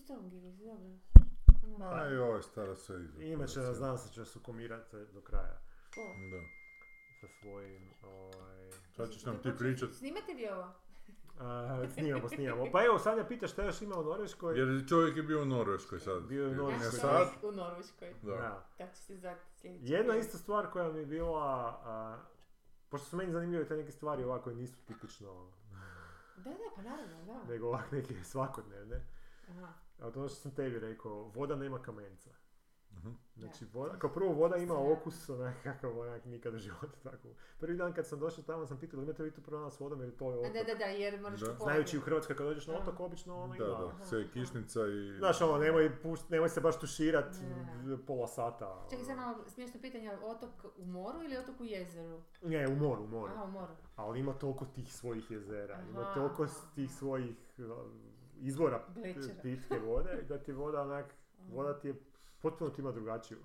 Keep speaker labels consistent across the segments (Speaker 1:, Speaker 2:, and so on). Speaker 1: Sesongi, dobro. Ono,
Speaker 2: Pa.
Speaker 3: A i ovo je stara sve iza.
Speaker 2: Ime će nas danas će sukumirat se do kraja
Speaker 1: o.
Speaker 3: Da.
Speaker 2: sa svojim, ovaj...
Speaker 3: Sad ćeš nam
Speaker 1: Jeste
Speaker 3: ti
Speaker 1: počeli-
Speaker 3: pričat.
Speaker 1: Snimate li ovo?
Speaker 2: A, snimamo, snimamo. Pa evo, Sanja pita šta još ima u Norveškoj.
Speaker 3: Jer čovjek je bio u Norveškoj sad.
Speaker 2: Bio je u
Speaker 3: Ne
Speaker 2: Norveškoj.
Speaker 1: Naš
Speaker 3: sad,
Speaker 1: čovjek u Norveškoj.
Speaker 3: da.
Speaker 2: Da.
Speaker 1: Kako će se zvati sljedeći?
Speaker 2: Jedna
Speaker 1: film?
Speaker 2: ista stvar koja mi je bila, a, pošto su meni zanimljive te neke stvari ovako koje nisu tipično,
Speaker 1: Da, da, pa naravno, da.
Speaker 2: nego ovak neke svakodnevne.
Speaker 1: Aha.
Speaker 2: A to je ono što sam tebi rekao, voda nema kamenca.
Speaker 3: Mhm.
Speaker 2: Znači, voda, kao prvo voda ima okus onak kakav onak nikad u životu tako. Prvi dan kad sam došao tamo sam pitao da li imate vi tu problem s vodom jer to je
Speaker 1: A da,
Speaker 2: otok.
Speaker 1: da, da, jer moraš
Speaker 3: Da.
Speaker 1: kupovati.
Speaker 2: Znajući u Hrvatskoj kad dođeš na
Speaker 1: Da.
Speaker 2: otok obično ono
Speaker 3: Da,
Speaker 2: ima.
Speaker 3: da. Sve je kišnica i...
Speaker 2: Znaš ono, nemoj, pušt, nemoj se baš tuširat
Speaker 1: Ne.
Speaker 2: m, pola sata. ono.
Speaker 1: Čekaj, sad malo smiješno pitanje, ali otok u moru ili otok u jezeru?
Speaker 2: Ne, u moru, u moru.
Speaker 1: Aha, u moru.
Speaker 2: Ali ima toliko tih svojih jezera, ima
Speaker 1: Aha.
Speaker 2: toliko s- tih svojih uh, izvora p-
Speaker 1: Glečera.
Speaker 2: pitke vode, da ti voda onak, voda ti je potpuno ti ima drugačiju.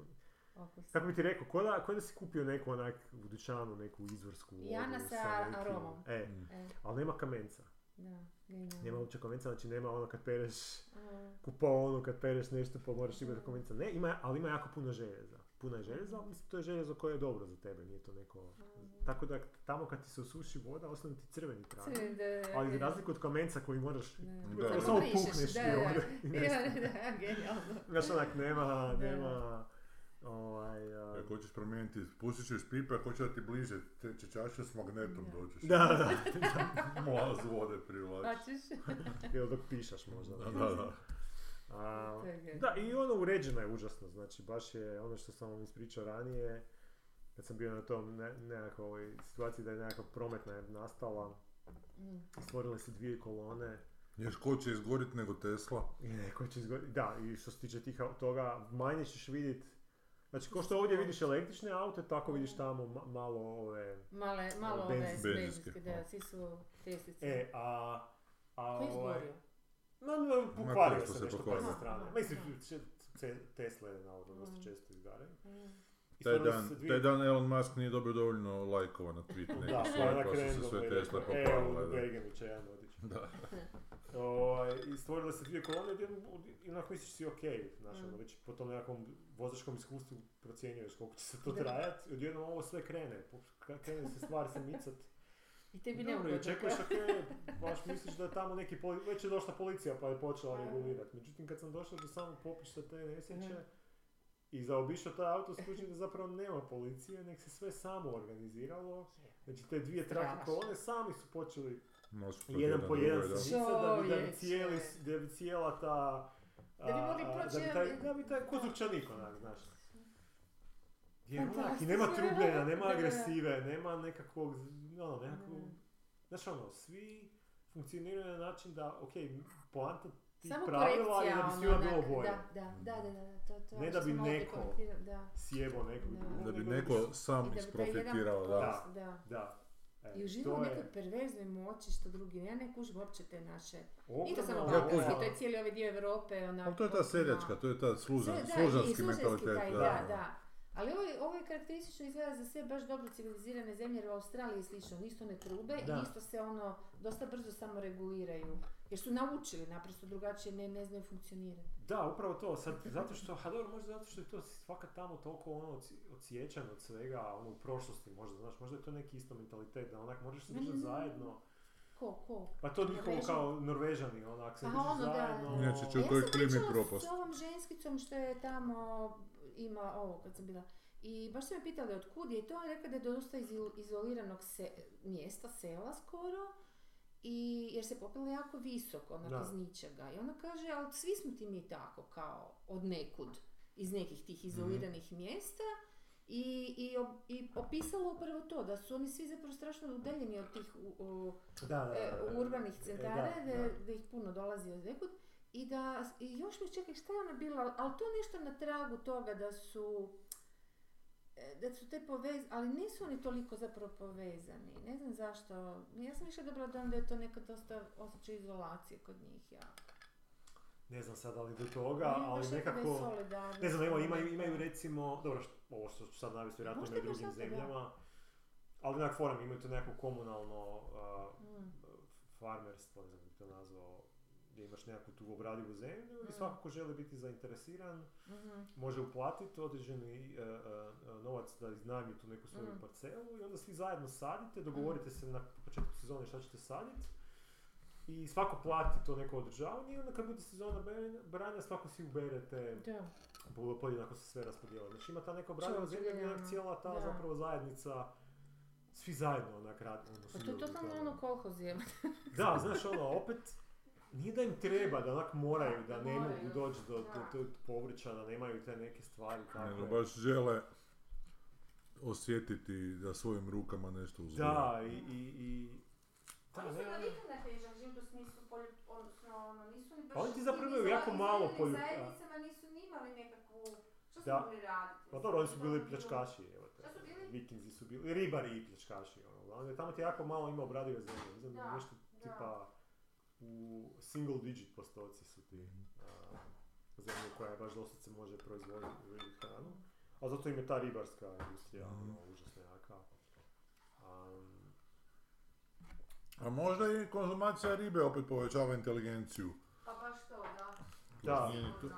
Speaker 1: Okus.
Speaker 2: Kako bi ti rekao, ko da, ko da si kupio neku onak u dućanu, neku izvorsku vodu.
Speaker 1: Jana sa aromom.
Speaker 2: E,
Speaker 3: Mm.
Speaker 1: E,
Speaker 2: ali nema kamenca.
Speaker 1: da, genijalno.
Speaker 2: Nema uopće kamenca, znači nema ono kad pereš
Speaker 1: A,
Speaker 2: kupaonu kad pereš nešto pa moraš imati komica. Ne, ima, ali ima jako puno željeza. Puno je željeza, ali mislim to je željezo koje je dobro za tebe, nije to neko... Tako da tamo kad ti se osuši voda, ostane ti crveni trag.
Speaker 1: sve, da, da,
Speaker 2: Ali za
Speaker 1: da.
Speaker 2: razliku od kamenca koji moraš...
Speaker 1: Da.
Speaker 3: Da.
Speaker 2: Samo
Speaker 3: Kad
Speaker 2: samo
Speaker 1: brišeš,
Speaker 2: pukneš
Speaker 1: da,
Speaker 2: ti
Speaker 1: da.
Speaker 2: ovdje. i
Speaker 1: Ja,
Speaker 2: nestane.
Speaker 1: da, genijalno.
Speaker 2: Znaš onak, nema,
Speaker 1: Da.
Speaker 2: nema... Ovaj, a-
Speaker 3: Ako hoćeš E, promijeniti, pustit ćeš pipe, ako hoće da ti bliže teče čaša, s magnetom
Speaker 1: Da.
Speaker 3: dođeš.
Speaker 2: da, da,
Speaker 3: Mlaz vode privlači.
Speaker 1: Hoćeš?
Speaker 2: ili dok pišaš možda.
Speaker 3: Da, da, da.
Speaker 2: A,
Speaker 1: To je genijalno.
Speaker 2: Da, i ono uređeno je užasno, znači baš je ono što sam vam ispričao ranije, kad sam bio na tom ne, nekakvoj situaciji da je nekakva prometna je nastala,
Speaker 1: Mm.
Speaker 2: stvorile se dvije kolone,
Speaker 3: Jer ko će izgorit nego Tesla?
Speaker 2: i neko će izgo- da, i što se tiče tih au- toga, manje ćeš vidjeti, znači ko što ovdje vidiš električne aute, tako vidiš tamo ma- malo ove,
Speaker 1: Male, malo ove
Speaker 2: Benzinske.
Speaker 1: benzinske,
Speaker 3: Benzinske,
Speaker 1: da, svi su testice.
Speaker 2: e, a, a ovaj,
Speaker 1: Ko je izgorio?
Speaker 2: No, no, pokvario
Speaker 3: Tesla
Speaker 2: se
Speaker 3: se
Speaker 2: nešto
Speaker 3: pokvario.
Speaker 2: par sa strane.
Speaker 1: Aha.
Speaker 2: Mislim, ce- ce- Tesla je navodno dosta
Speaker 1: Mm.
Speaker 2: često izgaraju.
Speaker 1: Mm.
Speaker 2: I
Speaker 3: Taj
Speaker 2: stvarno su
Speaker 3: dan,
Speaker 2: se dvije-
Speaker 3: taj dan Elon Musk nije dobio dovoljno lajkova na tweet, nego
Speaker 2: Da, E,
Speaker 3: su
Speaker 2: stvarno
Speaker 3: pa su se
Speaker 2: random
Speaker 3: sve
Speaker 2: je
Speaker 3: Tesle
Speaker 2: rekao,
Speaker 3: popalile.
Speaker 2: Evo,
Speaker 3: da.
Speaker 2: Bergenu će jedan otići.
Speaker 3: Da.
Speaker 2: Ovaj, I stvorile se dvije kolone gdje i onako misliš si ok, znaš,
Speaker 1: Mm.
Speaker 2: ono, već po tom nekakvom vozačkom iskustvu procjenjuješ koliko će se to
Speaker 1: Da.
Speaker 2: trajat, i odjednom ovo sve krene, po- ka- krene se stvari se micat.
Speaker 1: I tebi
Speaker 2: Dobro,
Speaker 1: neugodno.
Speaker 2: i očekuješ ok, baš misliš da je tamo neki, poli- već je došla policija pa je počela
Speaker 1: Mm.
Speaker 2: regulirati. Međutim, kad sam došao do samog popišta te nesreće,
Speaker 1: Mm.
Speaker 2: i zaobišao taj auto, skužim da zapravo nema policije, nek se sve samo organiziralo. Znači te dvije trake
Speaker 1: Strašno.
Speaker 2: kolone sami su počeli
Speaker 3: Noć pod
Speaker 2: jedan po jedan
Speaker 3: drugoj,
Speaker 2: se
Speaker 3: da.
Speaker 2: žica da bi, da bi,
Speaker 1: Čovječe.
Speaker 2: cijeli, da bi cijela ta...
Speaker 1: Da bi
Speaker 2: a,
Speaker 1: mogli
Speaker 2: a,
Speaker 1: proći
Speaker 2: da bi
Speaker 1: jedan-
Speaker 2: taj, da bi taj ko zupčanik onak, znaš. Jer onak, i
Speaker 1: Fantastično.
Speaker 2: nema trubljena, nema
Speaker 1: Da, da.
Speaker 2: agresive, nema nekakvog, ono, nekakvog...
Speaker 1: Mm.
Speaker 2: Znaš ono, svi funkcioniraju na način da, ok, poanta tih
Speaker 1: Samo
Speaker 2: pravila je
Speaker 1: korekcija,
Speaker 2: da bi
Speaker 1: ono,
Speaker 2: svima
Speaker 1: onak,
Speaker 2: bilo bolje.
Speaker 1: Da, da, da, da, da, to, to.
Speaker 2: Ne
Speaker 1: ono
Speaker 2: da
Speaker 1: što
Speaker 2: bi
Speaker 1: sam ovdje
Speaker 2: neko-
Speaker 1: komentirala, Da.
Speaker 2: Sjebo nekog
Speaker 1: Da.
Speaker 2: drugog,
Speaker 3: Da bi
Speaker 2: nego
Speaker 3: neko
Speaker 1: I
Speaker 3: sam
Speaker 1: da bi taj jedan
Speaker 3: isprofitirao, da.
Speaker 1: post, da.
Speaker 2: Da. E,
Speaker 1: I uživa u
Speaker 2: to je
Speaker 1: nekoj perverznoj moći što drugi, ja ne kužim uopće te naše. Nije to
Speaker 2: ogromna
Speaker 1: samo
Speaker 3: Ja
Speaker 2: razlika.
Speaker 3: kužim.
Speaker 1: Balkanski, to je cijeli ovaj dio Europe, ona...
Speaker 3: Ali to je ta seljačka, to je ta služan,
Speaker 1: Sve- da, i
Speaker 3: služanski
Speaker 1: služanski
Speaker 3: mentalitet.
Speaker 1: taj, da, da. Ali ovo je, ovo je karakteristično izgleda za sve baš dobro civilizirane zemlje, jer u Australiji je slično, nisu one trube
Speaker 2: Da.
Speaker 1: i isto se ono dosta brzo samo reguliraju. Jer su naučili, naprosto drugačije ne, ne znaju funkcionirati.
Speaker 2: Da, upravo to, sad, zato što, a dobro, možda zato što je to svaka tamo toliko ono oci- odsječan od svega, ono u prošlosti možda, znaš, možda je to neki isto mentalitet, da onak moraš se
Speaker 1: Ne,
Speaker 2: držati
Speaker 1: ne, ne.
Speaker 2: zajedno,
Speaker 1: Ko, ko?
Speaker 2: pa to njihovo
Speaker 1: Norvežani.
Speaker 2: kao Norvežani, onak se
Speaker 1: Aha,
Speaker 2: držiš
Speaker 1: ono, da.
Speaker 2: zajedno.
Speaker 3: Inače će
Speaker 1: A
Speaker 3: u toj
Speaker 1: sam
Speaker 3: klimi
Speaker 1: pričala
Speaker 3: propast.
Speaker 1: s ovom ženskicom što je tamo ima ovo kad sam bila. I baš su me pitali od kud je i to ona je rekla da je dosta iz izoliranog se, mjesta, sela skoro. I, jer se popela jako visoko, onak
Speaker 2: Da.
Speaker 1: iz ničega. I ona kaže, ali svi smo ti mi tako, kao od nekud, iz nekih tih izoliranih mjesta. I, i, op- i opisala upravo to, da su oni svi zapravo strašno udaljeni od tih u- u-
Speaker 2: Da, da,
Speaker 1: e,
Speaker 2: da, da.
Speaker 1: urbanih
Speaker 2: E,
Speaker 1: centara,
Speaker 2: da,
Speaker 1: da,
Speaker 2: da.
Speaker 1: da ih puno dolazi od nekud. I da, i još mi čekaj, šta je ona bila, ali to je nešto na tragu toga da su, e, da su te povez, ali nisu oni toliko zapravo povezani, ne znam zašto, ja sam više dobila dojam da je to neka dosta osjećaj izolacije kod njih, ja.
Speaker 2: Ne znam sad, ali do toga, ali
Speaker 1: Ne,
Speaker 2: nekako, ne znam, evo, imaju,
Speaker 1: Mm,
Speaker 2: imaju recimo, dobro, što- ovo što ću sad navesti, vjerojatno
Speaker 1: Možda
Speaker 2: ima i u
Speaker 1: baš
Speaker 2: drugim
Speaker 1: zato, da.
Speaker 2: zemljama, ali onak
Speaker 1: mhm,
Speaker 2: forum, imaju to nekako komunalno, a, farmerstvo, ne znam kako bi to nazvao, gdje imaš nekakvu tu obradivu zemlju i
Speaker 1: Mm.
Speaker 2: svakako želi biti zainteresiran,
Speaker 1: Mhm.
Speaker 2: može uplatiti određeni e, e, e, novac da iznajmi tu neku svoju
Speaker 1: Mm.
Speaker 2: parcelu i onda svi zajedno sadite, dogovorite se na početku sezone šta ćete saditi i svako plati to neko održavanje i onda kad bude sezona beren- branja svako si ubere te
Speaker 1: Da.
Speaker 2: poljoprivredno ako se sve raspodijela. Znači ima ta neka obradiva
Speaker 1: Čovjek
Speaker 2: zemlja gdje je
Speaker 1: življava.
Speaker 2: cijela ta
Speaker 1: Da.
Speaker 2: zapravo zajednica svi zajedno onak radi. ono,
Speaker 1: Pa to je
Speaker 2: sudjeluju u
Speaker 1: totalno
Speaker 2: tome.
Speaker 1: ono kolhoz je.
Speaker 2: Da, znaš ono, opet nije da im treba, da onak moraju, da ne
Speaker 1: Moraju,
Speaker 2: mogu doći do, do
Speaker 1: da.
Speaker 2: tog povrća, da nemaju te neke stvari
Speaker 3: Nego
Speaker 2: takve.
Speaker 3: baš žele osjetiti da svojim rukama nešto uzme.
Speaker 2: Da, i, i, i da,
Speaker 1: Oni su
Speaker 2: ne, ne.
Speaker 1: navikli na taj režim, to smislu polje- odnosno ono, nisu ni baš...
Speaker 2: Pa oni ti zapravo
Speaker 1: ni
Speaker 2: imaju
Speaker 1: za-
Speaker 2: jako
Speaker 1: ni
Speaker 2: malo
Speaker 1: za
Speaker 2: polju-
Speaker 1: zajednicama nisu ni imali nekakvu... Što su
Speaker 2: Da.
Speaker 1: mogli raditi?
Speaker 2: Pa dobro, oni su
Speaker 1: Ono
Speaker 2: bili
Speaker 1: bilo-
Speaker 2: pljačkaši, evo te.
Speaker 1: Šta su bili?
Speaker 2: Vikinzi su bili, ribari i pljačkaši, ono, uglavnom, tamo ti jako malo ima obradive zemlje, mislim da
Speaker 1: Da,
Speaker 2: nešto
Speaker 1: da.
Speaker 2: tipa u single digit postoci su ti a, zemlje koja baš doslovce može proizvoditi hranu, a zato im je ta ribarska industrija
Speaker 3: Mhm.
Speaker 2: ono, užasno jaka. Am,
Speaker 3: A možda i konzumacija ribe opet povećava inteligenciju.
Speaker 1: Pa baš to, da.
Speaker 2: Da.
Speaker 3: Nije to-
Speaker 1: Sigurno.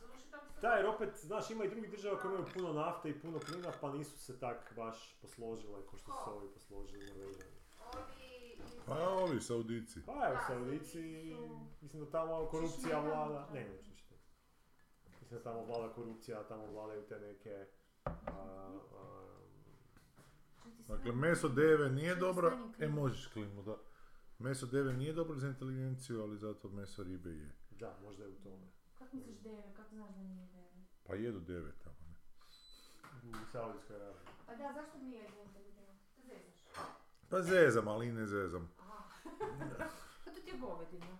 Speaker 1: Doduše, tamo se-
Speaker 2: da, jer opet, znaš, ima i drugih država koje imaju puno nafte i puno plina, pa nisu se tak baš posložile kao što su se ovi posložili Norvežani.
Speaker 1: Ovi iz-
Speaker 3: Pa ovi saudici.
Speaker 2: Pa evo,
Speaker 1: Da,
Speaker 2: Saudici,
Speaker 1: Saudijci
Speaker 2: mislim da tamo korupcija
Speaker 1: Čečnija,
Speaker 2: vlada,
Speaker 1: da.
Speaker 2: ne, ne, Čečnija. Mislim da tamo vlada korupcija, tamo vladaju te neke, a, a,
Speaker 1: Čuti se.
Speaker 3: Dakle, meso deve nije
Speaker 1: Što je
Speaker 3: dobro,
Speaker 1: stanje klime?
Speaker 3: e možeš klimu, da. Meso deve nije dobro za inteligenciju, ali zato meso ribe je.
Speaker 2: da, možda je u tome.
Speaker 4: Kako misliš deve? Kako znaš da nije deve?
Speaker 3: Pa jedu deve tamo, ne?
Speaker 2: U Saudijskoj Arabiji.
Speaker 1: Pa da, zašto mi je jedan Da zezaš.
Speaker 3: Pa zezam, ali i ne zezam.
Speaker 1: Aha. Pa to ti je govedina.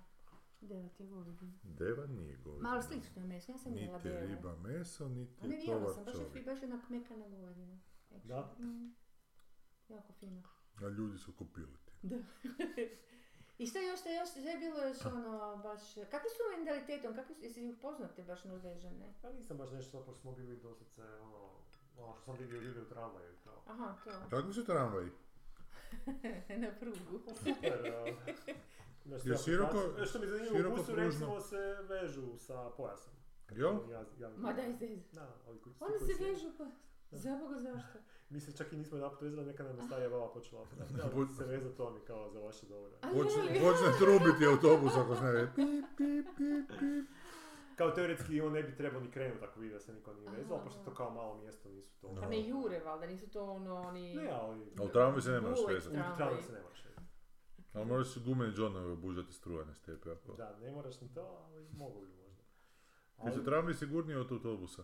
Speaker 1: Devet je govedina.
Speaker 3: Deva nije govedina.
Speaker 1: Malo slično je meso, ja sam jela
Speaker 3: Niti je
Speaker 1: deve.
Speaker 3: riba meso, niti
Speaker 1: Ali
Speaker 3: je
Speaker 1: jela
Speaker 3: tovar
Speaker 1: sam, baš je,
Speaker 3: čovjek.
Speaker 1: baš jedna kmekana govedina.
Speaker 2: Da?
Speaker 1: Mm. Jako fino.
Speaker 3: A ljudi su kupili ti.
Speaker 1: I šta još, šta još, šta je bilo još ono, baš, kakvi su mentalitetom, kakvi su, jesi ih upoznate baš norvežane?
Speaker 2: Ja nisam baš nešto, zato što smo bili doslovce, ono, ono što sam vidio ljude u tramvaju, kao.
Speaker 1: Aha, to,
Speaker 3: Kakvi su tramvaji?
Speaker 1: na prugu.
Speaker 2: Super, a, um, znaš,
Speaker 3: Je
Speaker 2: te
Speaker 3: široko-
Speaker 2: aplikacije- e, Što mi je zanimljivo, u
Speaker 3: široko
Speaker 2: busu
Speaker 3: pružno.
Speaker 2: recimo se vežu sa pojasom.
Speaker 3: Jel?
Speaker 2: Ja, ja,
Speaker 1: Ma daj zez.
Speaker 2: Da, ali koji su-
Speaker 1: Oni
Speaker 2: koji
Speaker 1: se
Speaker 2: su-
Speaker 1: vežu pa, za Boga zašto?
Speaker 2: Mi se čak i nismo jedanput vezali, neka
Speaker 1: Ah.
Speaker 2: nam je starija baba počela da,
Speaker 3: Bud-
Speaker 2: se vezati to mi kao za vaše dobro.
Speaker 1: A
Speaker 3: Počne,
Speaker 1: je li?
Speaker 3: počne trubiti autobus ako se ne vidi. Pip, pip, pip, pip.
Speaker 2: Kao teoretski on ne bi trebao ni krenuti ako vidi da se niko nije vezao,
Speaker 1: Aha,
Speaker 2: pošto
Speaker 1: da.
Speaker 2: to kao malo mjesto nisu to.
Speaker 3: Da.
Speaker 1: Pa ne jure, valjda, nisu to ono, oni...
Speaker 2: Ne, ali...
Speaker 3: A u tramvaju se ne
Speaker 1: Uvek
Speaker 3: moraš vezati.
Speaker 1: tramvaj.
Speaker 2: U tramvaju se ne moraš vezati.
Speaker 3: Ali moraš se gumene džonove obužati strujane stepe. Ako...
Speaker 2: Da, ne moraš ni to, ali mogu bi možda.
Speaker 3: Jer su
Speaker 2: Ali-
Speaker 3: tramvaj sigurniji od autobusa.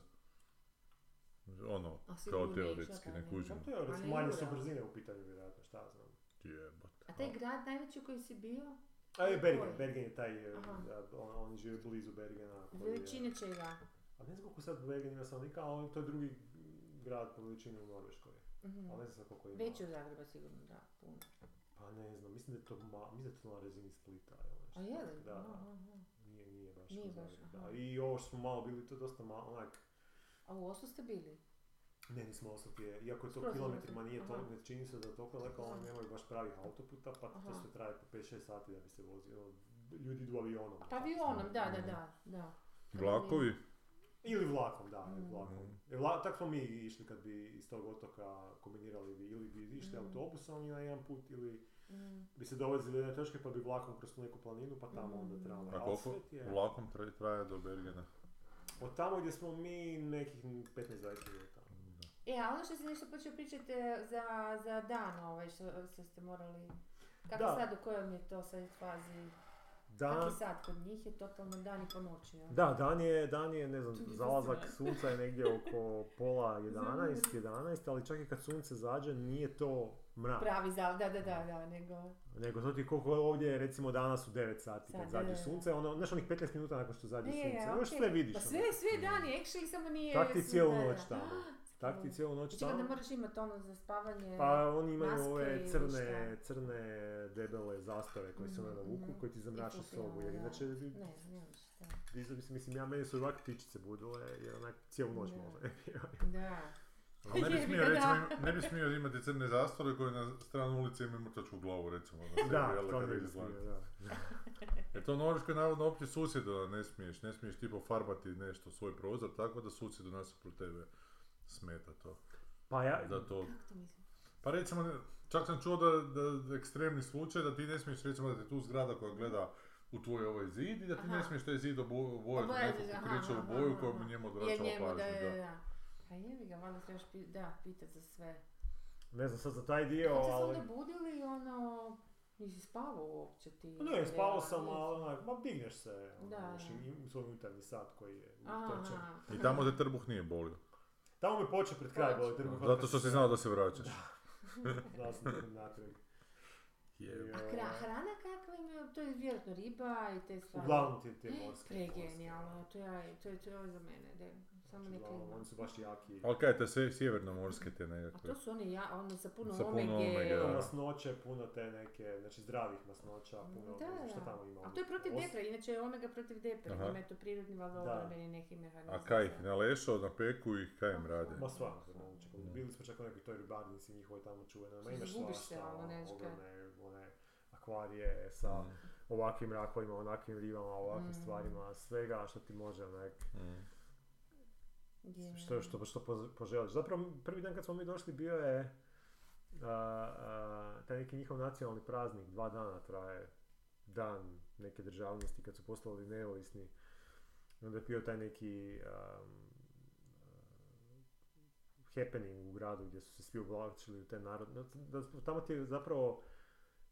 Speaker 3: Ono,
Speaker 1: A
Speaker 3: kao
Speaker 1: sigurnije,
Speaker 3: teoretski,
Speaker 1: šta
Speaker 3: ne
Speaker 1: da,
Speaker 3: kužim.
Speaker 2: Pa teoretski
Speaker 1: Ali
Speaker 2: manje
Speaker 1: jure.
Speaker 2: su brzine u pitanju, vjerojatno, šta ja znam.
Speaker 3: Jebote.
Speaker 1: A taj grad najveći u kojem si bio?
Speaker 2: A je Bergen,
Speaker 1: Koji?
Speaker 2: Bergen je taj, e,
Speaker 1: Aha.
Speaker 2: a, on, on živi blizu Bergena. koji je-
Speaker 1: Veličine čega?
Speaker 2: A ne znam koliko sad Bergen ima stanovnika, ali on- to je drugi grad po veličini u Norveškoj.
Speaker 1: Mhm.
Speaker 2: Ali ne znam sad koliko ima.
Speaker 1: Veći od Zagreba sigurno, da, puno.
Speaker 2: Pa ne znam, mislim da je to, ma, mislim da je to na razini Splita ili nešto.
Speaker 1: A je li?
Speaker 2: Da,
Speaker 1: Aha,
Speaker 2: da,
Speaker 1: aha.
Speaker 2: nije, nije baš.
Speaker 1: Nije
Speaker 2: u
Speaker 1: baš,
Speaker 2: Zagrebu, da.
Speaker 1: aha.
Speaker 2: I ovo što smo malo bili, to je dosta malo, onak,
Speaker 1: A u Oslu ste bili?
Speaker 2: ne, nismo osjetili, iako je to
Speaker 1: Skroz
Speaker 2: kilometrima nije
Speaker 1: Aha.
Speaker 2: to, ne čini se da je toliko daleko,
Speaker 1: Aha.
Speaker 2: oni nemaju baš pravih autoputa, pa to
Speaker 1: Aha.
Speaker 2: sve traje po 5-6 sati da bi se vozio, ono, ljudi idu avionom.
Speaker 1: Pa avionom, da, da, da, da.
Speaker 3: Vlakovi?
Speaker 2: Ili vlakom, da, ili
Speaker 1: Mm.
Speaker 3: Mhm.
Speaker 2: vlakom. E, Vla, tako smo mi išli kad bi iz tog otoka kombinirali bi, ili bi išli
Speaker 3: Mhm.
Speaker 1: Mm.
Speaker 2: autobusom i na jedan put, ili
Speaker 1: Mm.
Speaker 2: bi se dolazili do jedne točke pa bi vlakom kroz tu neku planinu, pa tamo onda
Speaker 1: Mm.
Speaker 2: trebalo.
Speaker 3: Mhm. A koliko vlakom tra- traje do Bergena?
Speaker 2: Od tamo gdje smo mi nekih 15-20 minuta.
Speaker 1: E, a ono što si nešto počeo pričati e, za, za dan ovaj što, što ste morali... Kako
Speaker 2: Da.
Speaker 1: sad, u kojem je to sad fazi?
Speaker 2: Dan,
Speaker 1: Kaki sad kod njih je totalno dan i po noći, jel?
Speaker 2: da, dan je, dan je, ne znam,
Speaker 1: Tu je
Speaker 2: zalazak
Speaker 1: fascinantno.
Speaker 2: sunca je negdje oko pola 11,
Speaker 1: Zanimljivo.
Speaker 2: 11, ali čak i kad sunce zađe nije to mrak.
Speaker 1: Pravi zal, da, da, da, da, nego...
Speaker 2: Nego to ti koliko je ovdje recimo danas u 9 sati
Speaker 1: Sad,
Speaker 2: kad
Speaker 1: da,
Speaker 2: zađe
Speaker 1: da, da.
Speaker 2: sunce, ono, znaš onih 15 minuta nakon što zađe
Speaker 1: Je,
Speaker 2: sunce,
Speaker 1: je,
Speaker 2: ono još
Speaker 1: okej.
Speaker 2: sve vidiš.
Speaker 1: Pa
Speaker 2: ono.
Speaker 1: sve, sve dani, actually, samo nije...
Speaker 2: Tak ti
Speaker 1: sve
Speaker 2: cijelu
Speaker 1: dana.
Speaker 2: noć tamo. Tak ti cijelu noć
Speaker 1: Čekaj, da
Speaker 2: tamo.
Speaker 1: moraš imati ono za spavanje...
Speaker 2: Pa oni imaju
Speaker 1: maske
Speaker 2: ove
Speaker 1: ili
Speaker 2: crne, crne debele zastave koje se one
Speaker 1: Mhm,
Speaker 2: navuku,
Speaker 1: mhm.
Speaker 2: koje ti zamrače
Speaker 1: I pupila,
Speaker 2: sobu, jer
Speaker 1: da.
Speaker 2: inače bi-
Speaker 1: Ne, ne možeš, da.
Speaker 2: Mislim, mislim, ja meni su ovak ptičice budile, jer onak cijelu noć
Speaker 1: Da.
Speaker 2: možda.
Speaker 1: Da.
Speaker 3: Ali ne bi
Speaker 1: Jebi
Speaker 3: smio,
Speaker 1: ga,
Speaker 3: recimo,
Speaker 1: da.
Speaker 3: ne bi smio imati crne zastore koje na stranu ulice imaju mrtvačku glavu, recimo. ono, Na sebi,
Speaker 2: Da,
Speaker 3: jel,
Speaker 2: to
Speaker 3: kada
Speaker 2: ne bi
Speaker 3: ideš van.
Speaker 2: smio, da.
Speaker 3: E to u Norveškoj navodno uopće susjedu da ne smiješ, ne smiješ ti pofarbati nešto svoj prozor, tako da susjedu nasuprot tebe smeta to.
Speaker 2: Pa ja,
Speaker 3: Da to
Speaker 1: Kako to mislim?
Speaker 3: pa recimo, ne- čak sam čuo da, da, da ekstremni slučaj da ti ne smiješ recimo da te tu zgrada koja gleda u tvoj ovaj zid i da ti ne
Speaker 1: Aha.
Speaker 3: smiješ taj zid obo- obojati u
Speaker 1: Obojati,
Speaker 3: neku
Speaker 1: aha,
Speaker 3: pokričavu
Speaker 1: Pa aha,
Speaker 3: boju
Speaker 1: aha,
Speaker 3: koja bi
Speaker 1: aha.
Speaker 3: njemu
Speaker 1: Jer
Speaker 3: odvraćala
Speaker 1: njemu, da, da,
Speaker 3: pažnju. Da.
Speaker 1: da. Pa jebi ga, valjda trebaš pi- da, pitat za sve.
Speaker 2: ne znam sad za taj dio,
Speaker 1: Kad si se
Speaker 2: ali...
Speaker 1: onda budili, ono, nisi spavao uopće ti?
Speaker 2: Pa Ne, spavao
Speaker 1: Andreja,
Speaker 2: sam,
Speaker 1: nisi?
Speaker 2: ali onak, ma digneš se,
Speaker 1: Da,
Speaker 2: ono, još
Speaker 1: da.
Speaker 2: i- i u svoj unutarnji sat koji je utočen.
Speaker 1: Aha.
Speaker 3: I tamo te trbuh nije bolio.
Speaker 2: Tamo mi počeo pred kraj boli trbuh. ono
Speaker 3: Zato
Speaker 2: kad
Speaker 3: što si
Speaker 2: sam-
Speaker 3: znao da se vraćaš.
Speaker 2: Znao sam da idem natrag.
Speaker 3: Je.
Speaker 1: A kra, hrana kakva ima, to je vjerojatno riba i te stvari.
Speaker 2: Uglavnom ti je te
Speaker 1: E,
Speaker 2: morske.
Speaker 1: Pregenijalno, to, ja, to, je, to je za mene, de. samo ne klima.
Speaker 2: Oni su baš jaki.
Speaker 3: Ali kaj te sve sjevernomorske te
Speaker 1: A
Speaker 3: nekakve?
Speaker 1: to su one, ja, one sa puno ono,
Speaker 3: Sa puno
Speaker 1: omega.
Speaker 3: omege,
Speaker 2: Puno
Speaker 3: da.
Speaker 2: masnoće, puno te neke, znači zdravih masnoća, puno
Speaker 1: Da,
Speaker 2: ne znam
Speaker 1: da.
Speaker 2: šta tamo ima. ono,
Speaker 1: A to je protiv
Speaker 2: Os-
Speaker 1: depre, inače je omega protiv depre,
Speaker 3: Aha.
Speaker 1: ima je to prirodni valjda
Speaker 2: Da.
Speaker 1: obrambeni neki mehanizam.
Speaker 3: A kaj ih nalešao, napeku ih, kaj im rade?
Speaker 2: Ma stvarno, ono, čekaj,
Speaker 3: Da.
Speaker 2: bili smo čak u nekoj toj ribarnici njihovoj tamo čuvenoj, ma imaš
Speaker 1: Izgubiš se,
Speaker 2: svašta,
Speaker 1: ono, ne
Speaker 2: ono,
Speaker 1: znaš kaj.
Speaker 2: ogromne, one akvarije sa ovakvim rakovima, onakvim rivama, ovakvim
Speaker 1: Mm.
Speaker 2: stvarima, svega što ti može onak,
Speaker 3: Mm.
Speaker 1: Je.
Speaker 2: što, što, što poz- poželiš. Zapravo prvi dan kad smo mi došli bio je a, a, taj neki njihov nacionalni praznik, dva dana traje, dan neke državnosti kad su postali neovisni. I Onda je bio taj neki am, happening u gradu gdje su se svi oblačili u te narodne... Da, tamo ti je zapravo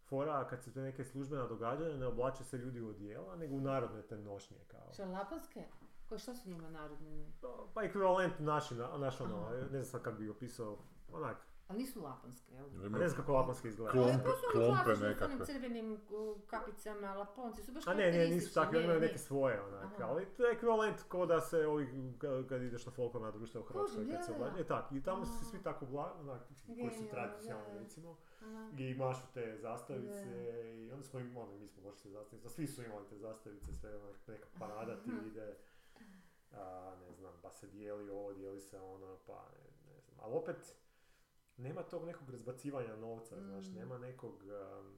Speaker 2: fora kad se te neke službena događanja ne oblače se ljudi u odijela, nego u narodne te nošnje kao.
Speaker 1: Šalapanske? Ko, šta su njima narodne?
Speaker 2: Pa ekvivalent naši, na- naš ono,
Speaker 1: Aha.
Speaker 2: ne znam sad kako bi opisao, onak,
Speaker 1: Ali nisu lapanske, jel?
Speaker 2: a ne znam kako lapanski izgleda.
Speaker 3: Klumpe,
Speaker 1: Ali to su oni
Speaker 3: klumpe
Speaker 1: klasični s onim
Speaker 3: nekakve.
Speaker 1: crvenim u, kapicama, laponci su baš
Speaker 2: A ne, ne, nisu
Speaker 1: karakteristični,
Speaker 2: takvi, oni
Speaker 1: ne,
Speaker 2: imaju
Speaker 1: ne.
Speaker 2: neke svoje, onak,
Speaker 1: Aha.
Speaker 2: ali to je ekvivalent ko da se ovi, kad, kad ideš na folkovna društva u Hrvatskoj,
Speaker 1: Kužim,
Speaker 2: kad se
Speaker 1: da,
Speaker 2: oblače,
Speaker 1: da.
Speaker 2: e tako, i tamo su se
Speaker 1: A.
Speaker 2: svi tako obla, onak, koji su
Speaker 1: Genijalno, da, da.
Speaker 2: tradicionalni, recimo,
Speaker 1: Aha.
Speaker 2: gdje imaš te zastavice, i onda smo im, onda mi smo došli sa zastavicama, svi su imali te zastavice, sve onak, neka parada ti ide, a, ne znam, pa se dijeli ovo, dijeli se ono, pa ne, ne znam, ali opet, nema tog nekog razbacivanja novca, znaš,
Speaker 1: Mm.
Speaker 2: nema nekog, um,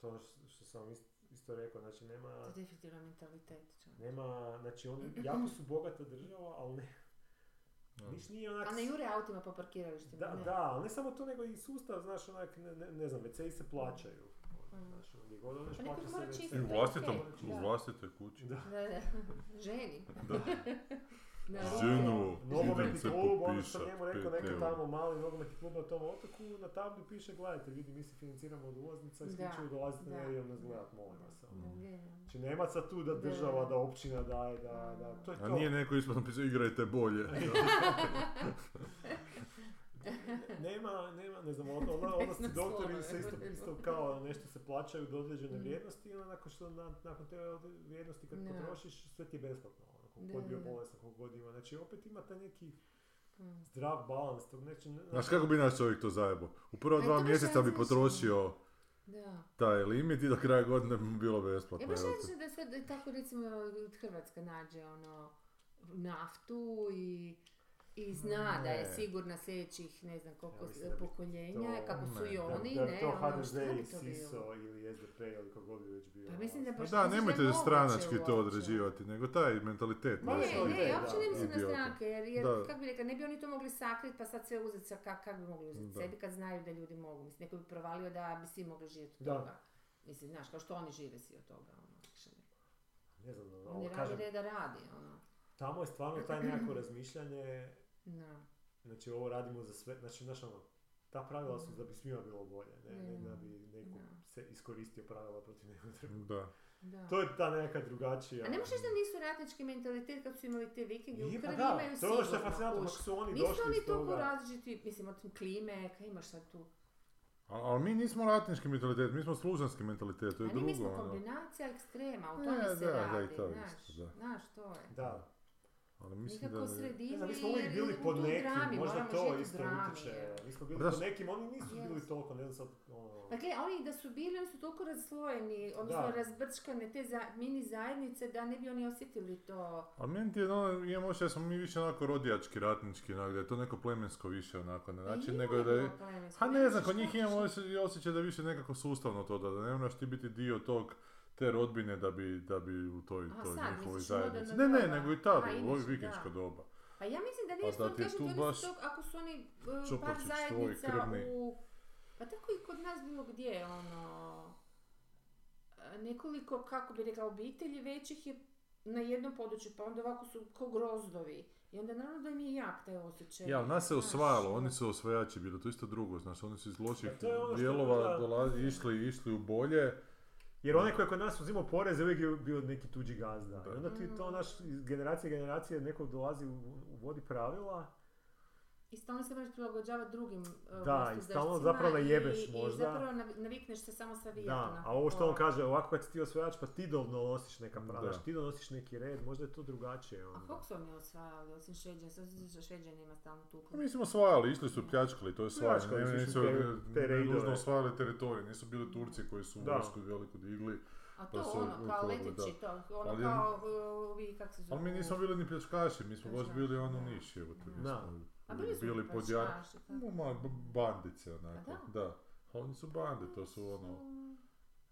Speaker 2: to ono što- što sam vam is- isto rekao, znači
Speaker 1: To
Speaker 2: nema,
Speaker 1: je definitivno mentalitet. čovječe.
Speaker 2: nema, znači oni jako su bogata država, ali ne, niš nije onak...
Speaker 1: A ne jure autima po parkiralištima,
Speaker 2: Da,
Speaker 1: ne.
Speaker 2: da, ali ne samo to, nego i sustav, znaš, onak, ne, ne, ne znam, WC-i se plaćaju. Ono,
Speaker 1: Mm.
Speaker 2: Znaš, ono, gdje god odeš,
Speaker 1: Pa neko
Speaker 2: plaća se
Speaker 1: mora
Speaker 2: WC.
Speaker 1: čistiti.
Speaker 3: I u vlastitom,
Speaker 1: Da.
Speaker 3: u vlastitoj kući.
Speaker 2: Da.
Speaker 1: Da, da. Ženi.
Speaker 3: Da.
Speaker 1: Na
Speaker 2: A,
Speaker 1: ruke.
Speaker 3: Ženu, idem
Speaker 2: Nogometni
Speaker 3: se
Speaker 2: klub, ono
Speaker 3: popišat,
Speaker 2: što njemu rekao,
Speaker 3: pet
Speaker 2: neko
Speaker 3: eura.
Speaker 2: tamo mali nogometni klub na tom otoku, na tabli piše, gledajte, ljudi, mi se financiramo od ulaznica,
Speaker 1: Da,
Speaker 2: isključivo dolazite
Speaker 1: da.
Speaker 2: nerijom nas gledat, molim vas. ono.
Speaker 3: Mm.
Speaker 1: Da, genijalno.
Speaker 2: Znači, nema sad tu da
Speaker 1: Da.
Speaker 2: država, da općina daje, da, da, to je to.
Speaker 3: A nije neko ispod napisao igrajte bolje.
Speaker 2: Nema, nema, ne znam, onda, onda, onda
Speaker 1: Ne
Speaker 2: su
Speaker 1: znam
Speaker 2: doktori se
Speaker 1: slova,
Speaker 2: isto,
Speaker 1: ne znam.
Speaker 2: isto kao nešto se plaćaju do određene
Speaker 1: Mm.
Speaker 2: vrijednosti i onda nakon što na- nakon te od- vrijednosti kad
Speaker 1: Da.
Speaker 2: potrošiš sve ti je besplatno, ono, koliko
Speaker 1: Da,
Speaker 2: god bio
Speaker 1: da, da.
Speaker 2: bolestan, koliko god ima, znači opet ima taj neki
Speaker 1: Mm.
Speaker 2: zdrav balans, tog neče, ne-
Speaker 3: Znaš kako bi naš čovjek to zajebo? U prva
Speaker 1: E,
Speaker 3: dva
Speaker 1: to baš
Speaker 3: mjeseca bi
Speaker 1: razmišljam.
Speaker 3: potrošio
Speaker 1: Da.
Speaker 3: taj limit i do kraja godine bi bilo
Speaker 1: Ja
Speaker 3: besplatno.
Speaker 1: E, baš
Speaker 3: jel Pa te?
Speaker 1: razmišljam da sad da je tako recimo Hrvatska nađe ono naftu i, i zna da je
Speaker 3: Ne.
Speaker 1: sigurna sljedećih ne znam koliko
Speaker 2: Ja mislim da bi
Speaker 1: pokoljenja,
Speaker 2: to-
Speaker 1: kako su
Speaker 3: Ne,
Speaker 1: i
Speaker 3: da-
Speaker 2: da-
Speaker 1: oni,
Speaker 2: da, bi
Speaker 1: ne,
Speaker 2: to
Speaker 1: ono,
Speaker 2: HDZ
Speaker 1: šta bi
Speaker 2: i
Speaker 1: to bilo?
Speaker 2: SISO ili SDP ili kako god bi već bio.
Speaker 1: Pa mislim da
Speaker 2: ono,
Speaker 1: baš
Speaker 3: Ma da,
Speaker 1: mislim
Speaker 3: nemojte
Speaker 1: je
Speaker 3: da
Speaker 1: moguće
Speaker 3: stranački to
Speaker 1: uopće.
Speaker 3: određivati, nego taj mentalitet.
Speaker 2: Ma
Speaker 1: Ne,
Speaker 2: Baš
Speaker 3: naš,
Speaker 2: to
Speaker 1: ne,
Speaker 2: ide,
Speaker 1: ja
Speaker 2: da,
Speaker 1: uopće ne mislim na
Speaker 3: idiota.
Speaker 1: stranke, jer, jer
Speaker 3: Da.
Speaker 1: kako bi rekla, ne bi oni to mogli sakriti pa sad sve uzeti, sa kak, kak bi mogli uzeti
Speaker 3: Da.
Speaker 1: sebi kad znaju da ljudi mogu. Mislim, neko bi provalio da bi svi mogli živjeti od
Speaker 2: Da.
Speaker 1: toga. Mislim, znaš, kao što oni žive svi od toga, ono, actually.
Speaker 2: Ne znam, ono,
Speaker 1: Oni radi
Speaker 2: kažem,
Speaker 1: reda radi, ono.
Speaker 2: tamo je stvarno taj nekako razmišljanje,
Speaker 1: Da.
Speaker 2: znači ovo radimo za sve, znači znaš ono, ta pravila su da bi svima bilo bolje, ne, ne da bi neko
Speaker 1: Mm. Da.
Speaker 2: se iskoristio pravila protiv nekog drugog.
Speaker 3: Da.
Speaker 1: Da.
Speaker 2: To je ta neka drugačija...
Speaker 1: A ne možeš da nisu ratnički mentalitet kad su imali te vikinge, u
Speaker 2: Je, pa
Speaker 1: krvi
Speaker 2: da,
Speaker 1: imaju
Speaker 2: to je ono što je
Speaker 1: sigurno,
Speaker 2: fascinantno,
Speaker 1: kuš.
Speaker 2: kako su oni
Speaker 1: Nisu
Speaker 2: došli
Speaker 1: oni
Speaker 2: iz
Speaker 1: toliko
Speaker 2: toga.
Speaker 1: različiti, mislim, od klime, kaj imaš sad tu.
Speaker 3: Ali, ali mi nismo ratnički mentalitet, mi smo služanski mentalitet, to je
Speaker 1: A ne, mi smo
Speaker 3: drugo. ono.
Speaker 1: kombinacija ekstrema, o
Speaker 3: E,
Speaker 1: tome se
Speaker 3: da, da, i
Speaker 1: radi,
Speaker 3: to je
Speaker 1: znaš,
Speaker 3: isto, da.
Speaker 1: znaš, to je.
Speaker 2: Da.
Speaker 3: Ali mislim
Speaker 1: Nikako
Speaker 3: da... ne-
Speaker 1: sredini
Speaker 2: Ne znam, mi smo uvijek
Speaker 1: jer
Speaker 2: bili
Speaker 1: idemo
Speaker 2: pod
Speaker 1: tu u
Speaker 2: nekim,
Speaker 1: drami,
Speaker 2: možda
Speaker 1: moramo
Speaker 2: to
Speaker 1: živjeti u
Speaker 2: isto
Speaker 1: drami,
Speaker 2: utječe.
Speaker 1: je.
Speaker 2: Mi smo
Speaker 3: Pa da
Speaker 2: bili
Speaker 3: su-
Speaker 2: pod nekim, oni nisu bili
Speaker 1: Jest.
Speaker 2: toliko, ne znam sad, ono...
Speaker 1: Pa gle, oni da su bili, oni su toliko razslojeni, odnosno
Speaker 2: Da.
Speaker 1: razbrčkane te za, mini zajednice da ne bi oni osjetili to.
Speaker 3: Ali meni ti je, ono, imam osjećaj da smo mi više onako rodijački, ratnički, onak, da je to neko plemensko više onako, ne znači,
Speaker 1: I ono,
Speaker 3: nego
Speaker 1: ima
Speaker 3: da je...
Speaker 1: to plemensko,
Speaker 3: Ha ne znam,
Speaker 1: znaš
Speaker 3: kod
Speaker 1: šta
Speaker 3: njih imam
Speaker 1: ćeš-
Speaker 3: osje- osjećaj da je više nekako sustavno to, da, da ne moraš ti biti dio tog te rodbine da bi, da bi u toj,
Speaker 1: Aha,
Speaker 3: toj
Speaker 1: sad,
Speaker 3: njihovoj
Speaker 1: misliš
Speaker 3: zajednici. Ne,
Speaker 1: moderno
Speaker 3: ne,
Speaker 1: doba.
Speaker 3: nego i tada,
Speaker 1: A, i
Speaker 3: u ovoj
Speaker 1: ništa,
Speaker 3: vikendsko
Speaker 1: da.
Speaker 3: doba.
Speaker 1: Pa ja mislim da
Speaker 3: Pa
Speaker 1: nije što
Speaker 3: da
Speaker 1: on
Speaker 3: ti je
Speaker 1: kaže,
Speaker 3: tu
Speaker 1: oni su
Speaker 3: baš
Speaker 1: tog- ako su oni e, par
Speaker 3: Čukovčić tvoj
Speaker 1: zajednica
Speaker 3: krvni.
Speaker 1: u... Pa tako i kod nas bilo gdje, ono... e, Nekoliko, kako bi rekla, obitelji većih je na jednom području, pa onda ovako su ko grozdovi. I onda naravno da im je jak taj osjećaj.
Speaker 3: Ja, ali nas se
Speaker 1: Znaš,
Speaker 3: osvajalo,
Speaker 1: ono.
Speaker 3: oni su osvajači bili, to je isto drugo, znaš, oni su iz loših
Speaker 2: Pa to je ono što je
Speaker 3: dijelova
Speaker 2: bila-
Speaker 3: dolazi, išli, išli u bolje.
Speaker 2: Jer onaj koji je kod nas uzimao poreze uvijek je bio neki tuđi gazda.
Speaker 3: Da.
Speaker 2: I onda ti to
Speaker 1: Mm.
Speaker 2: naš iz generacije generacije neko dolazi u- uvodi pravila
Speaker 1: I stalno se moraš prilagođavati drugim e,
Speaker 2: Da, i stalno
Speaker 1: gostodržcima
Speaker 2: zapravo najebeš
Speaker 1: i-
Speaker 2: možda.
Speaker 1: I zapravo nav- navikneš se samo sa
Speaker 2: Da,
Speaker 1: vijetna.
Speaker 2: a ovo što on kaže, ovako kad si ti osvajač, pa ti donosiš neka
Speaker 3: Da.
Speaker 2: prava, znaš, ti donosiš neki red, možda je to drugačije
Speaker 1: A
Speaker 2: onda.
Speaker 1: kog su oni osvajali, osim Šveđana? Sad se za Šveđana ima stalno tuku.
Speaker 3: Pa Mi smo osvajali, išli su pljačkali, to je osvajanje.
Speaker 2: Pljačkali
Speaker 3: Ne,
Speaker 2: su,
Speaker 3: nisu
Speaker 2: išli te- te
Speaker 3: ne-
Speaker 2: rejdove.
Speaker 3: nužno osvajali teritorije, nisu bili Turci koji su
Speaker 2: Da.
Speaker 3: vojsku veliku digli.
Speaker 1: A to
Speaker 3: Pa su
Speaker 1: ono, kao
Speaker 3: upravo,
Speaker 1: leteći, to, ono
Speaker 3: Ali-
Speaker 1: kao uh, ovi, kako se zove?
Speaker 3: Ali mi nismo bili ni pljačkaši, mi smo baš
Speaker 1: Pljačkaši,
Speaker 3: bili ono
Speaker 1: da.
Speaker 3: niš, evo te, mi
Speaker 2: Da.
Speaker 3: smo
Speaker 1: A bili su
Speaker 3: bili
Speaker 1: baš
Speaker 3: pod jar-
Speaker 1: naši, tako.
Speaker 3: Ma, ma, b- bandice onako,
Speaker 1: A
Speaker 3: da. A oni su bande, to su ono...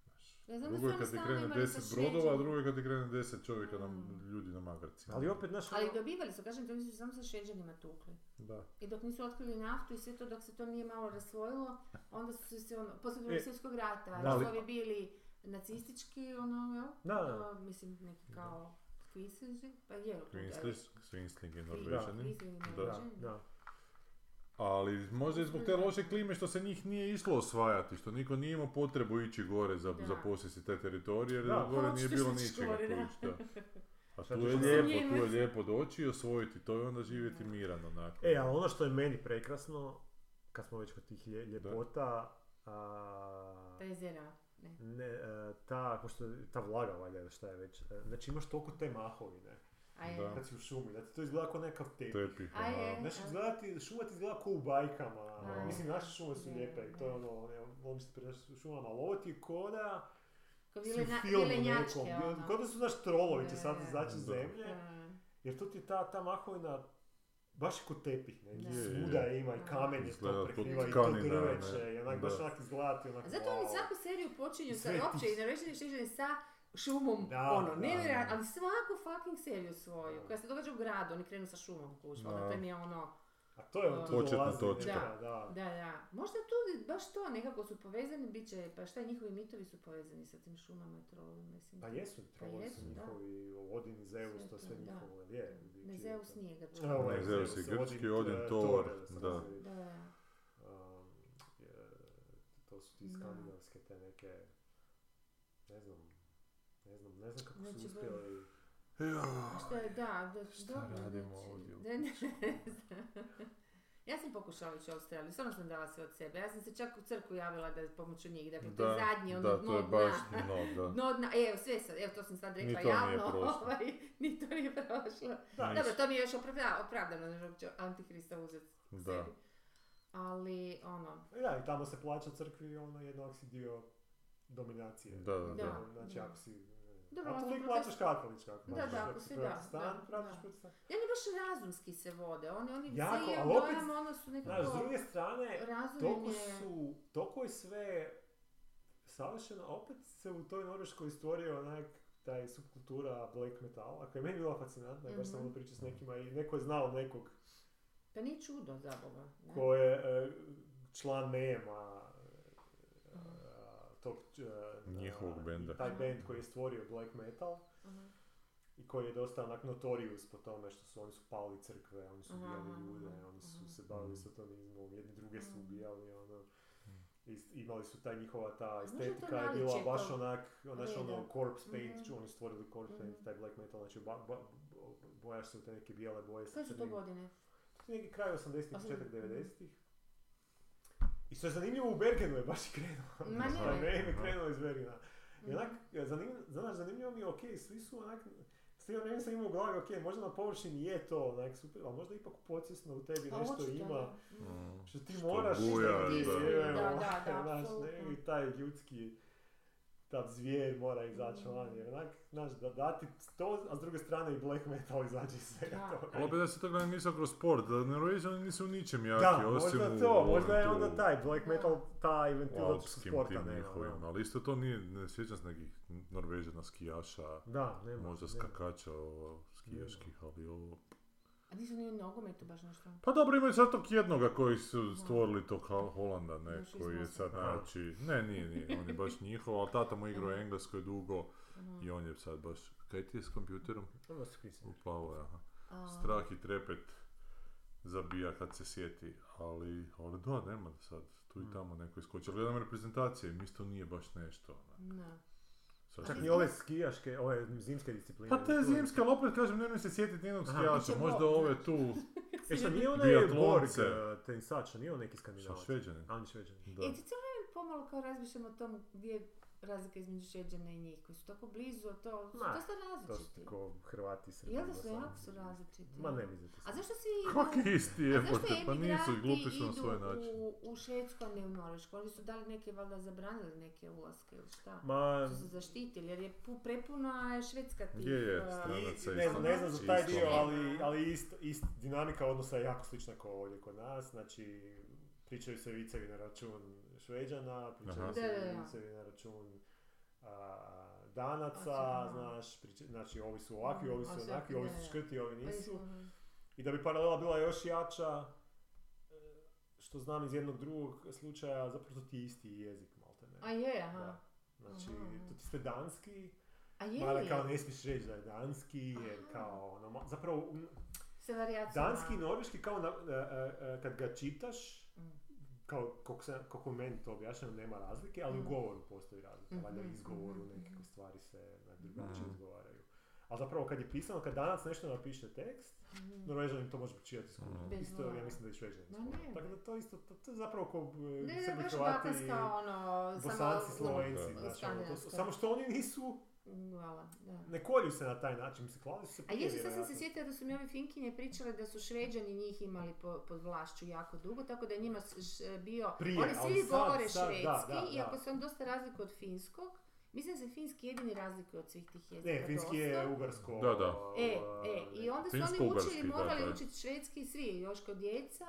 Speaker 3: znaš,
Speaker 1: Ja znam da su
Speaker 3: Drugo je
Speaker 1: oni
Speaker 3: kad ti
Speaker 1: stalno
Speaker 3: krene
Speaker 1: imali
Speaker 3: 10
Speaker 1: sa
Speaker 3: brodova, a
Speaker 1: Šveđanima.
Speaker 3: drugo je kad ti krene 10 čovjeka na,
Speaker 1: Mm.
Speaker 3: ljudi na magarci.
Speaker 2: Ali opet, ono, naš,
Speaker 1: Ali dobivali su, kažem, oni su samo sa Šveđanima tukli.
Speaker 3: Da.
Speaker 1: I dok nisu otkrili naftu i sve to, dok se to nije malo rasvojilo, onda su se ono, poslije drugog
Speaker 2: E,
Speaker 1: svjetskog rata,
Speaker 2: da li-
Speaker 1: Jugoslavi bili nacistički, ono, jel?
Speaker 2: Da, da.
Speaker 1: A, mislim, neki kao kviseži, pa je.
Speaker 3: Kvinslis, Kvinsling je
Speaker 1: Norvežani.
Speaker 3: norvežani. Da.
Speaker 2: da, da.
Speaker 3: Ali možda i zbog
Speaker 1: Mhm.
Speaker 3: te loše klime što se njih nije išlo osvajati, što niko nije imao potrebu ići gore za,
Speaker 1: Da. pa
Speaker 3: za posjesti te teritorije, jer
Speaker 2: Da,
Speaker 3: gore nije
Speaker 1: hoćete
Speaker 3: bilo
Speaker 1: se
Speaker 3: ničega
Speaker 1: gore, da.
Speaker 3: tu ići, da. A tu
Speaker 2: Sad
Speaker 3: je
Speaker 2: ćemo
Speaker 3: lijepo, tu je
Speaker 1: zamijeniti.
Speaker 3: lijepo doći i osvojiti to i onda živjeti miran onako.
Speaker 2: E, ali ono što je meni prekrasno, kad smo već kod tih lje- ljepota, a,
Speaker 1: Ta Pa jezera, ne.
Speaker 2: ne, e, ta, pošto, ta vlaga valjda ili šta je već, e, znači imaš toliko te mahovine,
Speaker 1: A je.
Speaker 3: Da.
Speaker 2: kad si u šumi, da ti to izgleda kao nekakav tepih.
Speaker 3: Tepih,
Speaker 1: A je.
Speaker 3: ono.
Speaker 2: Znači, izgleda ti, šuma ti izgleda kao u bajkama.
Speaker 1: E, Da.
Speaker 2: Mislim, naše šume su
Speaker 1: Je,
Speaker 2: lijepe i to je ono, evo, volim se priraš u šumama, ali ovo ti je ko da
Speaker 1: Kao
Speaker 2: si u
Speaker 1: vilena-
Speaker 2: filmu
Speaker 1: vilenjačke,
Speaker 2: nekom,
Speaker 1: ono.
Speaker 2: Kao da su, znaš, trolovi će
Speaker 1: Da,
Speaker 2: sad
Speaker 1: da.
Speaker 2: izaći iz
Speaker 3: Da.
Speaker 2: zemlje,
Speaker 1: Da.
Speaker 2: jer to ti je ta, ta mahovina baš je kod tepih, ne,
Speaker 1: Da.
Speaker 2: gdje
Speaker 1: Je, je,
Speaker 2: svuda
Speaker 3: je.
Speaker 2: ima i
Speaker 1: Da.
Speaker 2: kamen je
Speaker 3: Izgleda
Speaker 2: to
Speaker 3: to
Speaker 2: prekriva i to
Speaker 3: tkanina, ne.
Speaker 2: drveće, i onak, baš
Speaker 3: Da.
Speaker 2: onak izgleda ti onak,
Speaker 1: A zato oni
Speaker 2: wow.
Speaker 1: svaku seriju počinju sa,
Speaker 2: Sve.
Speaker 1: opće i Norvežani i Šveđani sa šumom,
Speaker 2: Da,
Speaker 1: ono,
Speaker 2: da,
Speaker 1: nevjerojatno,
Speaker 2: da.
Speaker 1: ali svaku fucking seriju svoju,
Speaker 2: Da.
Speaker 1: koja se događa u gradu, oni krenu sa šumom, kuš,
Speaker 3: Da.
Speaker 1: ono, to im je ono,
Speaker 2: A to je ono, tu
Speaker 3: Početna
Speaker 2: dolazi
Speaker 3: točka.
Speaker 2: neka, da.
Speaker 1: da, da, možda tu baš to, nekako su povezani, bit će, pa šta, njihovi mitovi su povezani sa tim šumama i trolovima, mislim.
Speaker 2: Pa jesu, trolovi su
Speaker 1: jesu, da.
Speaker 2: njihovi, Odin i Zeus,
Speaker 1: Sve
Speaker 2: to
Speaker 1: to,
Speaker 2: sve
Speaker 1: da.
Speaker 2: njihovo, je.
Speaker 1: Ne,
Speaker 2: čiji je
Speaker 1: Zeus
Speaker 2: to?
Speaker 1: nije grčki.
Speaker 2: znači, A, ovaj,
Speaker 3: Ne, Zeus je
Speaker 2: Odin,
Speaker 3: grčki,
Speaker 2: eh,
Speaker 3: Odin,
Speaker 2: Thor,
Speaker 3: Thor,
Speaker 2: sad
Speaker 3: da.
Speaker 2: se vidi.
Speaker 1: Da, da.
Speaker 2: Um, je- to su ti
Speaker 1: Da.
Speaker 2: skandinavske te neke, ne znam, ne znam, ne znam kako
Speaker 1: Znači,
Speaker 2: su uspjeli.
Speaker 1: A šta je, da, da, šta
Speaker 3: radimo ovdje u
Speaker 1: znači, Ne, ne, ne znam. Ja sam pokušala ići u Australiju, stvarno sam dala sve od sebe. Ja sam se čak u crku javila da pomoću njih, dakle to je zadnje, ono
Speaker 3: da, to je
Speaker 1: dno
Speaker 3: baš
Speaker 1: dna.
Speaker 3: dno, da.
Speaker 1: No, dna, E, evo, sve sad, evo, to sam sad rekla
Speaker 3: Ni to nije
Speaker 1: javno,
Speaker 3: prošlo.
Speaker 1: ovaj, ni to nije prošlo.
Speaker 3: Da,
Speaker 1: Dobro, to mi je još opravda, opravdano, znači, ne ću antihrista uzeti
Speaker 3: da.
Speaker 1: sebi. Ali, ono,
Speaker 2: E Da, i tamo se plaća crkvi, ono jednak si dio dominacije.
Speaker 3: Da, da,
Speaker 1: Da.
Speaker 3: da.
Speaker 2: Znači
Speaker 1: da.
Speaker 2: ako si...
Speaker 1: Dobro,
Speaker 2: ako
Speaker 1: ako
Speaker 2: tu uvijek
Speaker 1: protest-
Speaker 2: plaćaš katolička, ako
Speaker 1: Da,
Speaker 2: plaćaš,
Speaker 1: da, ako
Speaker 2: si
Speaker 1: si, da,
Speaker 2: protestant,
Speaker 1: da,
Speaker 2: plaćaš
Speaker 1: da.
Speaker 2: protestant.
Speaker 1: i oni baš razumski se vode, oni, oni
Speaker 2: Jako,
Speaker 1: se imam
Speaker 2: ali opet,
Speaker 1: dojam, ono su nekako,
Speaker 2: Znaš, s druge strane,
Speaker 1: razum
Speaker 2: toliko
Speaker 1: im je,
Speaker 2: su, toliko je sve savršeno, a opet se u toj Norveškoj stvorio onak taj subkultura black metala, koja je meni bila fascinantna, baš sam
Speaker 1: Mhm.
Speaker 2: ono pričao s nekima i neko je znao nekog
Speaker 1: pa nije čudo za Boga. ne?
Speaker 2: ko je e, član nema
Speaker 1: Mhm.
Speaker 2: tog e,
Speaker 3: Njihovog
Speaker 2: a,
Speaker 3: benda.
Speaker 2: Taj band koji je stvorio black metal
Speaker 1: Aha.
Speaker 2: i koji je dosta onak notorious po tome što su oni su pali crkve, oni su
Speaker 1: Aha,
Speaker 2: ubijali
Speaker 1: aha,
Speaker 2: ljude,
Speaker 1: aha,
Speaker 2: oni
Speaker 1: aha.
Speaker 2: su se bavili
Speaker 3: Mhm.
Speaker 2: satanizmom, jedni druge su
Speaker 1: Mhm.
Speaker 2: ubijali, ono.
Speaker 3: Mhm.
Speaker 2: I s- imali su taj njihova ta
Speaker 1: Možda to
Speaker 2: estetika je
Speaker 1: naličje
Speaker 2: bila baš
Speaker 1: tog
Speaker 2: onak, znaš ono,
Speaker 1: reda.
Speaker 2: corpse paint,
Speaker 1: Mhm.
Speaker 2: ču- oni su stvorili corpse paint,
Speaker 1: Mhm.
Speaker 2: taj black metal, znači ba, ba- bo- bojaš se u te neke bijele boje. sa
Speaker 1: Koje su to
Speaker 2: crnim-
Speaker 1: godine?
Speaker 2: to je neki kraj 80-ih,
Speaker 1: Osam-
Speaker 2: početak
Speaker 1: mhm.
Speaker 2: 90-ih. I što je zanimljivo, u Bergenu je baš i krenuo.
Speaker 1: Ma
Speaker 2: Taj
Speaker 1: ne.
Speaker 2: meme je krenuo iz Bergena. I e,
Speaker 1: Mhm.
Speaker 2: onak, zanimljivo, znaš, zanimljivo mi je, ok, svi su onak, Stila ne sam imao u glavi, ok, možda na površini je to onak super, ali možda ipak podsvjesno u tebi
Speaker 1: Pa
Speaker 2: nešto
Speaker 1: očito,
Speaker 2: ima.
Speaker 1: da. Mhm.
Speaker 3: Mm.
Speaker 2: Što ti moraš
Speaker 3: buja,
Speaker 2: izdati,
Speaker 1: da.
Speaker 2: vjerujem,
Speaker 1: Da, da,
Speaker 2: onak,
Speaker 1: da,
Speaker 2: znaš,
Speaker 1: apsolutno.
Speaker 2: ne, i taj ljudski ta zvijer mora
Speaker 1: Mm.
Speaker 2: izaći van, jer onak, znaš, da dati to, a s druge strane i black metal izaći iz svega
Speaker 1: Da.
Speaker 2: toga.
Speaker 3: Ali opet da se toga nisam kroz sport, da Norvežani nisu u ničem jaki,
Speaker 2: Da,
Speaker 3: osim
Speaker 2: možda
Speaker 3: u
Speaker 2: to,
Speaker 3: ovom
Speaker 2: možda je
Speaker 3: tu
Speaker 2: onda taj black
Speaker 1: Da.
Speaker 2: metal, taj ventil zato što
Speaker 3: alpskim
Speaker 2: sporta
Speaker 3: tim
Speaker 2: nema.
Speaker 3: njihovim,
Speaker 2: ono.
Speaker 3: ali isto to nije, ne sjećam se nekih Norvežana skijaša,
Speaker 2: Da, nema.
Speaker 3: možda
Speaker 2: nema.
Speaker 3: skakača ovo, skijaških, ali ovo...
Speaker 1: A nisu ni u nogometu baš nešto.
Speaker 3: Pa dobro, imaju sad tog jednoga koji su stvorili tog Ho- Holanda, ne,
Speaker 1: Još iz
Speaker 3: koji je
Speaker 1: Mosta.
Speaker 3: sad,
Speaker 2: Aha.
Speaker 3: znači, ne, nije, nije, on je baš njihov, ali tata mu igrao u
Speaker 1: Aha.
Speaker 3: Engleskoj dugo
Speaker 1: Aha.
Speaker 3: i on je sad baš, kaj ti je s kompjuterom?
Speaker 2: Dobro si pisao.
Speaker 3: Uplavo je, aha.
Speaker 1: A,
Speaker 3: Strah i trepet zabija kad se sjeti, ali, ali da, nema sad, tu i
Speaker 2: Mm.
Speaker 3: tamo neko iskoči. Ali Gledam reprezentacije, im isto nije baš nešto. ono.
Speaker 1: Ne.
Speaker 3: Sad
Speaker 2: Čak
Speaker 3: se-
Speaker 2: i ove skijaške, ove zimske discipline.
Speaker 3: Pa te zimske, ali opet kažem, nemoj se sjetiti nijednog
Speaker 2: Aha.
Speaker 3: skijaša,
Speaker 1: Biće
Speaker 3: možda
Speaker 1: Bog,
Speaker 3: ove tu,
Speaker 2: E što nije onaj
Speaker 3: Biatlonce.
Speaker 2: Borg, eh, tenisač, nije on neki
Speaker 3: sa
Speaker 2: skandinavac?
Speaker 3: šveđanin.
Speaker 2: A on je šveđan.
Speaker 3: Da.
Speaker 1: E, ti cijelo vrijeme pomalo kao razmišljam o tom gdje je razlika između Šeđana i njih, koji su tako blizu, a to su
Speaker 2: Ma,
Speaker 1: dosta
Speaker 2: To su
Speaker 1: različiti.
Speaker 2: ko Hrvati srednji.
Speaker 1: Znači, Jel da su jako su različiti?
Speaker 2: Ma ne mislim da su.
Speaker 1: A zašto svi idu-
Speaker 3: Kak isti
Speaker 1: A
Speaker 3: je,
Speaker 1: zašto
Speaker 3: pa nisu,
Speaker 1: emigranti
Speaker 3: glupi su na
Speaker 1: idu
Speaker 3: svoj način.
Speaker 1: U, u Švedsku, a ne u Norvešku. Oni su dali neke, valjda zabranili neke ulaske ili šta.
Speaker 2: Ma,
Speaker 1: Su se zaštitili, jer je pu- prepuna je Švedska tih... e,
Speaker 3: Je, je,
Speaker 1: a,
Speaker 3: stranac.
Speaker 2: i-
Speaker 3: Stranaca
Speaker 2: ne, znam, ne znam za taj
Speaker 3: isto.
Speaker 2: dio, ali, ali ist, ist, dinamika odnosa je jako slična kao ovdje kod nas. Znači, pričaju se vicevi na račun Šveđana, pričaju
Speaker 3: Aha.
Speaker 2: se
Speaker 1: Da, da, da.
Speaker 2: vicevi na račun a, danaca,
Speaker 1: Aha.
Speaker 2: znaš, prič, znači ovi su ovakvi, ovi
Speaker 1: Ovi
Speaker 2: su
Speaker 1: su
Speaker 2: onakvi,
Speaker 1: ovakvi,
Speaker 2: ovi
Speaker 1: da,
Speaker 2: su
Speaker 1: da.
Speaker 2: škrti, ovi
Speaker 1: pa
Speaker 2: nisu.
Speaker 1: nisu, mhm.
Speaker 2: I da bi paralela bila još jača, e, što znam iz jednog drugog slučaja, zapravo to ti je isti jezik, malte
Speaker 1: A
Speaker 2: ne.
Speaker 1: je, aha.
Speaker 2: Da. Znači,
Speaker 1: Aha.
Speaker 2: to ti ste danski,
Speaker 1: A je
Speaker 2: mada
Speaker 1: li?
Speaker 2: kao ne smiješ reći da je danski, jer
Speaker 1: Aha.
Speaker 2: kao ono, ma- zapravo um,
Speaker 1: Sa varijacijama.
Speaker 2: danski i norveški kao na, e, e, e, kad ga čitaš,
Speaker 1: Mm.
Speaker 2: kao kako, se, kako meni to objašnjeno nema razlike, ali u
Speaker 1: Mhm.
Speaker 2: govoru postoji razlika, valjda
Speaker 1: Mhm,
Speaker 2: izgovoru
Speaker 1: mhm,
Speaker 2: nekakve
Speaker 1: mhm.
Speaker 2: stvari se na drugačije
Speaker 3: Mhm.
Speaker 2: izgovaraju. Ali zapravo kad je pisano, kad danas nešto napiše tekst,
Speaker 1: Mhm.
Speaker 2: Norvežanin to može pročitati skupo.
Speaker 3: Mhm.
Speaker 1: Bez
Speaker 2: Isto, ja
Speaker 1: govora.
Speaker 2: mislim da je Šveđanin
Speaker 1: Ma
Speaker 2: skupo.
Speaker 1: ne.
Speaker 2: Tako da to isto, to, to je zapravo ko e,
Speaker 1: Ne, ne,
Speaker 2: Srbi,
Speaker 1: baš
Speaker 2: Hrvati,
Speaker 1: balkanska, ono,
Speaker 2: Bosanci,
Speaker 1: samo...
Speaker 2: Slovenci,
Speaker 3: Da.
Speaker 2: znači, ono, to su-
Speaker 1: Skandinavska.
Speaker 2: samo što oni nisu,
Speaker 1: Hvala, da.
Speaker 2: ne kolju se na taj način, mislim, klali su se
Speaker 1: A
Speaker 2: prije,
Speaker 1: jesu, sad sam se
Speaker 2: vjerojatno.
Speaker 1: sjetila da su mi ove Finkinje pričale da su Šveđani njih imali po, pod vlašću jako dugo, tako da je njima s- š- bio...
Speaker 2: Prije,
Speaker 1: oni
Speaker 2: ali
Speaker 1: svi
Speaker 2: sad-
Speaker 1: govore
Speaker 2: sad, da,
Speaker 1: švedski,
Speaker 2: da,
Speaker 1: iako
Speaker 2: da.
Speaker 1: se on dosta razlikuje od finskog. Mislim da se finski jedini razlikuje od svih tih jezika.
Speaker 2: Ne, finski je
Speaker 1: dosta.
Speaker 2: ugarsko.
Speaker 3: Da, da.
Speaker 1: E,
Speaker 2: ovaj,
Speaker 1: e, i onda su oni
Speaker 3: Finsko-ugarski,
Speaker 1: učili,
Speaker 3: da,
Speaker 1: morali
Speaker 3: da.
Speaker 1: učiti švedski svi, još kao djeca,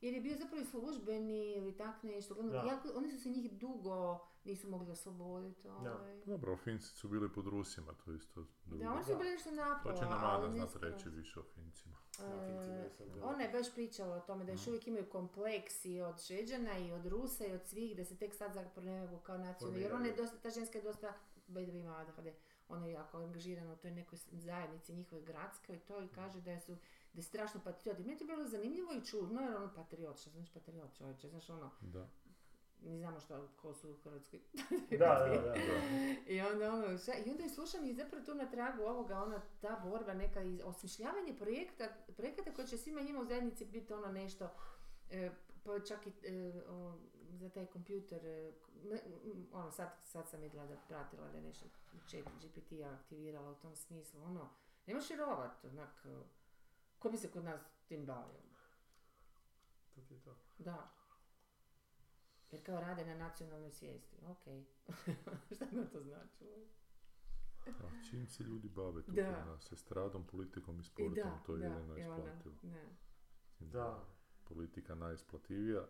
Speaker 1: jer je bio zapravo i službeni ili tak nešto. Uglavnom,
Speaker 2: Da.
Speaker 1: jako, oni su se njih dugo nisu mogli osloboditi. Ovaj.
Speaker 3: Dobro, Finci su bili pod Rusima, to je isto drugo.
Speaker 1: Da, oni su
Speaker 2: Da.
Speaker 1: bili nešto
Speaker 3: To
Speaker 1: napola,
Speaker 3: će nam
Speaker 1: ali e,
Speaker 3: Ana znat
Speaker 1: nismo-
Speaker 3: reći više o Fincima.
Speaker 2: na Fincima
Speaker 1: E,
Speaker 2: je sad, da.
Speaker 1: Ona je baš pričala o tome da još
Speaker 3: Mhm.
Speaker 1: uvijek imaju kompleks i od Šveđana i od Rusa i od svih, da se tek sad zapravo ne mogu kao nacionalni, jer ona je
Speaker 2: Formiraju.
Speaker 1: dosta, ta ženska je dosta, by the way, ima ADHD, ona je jako angažirana u toj nekoj s- zajednici njihovoj gradskoj i to i kaže da su da je strašno patriot. I meni je to bilo zanimljivo i čudno, jer ono patriot, što znači patriot čovječe, znaš ono,
Speaker 3: Da.
Speaker 1: mi znamo što, ko su u Hrvatskoj.
Speaker 2: Da, da, da.
Speaker 1: I onda ono, šta, i onda je slušam i zapravo tu na tragu ovoga, ona ta borba neka i osmišljavanje projekta, projekata koji će svima njima u zajednici biti ono nešto, e, pa čak i e, o, za taj kompjuter, e, ne- m, ono sad, sad sam vidjela da pratila da je nešto chat GPT-a aktivirala u tom smislu, ono, nema širovat, onak, e, ko bi se kod nas tim bavio,
Speaker 2: To ti je to.
Speaker 1: da. Jer kao rade na nacionalnoj svijesti, okej, šta god to značilo.
Speaker 3: A čim se ljudi bave tu
Speaker 1: Da.
Speaker 3: kod nas? Estradom, politikom i
Speaker 1: I
Speaker 3: sportom,
Speaker 1: da,
Speaker 3: to je
Speaker 1: da,
Speaker 3: jedino
Speaker 1: i ona,
Speaker 3: isplativo.
Speaker 1: ne.
Speaker 3: Mislim
Speaker 2: Da.
Speaker 3: Politika najisplativija,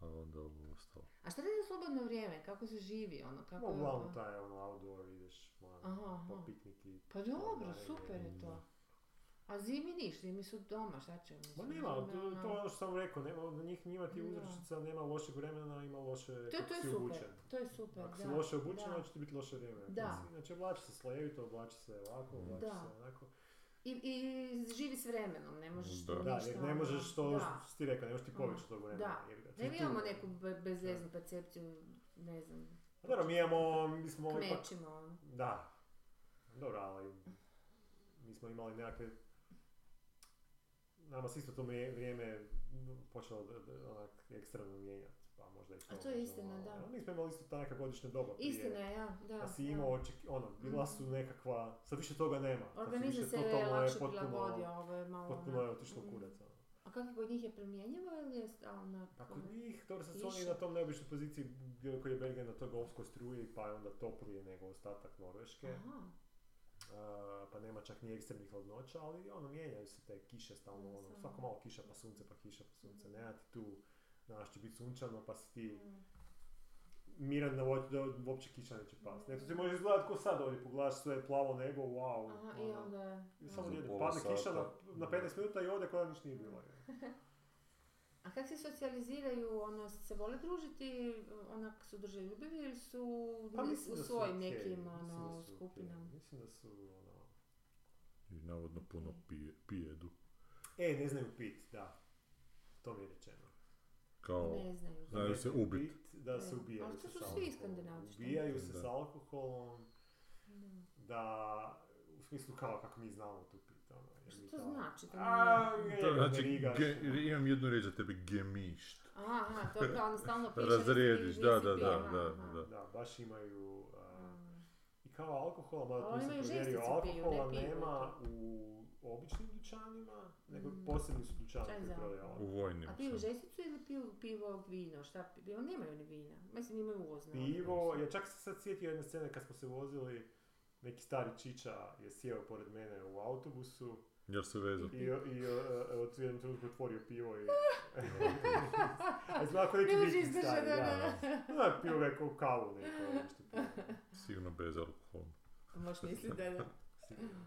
Speaker 3: a onda ovo ostalo.
Speaker 1: A šta radi u slobodno vrijeme? Kako se živi? Ono, kako
Speaker 2: Ma,
Speaker 1: je
Speaker 2: uglavnom
Speaker 1: ovo?
Speaker 2: taj ono outdoor ideš malo
Speaker 1: Aha, aha.
Speaker 2: po pikniki.
Speaker 1: Pa dobro,
Speaker 2: Da, je,
Speaker 1: super je to. A zimi niš, zimi su doma, šta će mi?
Speaker 2: Ma nema, to, to je ono što sam rekao, nema, od njih njima ti
Speaker 1: Da.
Speaker 2: uzročica, nema lošeg vremena, ima loše
Speaker 1: To,
Speaker 2: kako
Speaker 1: to je
Speaker 2: si
Speaker 1: super,
Speaker 2: obučen.
Speaker 1: to je super,
Speaker 2: Ako si
Speaker 1: Pa da.
Speaker 2: loše obučen,
Speaker 1: da.
Speaker 2: onda će ti biti loše vrijeme. Ako
Speaker 1: Da.
Speaker 2: si- Znači oblači se slojevito, oblači se ovako,
Speaker 3: Mhm.
Speaker 2: oblači
Speaker 1: Da.
Speaker 2: se onako.
Speaker 1: I, I živi s vremenom, ne možeš
Speaker 3: Da.
Speaker 1: tu
Speaker 2: Da,
Speaker 1: ništa,
Speaker 2: jer ne
Speaker 1: ono,
Speaker 2: možeš to
Speaker 1: da.
Speaker 2: što ti rekao, ne možeš ti pobjeći od tog vremena.
Speaker 1: Da.
Speaker 2: jer ga ti
Speaker 1: Ne, mi
Speaker 2: tu-
Speaker 1: imamo neku be- bezveznu percepciju, ne znam,
Speaker 2: Pa Dobro, mi imamo, mi smo ipak
Speaker 1: kmećimo, ono.
Speaker 2: Da. Dobro, ali mi smo imali nekakve... Nama se isto to mje- vrijeme počelo da, da, onak ekstremno mijenjati. pa možda i to.
Speaker 1: A to je
Speaker 2: možda
Speaker 1: istina,
Speaker 2: malo,
Speaker 1: da.
Speaker 2: ali Mi smo imali isto ta neka godišnja doba prije.
Speaker 1: Istina je, ja, da.
Speaker 2: Pa si
Speaker 1: da. Mhm.
Speaker 2: imao oček- ono, bila su nekakva, sad više toga nema. Sad si
Speaker 1: Organizam
Speaker 2: više
Speaker 1: se
Speaker 2: totalno
Speaker 1: je lakše
Speaker 2: potpuno-
Speaker 1: prilagodio, Mhm. ovo je malo... mm.
Speaker 2: Potpuno
Speaker 1: onak-
Speaker 2: je otišlo u kurac. ono.
Speaker 1: A kako kod njih je primjenjivo ili je stalno?
Speaker 2: A kod njih, dobro sad su
Speaker 1: Više.
Speaker 2: oni na tom neobičnoj poziciji bio koji je Belgija na toj golfskoj struji, pa je onda toplije nego ostatak Norveške.
Speaker 1: Aha,
Speaker 2: A, pa nema čak ni ekstremnih hladnoća, ali ono, mijenjaju se te kiše stalno, ono,
Speaker 4: Samo.
Speaker 2: svako malo kiša pa sunce, pa kiša pa sunce,
Speaker 1: Mhm.
Speaker 2: nema ti tu, znaš, će biti sunčano pa si ti miran na vodi, da uopće kiša neće past.
Speaker 1: Mhm.
Speaker 2: Eto ti možeš gledat ko sad ovdje, pogledaš sve plavo nebo, wow,
Speaker 1: aha, i
Speaker 2: ono,
Speaker 1: onda je...
Speaker 2: i samo
Speaker 3: Za
Speaker 2: jedno,
Speaker 3: pola
Speaker 2: padne kiša na,
Speaker 3: sata.
Speaker 2: na 15 minuta i ode koja niš nije bilo. je.
Speaker 1: A kak se socijaliziraju, ono, se vole družiti, onak su drže ljubivi ili su
Speaker 2: Pa
Speaker 1: ne-
Speaker 2: mislim
Speaker 1: u
Speaker 2: da su
Speaker 1: svojim
Speaker 2: okej,
Speaker 1: nekim,
Speaker 2: mislim da
Speaker 1: ono,
Speaker 2: su okej,
Speaker 1: skupinama?
Speaker 2: Mislim da su, ono,
Speaker 3: I navodno puno pije, pijedu.
Speaker 2: e, ne znaju pit, da, to mi je rečeno.
Speaker 3: Kao,
Speaker 1: Ne znaju.
Speaker 3: Znaju
Speaker 2: Ne
Speaker 3: se
Speaker 2: znaju
Speaker 3: ubit.
Speaker 2: pit, Da se
Speaker 1: Da.
Speaker 2: ubijaju
Speaker 1: E, Ali to su
Speaker 2: se s
Speaker 1: svi
Speaker 2: alkoholom.
Speaker 1: Skandinavci, što
Speaker 2: Ubijaju se
Speaker 3: mislim.
Speaker 2: s
Speaker 3: Da.
Speaker 2: alkoholom,
Speaker 1: Da.
Speaker 2: da u smislu kao kako mi znamo tu pit, ono, jer mi
Speaker 1: Što
Speaker 2: kao-
Speaker 1: znači? To
Speaker 2: A,
Speaker 1: nije-
Speaker 2: ne,
Speaker 3: to znači,
Speaker 2: rigaš,
Speaker 3: ge-
Speaker 2: ono.
Speaker 3: imam jednu riječ za tebe, gemišt.
Speaker 1: Aha, to je kao ono stalno piše.
Speaker 3: Razrijediš, da, da, da,
Speaker 1: aha,
Speaker 3: da,
Speaker 1: aha.
Speaker 3: da.
Speaker 2: Da, baš imaju, a,
Speaker 1: Mm.
Speaker 2: i kao alkohola, mada
Speaker 1: Ali
Speaker 2: tu
Speaker 1: imaju
Speaker 2: sam provjerio,
Speaker 1: žesticu piju, ne
Speaker 2: alkohola
Speaker 1: piju
Speaker 2: nema u običnim dućanima, nego
Speaker 1: Mm.
Speaker 2: posebni su dućani
Speaker 1: Čak
Speaker 2: koji
Speaker 1: za
Speaker 2: prodaju
Speaker 3: U
Speaker 2: alkohol.
Speaker 3: vojnim
Speaker 1: A piju
Speaker 3: sam.
Speaker 1: žesticu ili piju pivo, vino, šta pi- pivo? Nemaju oni vina, mislim imaju uvozno.
Speaker 2: Pivo, ja čak sam se sad sjetio jedne scene kad smo se vozili, neki stari čiča je sjeo pored mene u autobusu,
Speaker 3: Jer se vezao.
Speaker 2: I, i e, od jednom trenutku otvorio pivo i... A izgleda ako neki
Speaker 1: Ne može
Speaker 2: viking
Speaker 1: izdržati,
Speaker 2: stari,
Speaker 1: da,
Speaker 2: da.
Speaker 1: da.
Speaker 2: Da, pio ga je kao kavu neko, nešto pio.
Speaker 3: Sigurno bez alkohola.
Speaker 1: Pa Možeš misliti da je.
Speaker 2: Sigurno.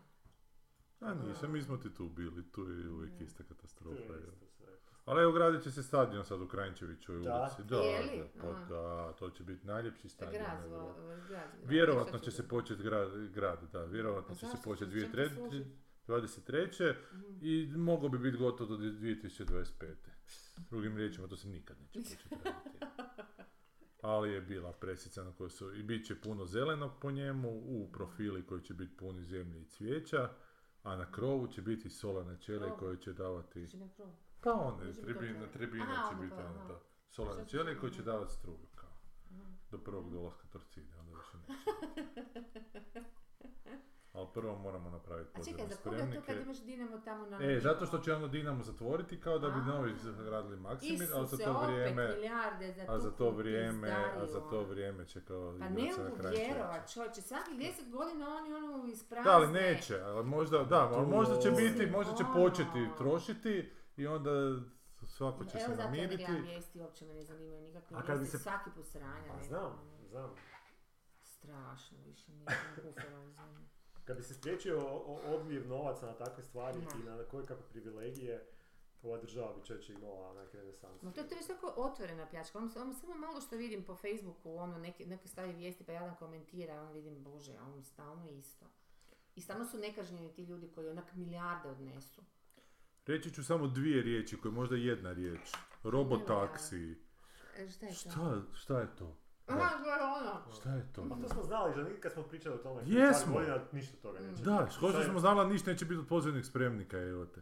Speaker 3: A nisam, mi smo ti tu bili, tu je uvijek
Speaker 1: Da.
Speaker 3: ista katastrofa.
Speaker 2: Mm. To
Speaker 3: je.
Speaker 2: je isto sve.
Speaker 3: Ali evo gradit će se stadion sad u Kranjčevićevoj
Speaker 2: Da.
Speaker 3: ulici. Da,
Speaker 1: Je li?
Speaker 3: da, pa
Speaker 1: Aha.
Speaker 3: da, to će biti najljepši stadion.
Speaker 1: Grad
Speaker 3: u
Speaker 1: zvo,
Speaker 3: Europi.
Speaker 1: grad.
Speaker 3: Vjerovatno
Speaker 1: Šta
Speaker 3: će se početi grad, grad da, vjerovatno
Speaker 1: A
Speaker 3: će se
Speaker 1: zašto?
Speaker 3: početi
Speaker 1: S čim će
Speaker 3: 2023.
Speaker 1: služiti?
Speaker 3: 23.
Speaker 1: Mhm.
Speaker 3: i mogao bi biti gotovo do 2025. Drugim riječima, to se nikad neće početi raditi. Ali je bila presica na kojoj su, i bit će puno zelenog po njemu, u profili koji će biti puni zemlje i cvijeća, a na krovu će biti solarne ćelije
Speaker 1: Krov.
Speaker 3: koje će davati
Speaker 1: Znači na krov.
Speaker 3: pa one,
Speaker 1: Oh. Može biti
Speaker 3: tribina,
Speaker 1: otvoreno.
Speaker 3: tribina
Speaker 1: Aha,
Speaker 3: će
Speaker 1: onda
Speaker 3: biti
Speaker 1: to,
Speaker 3: ono
Speaker 1: aha.
Speaker 3: da. Solarne
Speaker 1: Sad
Speaker 3: ćelije
Speaker 1: će-
Speaker 3: koje će
Speaker 1: aha.
Speaker 3: davati struju kao.
Speaker 1: Aha.
Speaker 3: Do prvog dolaska Torcide, onda više neće. Ali prvo moramo napraviti
Speaker 1: A čekaj,
Speaker 3: podzemne
Speaker 1: za koga to kad
Speaker 3: spremnike.
Speaker 1: imaš Dinamo tamo na...
Speaker 3: E, zato što će ono Dinamo zatvoriti kao da bi
Speaker 1: A.
Speaker 3: novi radili Maksimir, ali za
Speaker 1: Isuse,
Speaker 3: to
Speaker 1: opet
Speaker 3: vrijeme,
Speaker 1: milijarde za
Speaker 3: a za
Speaker 1: tu
Speaker 3: to vrijeme, a
Speaker 1: pizdariju,
Speaker 3: za to
Speaker 1: ono.
Speaker 3: vrijeme će kao
Speaker 1: Pa
Speaker 3: igrat
Speaker 1: ne
Speaker 3: se na
Speaker 1: mogu
Speaker 3: kraju
Speaker 1: vjerovat, čovječe, svakih 10 godina oni ono
Speaker 3: četvrtka.
Speaker 1: isprazne.
Speaker 3: Da, ali neće, ali možda, da, ali
Speaker 2: Tu-
Speaker 3: možda će biti, možda će
Speaker 1: Ono.
Speaker 3: početi trošiti i onda svako će
Speaker 1: Evo
Speaker 3: se
Speaker 1: zato ja ne
Speaker 3: namiriti.
Speaker 1: gledam vijesti, uopće me ne zanimaju nikakve
Speaker 2: A kad bi
Speaker 1: vijesti,
Speaker 2: se-
Speaker 1: svaki put sranja.
Speaker 2: Pa
Speaker 1: ne
Speaker 2: znam,
Speaker 1: znam, ono,
Speaker 2: znam.
Speaker 1: Strašno više, nisam ufala u zemlju.
Speaker 2: Kad bi se spriječio o- o- odljev novaca na takve stvari
Speaker 1: Da.
Speaker 2: i na koje kakve privilegije, ova država bi čovječe imala onak renesansu.
Speaker 1: Ma to je to je tako otvorena pljačka, ono, ono samo malo što vidim po Facebooku, ono neke, neke stavi vijesti pa jadan komentira, on vidim bože, a on stalno isto. I stalno su nekažnjeni ti ljudi koji onak milijarde odnesu.
Speaker 3: Reći ću samo dvije riječi, koje je možda jedna riječ. Robotaksi.
Speaker 1: E, šta je to?
Speaker 3: Šta, šta je to?
Speaker 1: Aha, gle, ono.
Speaker 3: Šta je to?
Speaker 2: Pa to smo znali, že nikad kad smo pričali o tome, prije
Speaker 3: Jesmo.
Speaker 2: par godina, ništa toga
Speaker 1: Mm.
Speaker 2: neće.
Speaker 3: Da, što
Speaker 2: Šta je-
Speaker 3: smo znala, ništa neće biti od pozivnih spremnika, evo te.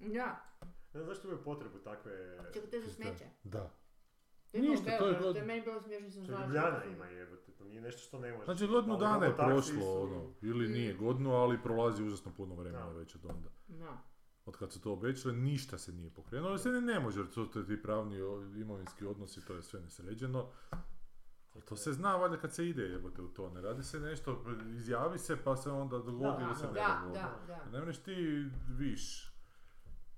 Speaker 1: Da,
Speaker 2: Ne znam zašto imaju potrebu takve...
Speaker 1: čekaj, Pa to je za
Speaker 3: Šta?
Speaker 1: smeće.
Speaker 3: Da.
Speaker 1: To je bilo
Speaker 3: Ništa, to je
Speaker 1: Beogradu,
Speaker 3: god-
Speaker 1: to je meni bilo smiješno, sam
Speaker 2: To
Speaker 1: znala što
Speaker 2: Ljubljana
Speaker 1: to
Speaker 2: ima jebote, to nije nešto što ne može.
Speaker 3: Znači godinu
Speaker 2: Ali
Speaker 3: dana je
Speaker 2: robotaksiji
Speaker 3: prošlo,
Speaker 2: su-
Speaker 3: ono, ili nije
Speaker 1: Mm.
Speaker 3: godinu, ali prolazi užasno puno vremena
Speaker 2: Da.
Speaker 3: već od onda.
Speaker 1: Da.
Speaker 3: Od kad su to obećali, ništa se nije pokrenulo, ali se ne, ne može, jer to su ti pravni o- imovinski odnosi, to je sve nesređeno. Ali to se zna valjda kad se ide jebote u to, ne radi se nešto, izjavi se pa se onda dogodi
Speaker 2: Da,
Speaker 3: ili se ne
Speaker 1: da,
Speaker 3: dogodi.
Speaker 1: da, da.
Speaker 3: Ne mreš ti viš,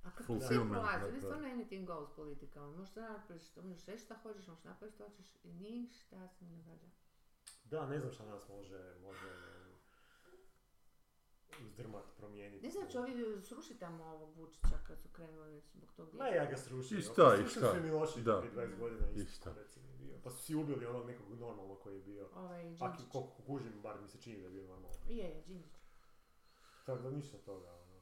Speaker 1: A kako sve
Speaker 3: Fulfillment,
Speaker 1: prolazi,
Speaker 3: da,
Speaker 1: ono je
Speaker 3: da.
Speaker 1: stvarno anything goes politika, ono možeš napraviti što, možeš reći šta hoćeš, možeš napraviti što hoćeš i ništa se ne događa.
Speaker 2: Da, ne znam šta nas može, može uzdrmat, promijeniti.
Speaker 1: Ne znam će ovi srušiti tamo ovog Vučića kad su krenuli već zbog tog
Speaker 2: Ma ja ga srušim. Pa
Speaker 3: I šta, i šta?
Speaker 2: Srušili su i Milošević
Speaker 3: Da.
Speaker 2: prije 20 godina
Speaker 3: I
Speaker 2: isto,
Speaker 3: šta?
Speaker 2: recimo, je bio. Pa su si ubili onog nekog normalnog koji je bio.
Speaker 1: Ovaj
Speaker 2: Aki,
Speaker 1: Đinđić.
Speaker 2: koliko kužim, bar mi se čini da je bio normalan.
Speaker 1: Je, je, Đinđić.
Speaker 2: Tako da ništa toga, ono.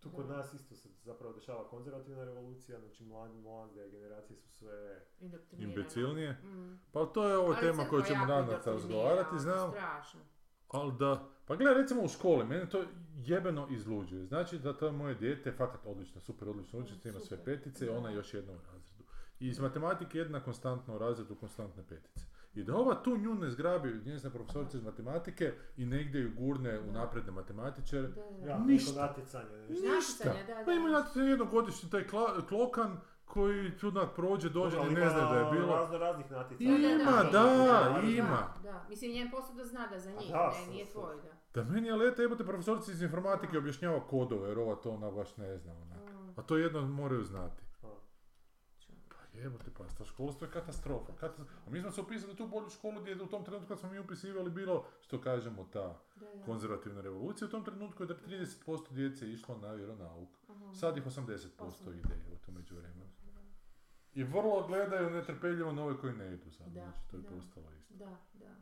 Speaker 2: Tu kod
Speaker 1: Da.
Speaker 2: nas isto se zapravo dešava konzervativna revolucija, znači mladi, mlade generacije su sve
Speaker 1: Indoktrinirano.
Speaker 3: imbecilnije.
Speaker 1: Mm.
Speaker 3: Pa to je ovo
Speaker 1: Ali
Speaker 3: tema
Speaker 1: crkva
Speaker 3: koju ćemo
Speaker 1: jako
Speaker 3: danas
Speaker 1: indoktrinira,
Speaker 3: razgovarati,
Speaker 1: ono,
Speaker 3: znam.
Speaker 1: Strašno.
Speaker 3: Ali da, pa gledaj recimo u školi, mene to jebeno izluđuje. Znači da to moje dijete fakat odlično, super odlično
Speaker 1: Mm,
Speaker 3: učiti, ima sve
Speaker 1: super.
Speaker 3: petice,
Speaker 1: Da.
Speaker 3: ona je još jedna u razredu. I iz matematike jedna konstantna u razredu, konstantne petice. I da ova tu nju ne zgrabi, njezina profesorica iz matematike i negdje ju gurne u napredne matematičare,
Speaker 1: Da, da.
Speaker 2: Ja,
Speaker 3: Ništa.
Speaker 2: neko natjecanje. znači, Nešto.
Speaker 3: ništa.
Speaker 1: Natjecanja, da,
Speaker 3: Pa ima
Speaker 1: da.
Speaker 3: natjecanje jednogodišnji taj kla- klokan koji čudnak prođe, dođe
Speaker 2: Ali
Speaker 3: i ne
Speaker 2: ima
Speaker 3: zna da je bilo.
Speaker 2: Razno raznih natjecanja. Znači,
Speaker 3: Ima, da,
Speaker 1: Da,
Speaker 3: ima.
Speaker 1: Da, mislim njen posao da zna da za njih,
Speaker 2: da,
Speaker 1: ne,
Speaker 2: su-
Speaker 1: nije
Speaker 2: su-
Speaker 1: tvoj, da.
Speaker 3: Da meni je leta jebote profesorica iz informatike objašnjava kodove, jer ova to ona baš ne zna onak.
Speaker 1: Mm,
Speaker 3: A Pa to jedno moraju znati.
Speaker 2: A.
Speaker 1: čudno.
Speaker 3: Pa jebote, pa sta školstvo je katastrofa. Katas- A mi smo se upisali u tu bolju školu gdje je u tom trenutku kad smo mi upisivali bilo, što kažemo, ta
Speaker 1: Da, da.
Speaker 3: konzervativna revolucija. U tom trenutku je da 30% djece je išlo na vjeronauk.
Speaker 1: Aha.
Speaker 3: Sad ih 80% ide u među vremenu. I vrlo gledaju netrpeljivo na ove koji ne idu sad.
Speaker 1: Da,
Speaker 3: znači, to je
Speaker 1: da.
Speaker 3: postalo isto.
Speaker 1: Da, da.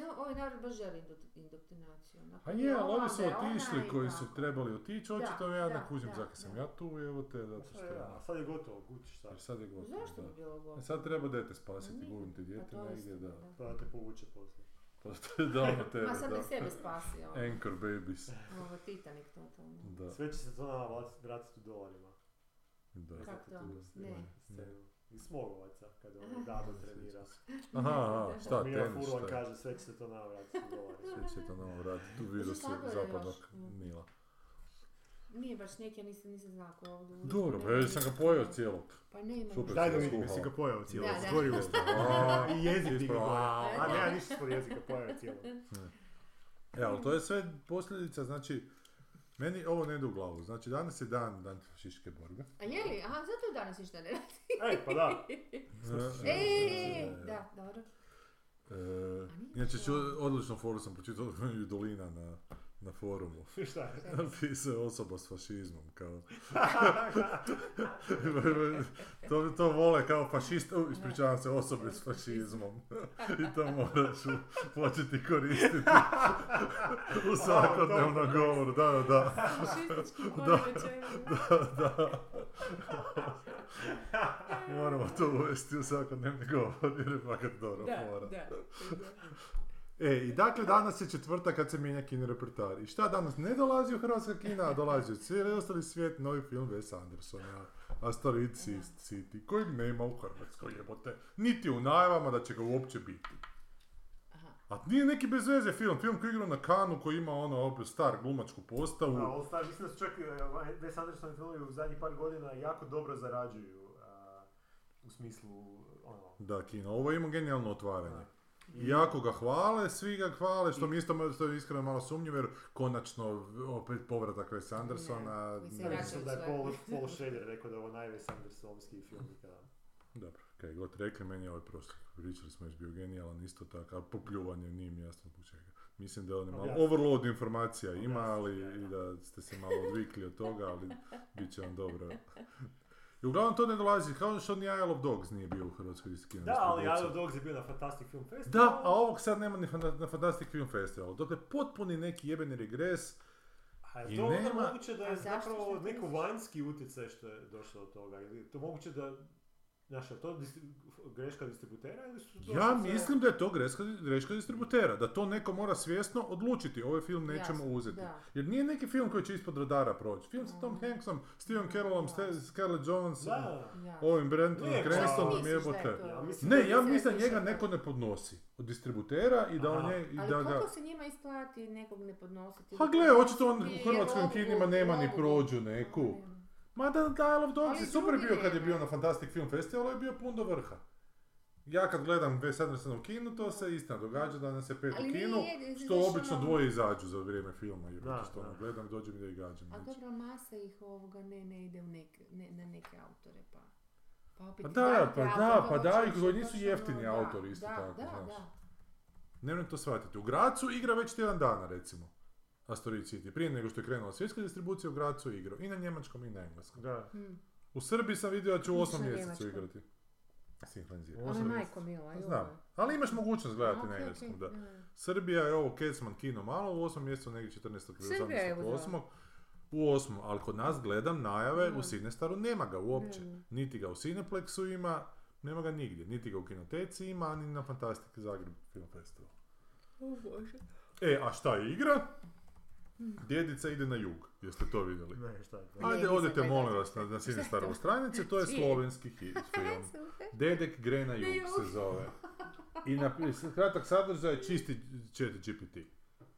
Speaker 1: Ja, ovaj narod baš želi indo- indoktrinaciju. onako.
Speaker 3: A Pa je, ali
Speaker 1: Ova,
Speaker 3: ovi su
Speaker 1: onda Pa je ona
Speaker 3: otišli
Speaker 1: i
Speaker 3: koji
Speaker 1: tako.
Speaker 3: su trebali otići, očito
Speaker 1: Da,
Speaker 3: ja
Speaker 1: da,
Speaker 3: ne kužim
Speaker 1: da,
Speaker 3: zakaj sam
Speaker 1: da.
Speaker 3: ja tu, evo te, zato Pa što
Speaker 2: Sad znači, je-
Speaker 3: je...
Speaker 2: a sad je gotovo, Gucci šta.
Speaker 3: Jer sad je gotovo,
Speaker 1: Zašto
Speaker 3: da.
Speaker 1: bi bilo govno?
Speaker 3: E, Sad treba dete spasiti,
Speaker 1: Nije.
Speaker 3: gubim ti
Speaker 1: Pa
Speaker 3: djete
Speaker 1: to je
Speaker 3: negdje,
Speaker 1: istina,
Speaker 3: da.
Speaker 2: Pa da te povuče poslije.
Speaker 3: Pa to je da, ono tebe,
Speaker 1: Ma sad
Speaker 3: da. E.
Speaker 1: bi sebe spasio. ono.
Speaker 3: Anchor babies,
Speaker 1: Ovo Titanic totalno.
Speaker 3: da,
Speaker 2: Sve će se to nama vrat- vratiti u dolarima.
Speaker 3: da.
Speaker 1: Kako
Speaker 2: Znate
Speaker 1: to?
Speaker 2: tu
Speaker 1: Ne.
Speaker 2: scenu. Iz Smogovaca, kada on dado trenira.
Speaker 3: Aha, aha, šta,
Speaker 2: Mira
Speaker 3: tenis,
Speaker 2: Furlan
Speaker 3: šta je?
Speaker 2: kaže, sve će se to nama vratiti u dolarima.
Speaker 3: Sve će to nam vratiti u virusu
Speaker 1: Slatko je još.
Speaker 3: zapadnog
Speaker 1: Mm.
Speaker 3: Nila.
Speaker 1: Nije baš neki, ja nisam, nisam znala ko je ovdje. ulično,
Speaker 3: Dobro,
Speaker 1: ne,
Speaker 3: bre,
Speaker 1: ne,
Speaker 3: sam ga
Speaker 1: nisam
Speaker 3: pojeo
Speaker 1: znala.
Speaker 3: cijelog.
Speaker 1: Pa ne imam.
Speaker 3: Super.
Speaker 1: ništa.
Speaker 2: Daj da vidim,
Speaker 3: Skuhao.
Speaker 2: jesi ga pojeo cijelo,
Speaker 1: Da, da.
Speaker 2: stvorio ste.
Speaker 3: A,
Speaker 2: I jezik ti ga
Speaker 3: Ispro-
Speaker 2: pojeo.
Speaker 3: a,
Speaker 2: A ne, ja ništa svoj jezika pojeo cijelo.
Speaker 3: E, ali to je sve posljedica, znači, meni ovo ne ide u glavu. Znači, danas je dan, dan fašističke borbe.
Speaker 1: A je li? Aha, zato danas ništa ne radi.
Speaker 2: Ej, pa da.
Speaker 3: E,
Speaker 1: Ej,
Speaker 3: e,
Speaker 1: da, dobro.
Speaker 3: e,
Speaker 1: A nije
Speaker 3: Inače,
Speaker 1: to-
Speaker 3: ću, odličnu foru sam pročitao od Dolina na, na forumu.
Speaker 2: Šta je?
Speaker 3: Napisao je osoba s fašizmom, kao... to, to vole kao fašist, u, ispričavam se, osobe s fašizmom. I to moraš u- početi koristiti u svakodnevnom govoru, da, da, da.
Speaker 1: Fašistički
Speaker 3: Da.
Speaker 1: govor večeri.
Speaker 3: da. Moramo to uvesti u svakodnevni govor jer je fakat dobro fora.
Speaker 1: da.
Speaker 3: E, i dakle danas je četvrtak kad se mijenja kino repertoar. I šta danas ne dolazi u hrvatska kina, a dolazi u cijeli ostali svijet novi film Wes Andersona. Asteroid Sist City, koji nema u Hrvatskoj jebote. Niti u najavama da će ga uopće biti.
Speaker 1: Aha.
Speaker 3: A nije neki bez veze film, film koji igra na kanu, koji ima ono opet star glumačku postavu.
Speaker 2: Da, All Star, mislim da su čak e, Wes Anderson filmovi u zadnjih par godina jako dobro zarađuju. a, u smislu, ono...
Speaker 3: Da, kino. Ovo ima genijalno otvaranje.
Speaker 2: Da.
Speaker 3: I jako ga hvale, svi ga hvale, što mi isto što je iskreno malo sumnjivo, jer konačno v- opet povratak Wes Andersona.
Speaker 1: Ne,
Speaker 3: Ne,
Speaker 1: mislim,
Speaker 2: Ja
Speaker 1: vraćaju
Speaker 2: mislim da je
Speaker 1: svoje.
Speaker 2: Paul, Paul Schrader rekao da je ovo najves Andersonovski film ikada.
Speaker 3: Dobro, kaj god rekli, meni je ovaj prošli. Pričali smo još bio genijalan, isto tako, a popljuvanje nije mi jasno zbog čega. Mislim da on je malo
Speaker 2: Objasni.
Speaker 3: overload informacija ima,
Speaker 2: Objasni,
Speaker 3: ali
Speaker 2: da, da.
Speaker 3: i da ste se malo odvikli od toga, ali bit će vam dobro. I uglavnom to ne dolazi, kao što ni Isle of Dogs nije bio u Hrvatskoj kino
Speaker 2: Da, ali
Speaker 3: distribuciji.
Speaker 2: Isle of Dogs je bio na Fantastic Film Festivalu.
Speaker 3: Da, a ovog sad nema ni fanta- na Fantastic Film Festivalu. Dakle, potpuni neki jebeni regres.
Speaker 2: A je
Speaker 3: i
Speaker 2: to onda
Speaker 3: nema-
Speaker 2: moguće da
Speaker 1: A
Speaker 2: je
Speaker 1: zašto se
Speaker 2: zapravo
Speaker 1: to
Speaker 2: neko
Speaker 1: misliš?
Speaker 2: vanjski utjecaj što je došlo od toga? Ili je to moguće da... Znaš, je to distri- greška distributera ili su to
Speaker 3: Ja
Speaker 2: sve-
Speaker 3: mislim da je to greška, greška distributera, da to neko mora svjesno odlučiti, ovaj film nećemo
Speaker 1: Jasno,
Speaker 3: uzeti.
Speaker 1: da.
Speaker 3: Jer nije neki film koji će ispod radara proći. Film sa Tom Hanksom, Steven Carrollom, Ste- Scarlett Johansson,
Speaker 2: Mm. Da,
Speaker 1: Ja.
Speaker 3: ovim Brentonom
Speaker 2: Ne, pa-
Speaker 1: Šta
Speaker 3: Cranstonom,
Speaker 1: misliš da je
Speaker 3: jebote.
Speaker 1: to?
Speaker 2: Ja mislim-
Speaker 3: Ne,
Speaker 1: Mislim da
Speaker 3: ja
Speaker 1: je
Speaker 3: mislim da
Speaker 1: više
Speaker 3: njega
Speaker 1: to.
Speaker 3: neko ne podnosi od distributera i da on
Speaker 2: Aha.
Speaker 3: je, i
Speaker 1: Ali
Speaker 3: da ga...
Speaker 1: koliko se njima isplati nekog ne podnositi?
Speaker 3: Ha gle, očito on
Speaker 1: Jer
Speaker 3: u hrvatskim
Speaker 1: mogu,
Speaker 3: kinima nema ni
Speaker 1: mogu.
Speaker 3: prođu neku. Ma da, da, Isle of Dogs
Speaker 1: Ali
Speaker 3: je super
Speaker 1: drugi
Speaker 3: bio kad je
Speaker 1: nema.
Speaker 3: bio na Fantastic Film Festivalu, je bio pun do vrha. Ja kad gledam Wes Andersona u kinu, to se istina događa da nas je pet
Speaker 1: Ali
Speaker 3: u
Speaker 1: nije,
Speaker 3: kinu,
Speaker 1: znaš,
Speaker 3: što
Speaker 1: ono-
Speaker 3: obično dvoje izađu za vrijeme filma, jer
Speaker 2: Da,
Speaker 3: što
Speaker 2: da.
Speaker 3: ono gledam, dođe mi da i gađam.
Speaker 1: A
Speaker 3: nič.
Speaker 1: dobra masa ih ovoga ne, ne ide u neke, ne, na neke autore, pa... Pa, opet
Speaker 3: Pa
Speaker 1: i
Speaker 3: da,
Speaker 1: dalje
Speaker 3: pa
Speaker 1: te
Speaker 3: da,
Speaker 1: autore
Speaker 3: pa da,
Speaker 1: hoćeš,
Speaker 3: i koji
Speaker 1: baš
Speaker 3: nisu
Speaker 1: ono,
Speaker 3: jeftini
Speaker 1: da,
Speaker 3: autori, isto
Speaker 1: da,
Speaker 3: tako,
Speaker 1: da,
Speaker 3: znaš.
Speaker 1: da.
Speaker 3: Ne moram to shvatiti. U Gracu igra već tjedan dana, recimo. Asteroid City. Prije nego što je krenula svjetska distribucija, u Gracu je igrao. I na njemačkom i na engleskom.
Speaker 2: da.
Speaker 1: Hm.
Speaker 3: U Srbiji sam vidio da će u
Speaker 1: Mislim
Speaker 3: osam
Speaker 1: na
Speaker 3: mjesecu
Speaker 1: njemačkom.
Speaker 3: igrati. Sinhronizirano.
Speaker 1: Ali
Speaker 2: sam
Speaker 1: majko mila, joj.
Speaker 3: Ono Pa Znam. Ali imaš mogućnost
Speaker 1: A,
Speaker 3: gledati na
Speaker 1: okej,
Speaker 3: engleskom,
Speaker 1: okej, hm.
Speaker 3: da. Srbija je ovo Kecman kino malo u 8. mjesecu, negdje 14. ili
Speaker 1: Srbija je
Speaker 3: 18.
Speaker 1: uzela.
Speaker 3: 8. U 8. Ali kod nas gledam najave, u Cinestaru nema ga uopće.
Speaker 1: Ne.
Speaker 3: Niti ga u Cineplexu ima, nema ga nigdje. Niti ga u Kinoteci ima, a ni na Fantastic Zagreb Film Festival.
Speaker 1: O Bože.
Speaker 3: E, a šta je igra? Djedica ide na jug, jeste to vidjeli.
Speaker 2: Ne, šta je to?
Speaker 1: A-
Speaker 3: Ajde,
Speaker 1: nisam
Speaker 3: odete
Speaker 1: gledala.
Speaker 3: molim vas na, na Sinistarovu stranicu, to je
Speaker 1: Čije?
Speaker 3: slovenski hit film.
Speaker 1: Super.
Speaker 3: Dedek gre na jug
Speaker 1: jug.
Speaker 3: se zove. I na kratak sadržaj je čisti chat GPT.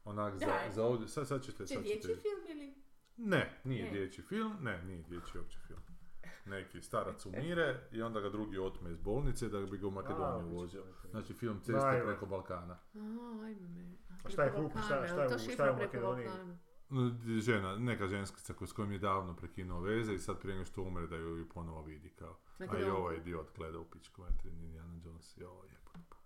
Speaker 3: Onak za,
Speaker 1: Daj.
Speaker 3: za ovdje, sad, sad ćete,
Speaker 1: Če
Speaker 3: sad ćete
Speaker 1: dječji
Speaker 3: vidjeti.
Speaker 1: film ili?
Speaker 3: Ne, nije
Speaker 1: Ne.
Speaker 3: dječji film, ne, nije dječji uopće film. Neki starac umire i onda ga drugi otme iz bolnice da bi ga u
Speaker 2: A,
Speaker 3: Makedoniju
Speaker 2: obično
Speaker 3: vozio.
Speaker 2: to je.
Speaker 3: Znači film Ceste
Speaker 2: Najva.
Speaker 3: preko Balkana.
Speaker 1: A, ajme me.
Speaker 2: A šta je
Speaker 1: Preko
Speaker 2: Huk, šta-
Speaker 1: Balkana,
Speaker 2: šta je
Speaker 1: to
Speaker 2: u- šta
Speaker 1: šifra
Speaker 2: je u
Speaker 1: preko
Speaker 2: Makedoniji?
Speaker 1: Balkana.
Speaker 3: Žena, neka ženskica ko- s kojom je davno prekinuo veze i sad prije nego što umre da ju ju ponovo vidi kao. A i
Speaker 1: Makedonku.
Speaker 3: ovaj idiot gleda u pičku, eto, Indiana Jones, jo, jebote. pa.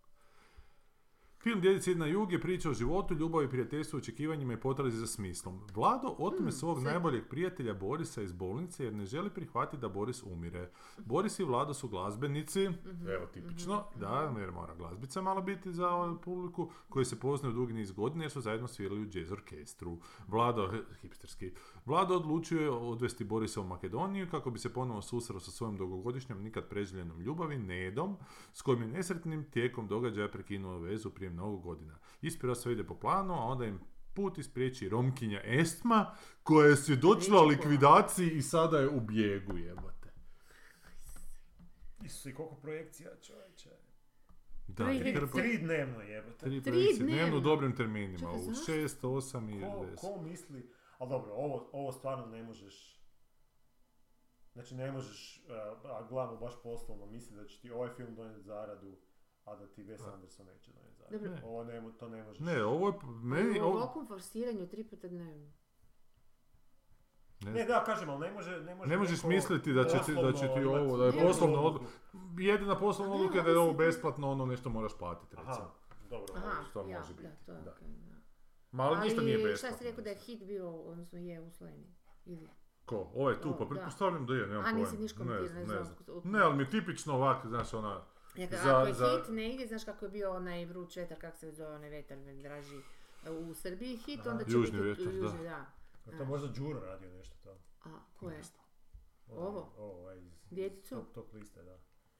Speaker 3: Film Djedic ide na jug je priča o životu, ljubavi, prijateljstvu, očekivanjima i potrazi za smislom. Vlado otme
Speaker 1: Mm,
Speaker 3: svog
Speaker 1: sve.
Speaker 3: najboljeg prijatelja Borisa iz bolnice jer ne želi prihvatiti da Boris umire. Boris i Vlado su glazbenici,
Speaker 1: Mhm,
Speaker 3: evo tipično,
Speaker 1: mhm,
Speaker 3: da, jer mora glazbica malo biti za ovu publiku, koji se poznaju dugi niz godina jer su zajedno svirali u jazz orkestru. Vlado, hipsterski, Vlado odlučio je odvesti Borisa u Makedoniju kako bi se ponovo susreo sa svojom dugogodišnjom, nikad preželjenom ljubavi, Nedom, s kojim je nesretnim tijekom događaja prekinuo vezu prije mnogo godina. Ispira sve ide po planu, a onda im put ispriječi Romkinja Estma, koja je svjedočila o
Speaker 1: Lijeko.
Speaker 3: likvidaciji i sada je u bijegu, jebate.
Speaker 2: Isuse, i koliko projekcija čovječe.
Speaker 3: Da,
Speaker 1: Tri-
Speaker 3: i
Speaker 2: Tri,
Speaker 3: krpa-
Speaker 2: tri dnevno jebote.
Speaker 3: tri
Speaker 1: Tri
Speaker 3: projekcije
Speaker 1: dnevno.
Speaker 3: dnevno u dobrim terminima,
Speaker 1: Čekaj,
Speaker 3: u
Speaker 1: zašto?
Speaker 3: 6, 8 i
Speaker 2: Ko,
Speaker 3: 10.
Speaker 2: ko misli, ali dobro, ovo, ovo stvarno ne možeš, znači ne možeš, eh, a gledamo baš poslovno, misli da će ti ovaj film donijeti zaradu, a da ti Wes
Speaker 3: Da.
Speaker 2: Anderson neće donijeti zaradu.
Speaker 1: Dobro.
Speaker 3: Ne.
Speaker 2: Ovo ne, mo- to ne možeš.
Speaker 3: Ne, ovo je, meni,
Speaker 1: U
Speaker 3: E, ovo,
Speaker 1: ovakvom forsiranju tri puta dnevno.
Speaker 3: ne
Speaker 2: Ne, da, kažem, ali ne može, ne može
Speaker 3: Pa Ne možeš
Speaker 2: neko
Speaker 3: misliti da će ti- da će ti
Speaker 2: poslovno
Speaker 3: ovo,
Speaker 2: imat
Speaker 3: da je
Speaker 2: neku
Speaker 3: poslovna
Speaker 2: odluku.
Speaker 3: Jedina poslovna
Speaker 1: A ne,
Speaker 3: odluka je da je ovo
Speaker 1: ovisi ti.
Speaker 3: besplatno, ono nešto moraš platiti, recimo.
Speaker 2: Aha, dobro.
Speaker 1: Aha,
Speaker 3: što
Speaker 1: ja,
Speaker 3: može
Speaker 1: da,
Speaker 3: biti,
Speaker 1: to je
Speaker 3: da.
Speaker 1: okej, da.
Speaker 3: Ma ali ništa nije besplatno.
Speaker 1: šta si rekao da je
Speaker 3: mislim.
Speaker 1: hit bio, odnosno je u Sloveniji? Ili?
Speaker 3: Ko? Ovaj tu, pa
Speaker 1: Da.
Speaker 3: pretpostavljam da je, nemam
Speaker 1: A
Speaker 3: pojma.
Speaker 1: nisi niš
Speaker 3: ne,
Speaker 1: komentirao,
Speaker 3: znam,
Speaker 1: ne
Speaker 3: ne
Speaker 1: znam.
Speaker 3: znam.
Speaker 1: otkud-
Speaker 3: Ne, ali mi je tipično ovak, znaš, ona...
Speaker 1: Dakle,
Speaker 3: za-
Speaker 1: ako je
Speaker 3: za-
Speaker 1: hit ne ide, znaš kako je bio onaj vruć vetar, kako se zove onaj vetar, ne draži u Srbiji hit,
Speaker 2: Aha.
Speaker 1: onda će
Speaker 3: Južni
Speaker 1: biti
Speaker 3: vjetar, da.
Speaker 1: južni, da.
Speaker 2: A to možda Đuro radio nešto to.
Speaker 1: A, ko je?
Speaker 3: Ne znam.
Speaker 1: Ovo?
Speaker 2: Ovo, ovaj iz, iz
Speaker 1: Djecu?
Speaker 2: top, top liste, da.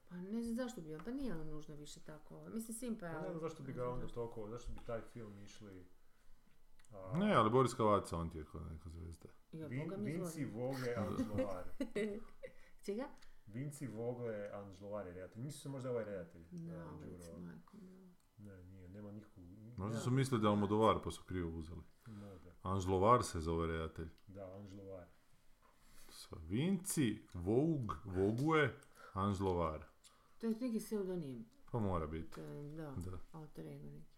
Speaker 1: Pa ne znam zašto bi on, pa nije ono nužno više tako. Mislim, svim pa...
Speaker 2: Pa ne znam zašto bi ga
Speaker 1: znam
Speaker 2: onda
Speaker 1: zašto.
Speaker 2: toliko, zašto bi taj film išli... a,
Speaker 3: Ne, ali Boris Kavaca, on ti je kao neka zvezda.
Speaker 1: Ja,
Speaker 2: Vin,
Speaker 1: Boga mi
Speaker 2: Vinci
Speaker 1: zvoni.
Speaker 2: Vogue Anžlovar.
Speaker 1: Čega?
Speaker 2: Vinci Vogue Anžlovar je redatelj. Nisu se možda ovaj redatelj.
Speaker 1: No,
Speaker 2: a, Đuro.
Speaker 1: Vinci, majko mila.
Speaker 2: Ne, nije, nema nikog...
Speaker 3: Možda
Speaker 1: Da.
Speaker 3: su mislili da je Almodovar, pa su krivo uzeli.
Speaker 2: Možda.
Speaker 3: Anžlovar se zove redatelj.
Speaker 2: Da, Anžlovar.
Speaker 3: Sa Vinci, Vogue, Vogue, Anžlovar.
Speaker 1: To je neki pseudonim,
Speaker 3: Pa mora biti,
Speaker 1: to je, da,
Speaker 3: da.
Speaker 1: alter ego neki.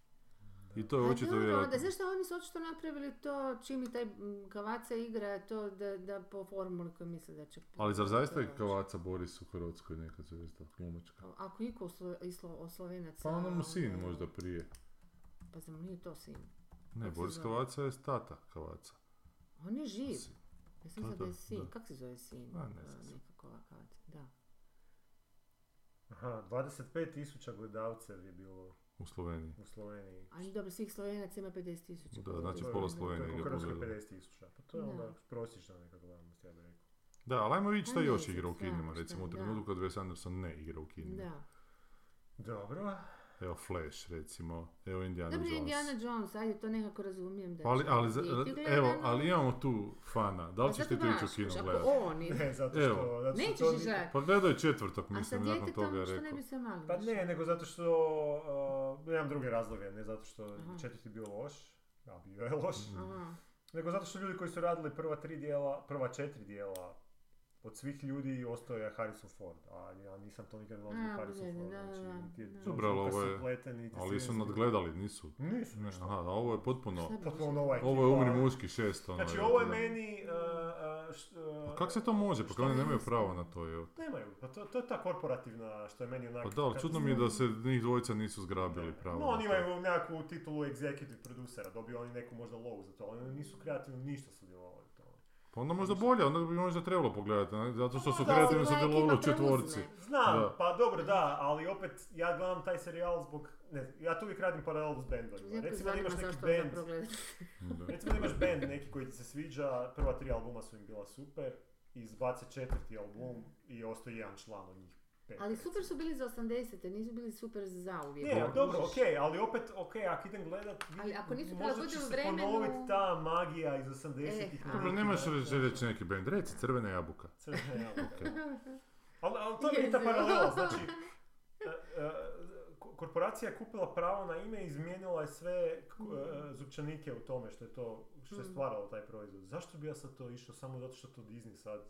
Speaker 3: I to je
Speaker 1: A
Speaker 3: očito
Speaker 1: dobro,
Speaker 3: vjerojatno.
Speaker 1: onda zašto oni su očito napravili to čim i taj mm, Kavaca igra to da, da po formuli koju misle da će...
Speaker 3: Ali zar zaista je
Speaker 1: proći.
Speaker 3: Kavaca Boris u Hrvatskoj neka zvezda, glumačka?
Speaker 1: Ako iko slo, islo, o Slovenaca...
Speaker 3: Pa ono mu sin
Speaker 1: onda-
Speaker 3: možda prije.
Speaker 1: Pa zar mu nije to sin?
Speaker 3: Ne,
Speaker 1: Kako se
Speaker 3: Boris
Speaker 1: zove?
Speaker 3: Kavaca je tata Kavaca.
Speaker 1: On je živ.
Speaker 3: Sin.
Speaker 1: Ja sam
Speaker 3: Da,
Speaker 1: mislila da je
Speaker 3: da,
Speaker 1: sin.
Speaker 3: da.
Speaker 1: Kako se zove sin?
Speaker 3: A, ne
Speaker 1: A,
Speaker 3: znam sad.
Speaker 1: Nekako ovakav, da.
Speaker 2: Aha, 25.000 gledalcev je bilo
Speaker 3: U Sloveniji.
Speaker 2: u Sloveniji.
Speaker 1: Ali dobro, svih Slovenaca ima 50 tisuća.
Speaker 3: Da, znači
Speaker 2: To je-
Speaker 3: pola
Speaker 2: to je
Speaker 3: Slovenije
Speaker 2: u
Speaker 3: ga
Speaker 2: Hrvatskoj
Speaker 3: pogledalo.
Speaker 2: 50.000. Pa to je
Speaker 1: Da.
Speaker 2: onda prosječna neka gledanost, ja bih rekao.
Speaker 3: Da, ali ajmo vidjeti šta
Speaker 1: Pa ne
Speaker 3: još
Speaker 1: znam
Speaker 3: igra u
Speaker 1: stvarno
Speaker 3: kinima,
Speaker 1: šta,
Speaker 3: recimo u
Speaker 1: da.
Speaker 3: trenutku kad Wes Anderson ne igra u kinima.
Speaker 1: Da.
Speaker 2: Dobro.
Speaker 3: Evo Flash, recimo, evo Indiana
Speaker 1: Dobro,
Speaker 3: Jones.
Speaker 1: Indiana Jones, ajde, to nekako razumijem da
Speaker 3: Pa Ali,
Speaker 1: će
Speaker 3: ali, za-
Speaker 1: biti
Speaker 3: evo,
Speaker 1: gledano.
Speaker 3: ali imamo tu fana, da
Speaker 1: A
Speaker 3: li ćeš
Speaker 1: ono- Pa zato
Speaker 3: ti to ići u
Speaker 1: baš,
Speaker 3: kino
Speaker 1: znaš, ako
Speaker 3: gledati?
Speaker 1: Oni,
Speaker 2: Ne, zato
Speaker 3: Evo.
Speaker 2: što... Zato što
Speaker 1: nećeš
Speaker 2: to
Speaker 1: i
Speaker 2: ni-
Speaker 1: želati.
Speaker 3: Pa gledao je četvrtak,
Speaker 1: A sa
Speaker 3: mislim, nakon toga je
Speaker 1: djetetom što ne
Speaker 3: rekao.
Speaker 1: bi se malo
Speaker 2: Pa
Speaker 1: više.
Speaker 2: ne, nego zato što uh, nemam druge razloge, ne zato što
Speaker 1: Aha.
Speaker 2: je četvrti bio loš, a bio je loš,
Speaker 3: Mhm.
Speaker 1: Aha.
Speaker 2: nego zato što ljudi koji su radili prva tri dijela, prva četiri dijela, od svih ljudi ostao je Harrison Ford, a ja nisam to nikad gledao
Speaker 1: A,
Speaker 2: zbog Harrison
Speaker 1: vidi,
Speaker 2: Ford,
Speaker 1: da,
Speaker 2: znači
Speaker 1: da,
Speaker 2: niti je
Speaker 1: da.
Speaker 2: George
Speaker 3: Dobro, ali
Speaker 2: Lucas
Speaker 3: ovo je-
Speaker 2: upleten, niti
Speaker 3: Ali su
Speaker 2: Steven Spielberg.
Speaker 3: nadgledali, nisu.
Speaker 2: Nisu
Speaker 3: Ne,
Speaker 2: ništa.
Speaker 3: Aha, a ovo je potpuno,
Speaker 1: Šta bi
Speaker 2: Potpuno
Speaker 1: više?
Speaker 2: nova ekipa.
Speaker 3: ovo je umri muški šest, ono.
Speaker 2: Znači
Speaker 3: je,
Speaker 2: ovo je
Speaker 3: da.
Speaker 2: meni... Uh, uh, št- uh,
Speaker 3: Pa kak se to može, pa
Speaker 2: šta
Speaker 3: kao oni
Speaker 2: je
Speaker 3: nemaju
Speaker 2: mislim?
Speaker 3: pravo na to, evo.
Speaker 2: Nemaju, pa to, to je ta korporativna što je meni onak...
Speaker 3: Pa da, ali
Speaker 2: kad-
Speaker 3: čudno mi je da se njih dvojica nisu zgrabili pravo.
Speaker 2: No,
Speaker 3: na
Speaker 2: oni
Speaker 3: to.
Speaker 2: imaju nekakvu titulu executive producera, dobio oni neku možda lovu za to, ali oni nisu kreativno ništa sudjelovali u tome.
Speaker 3: Pa onda možda bolje, onda bi možda trebalo pogledati, ne? zato što
Speaker 2: Pa
Speaker 3: su
Speaker 2: da,
Speaker 3: kreativno
Speaker 1: ali koja
Speaker 3: sudjelovali u
Speaker 1: ekipa preuzme?
Speaker 3: četvorci.
Speaker 2: Znam,
Speaker 3: Da.
Speaker 2: pa dobro, da, ali opet ja gledam taj serijal zbog, ne, ja tu uvijek radim paralelu s bendovima.
Speaker 1: Jako
Speaker 2: Recimo da
Speaker 1: zanima
Speaker 2: imaš neki
Speaker 1: zašto
Speaker 2: band,
Speaker 1: zapravo gledate.
Speaker 3: Da.
Speaker 2: recimo da imaš band neki koji ti se sviđa, prva tri albuma su im bila super, izbace četvrti album i ostao jedan član od njih pet,
Speaker 1: Ali super
Speaker 2: recimo.
Speaker 1: su bili za 80-te, nisu bili super za zauvijek.
Speaker 2: Ne,
Speaker 3: Dobro.
Speaker 2: ali dobro, ok, ali opet, ok, ako idem gledat, vi-
Speaker 1: Ali ako nisu
Speaker 2: možda će
Speaker 1: prilagodili
Speaker 2: se
Speaker 1: vremenu-
Speaker 2: ponovit ta magija iz 80-ih
Speaker 1: E,
Speaker 2: na
Speaker 1: ali-
Speaker 3: Dobro,
Speaker 2: neki
Speaker 3: nemaš
Speaker 2: način.
Speaker 3: reći, reći neki band, reci Crvena jabuka.
Speaker 2: Crvena jabuka.
Speaker 3: Ok.
Speaker 2: Ali, ali to je i ta
Speaker 1: Jezivo.
Speaker 2: paralela, znači, e, e, ko- korporacija je kupila pravo na ime i izmijenila je sve k- e, zupčanike u tome što je to, što je
Speaker 1: Mm.
Speaker 2: stvaralo taj proizvod. Zašto bi ja sad to išao samo zato što to Disney sad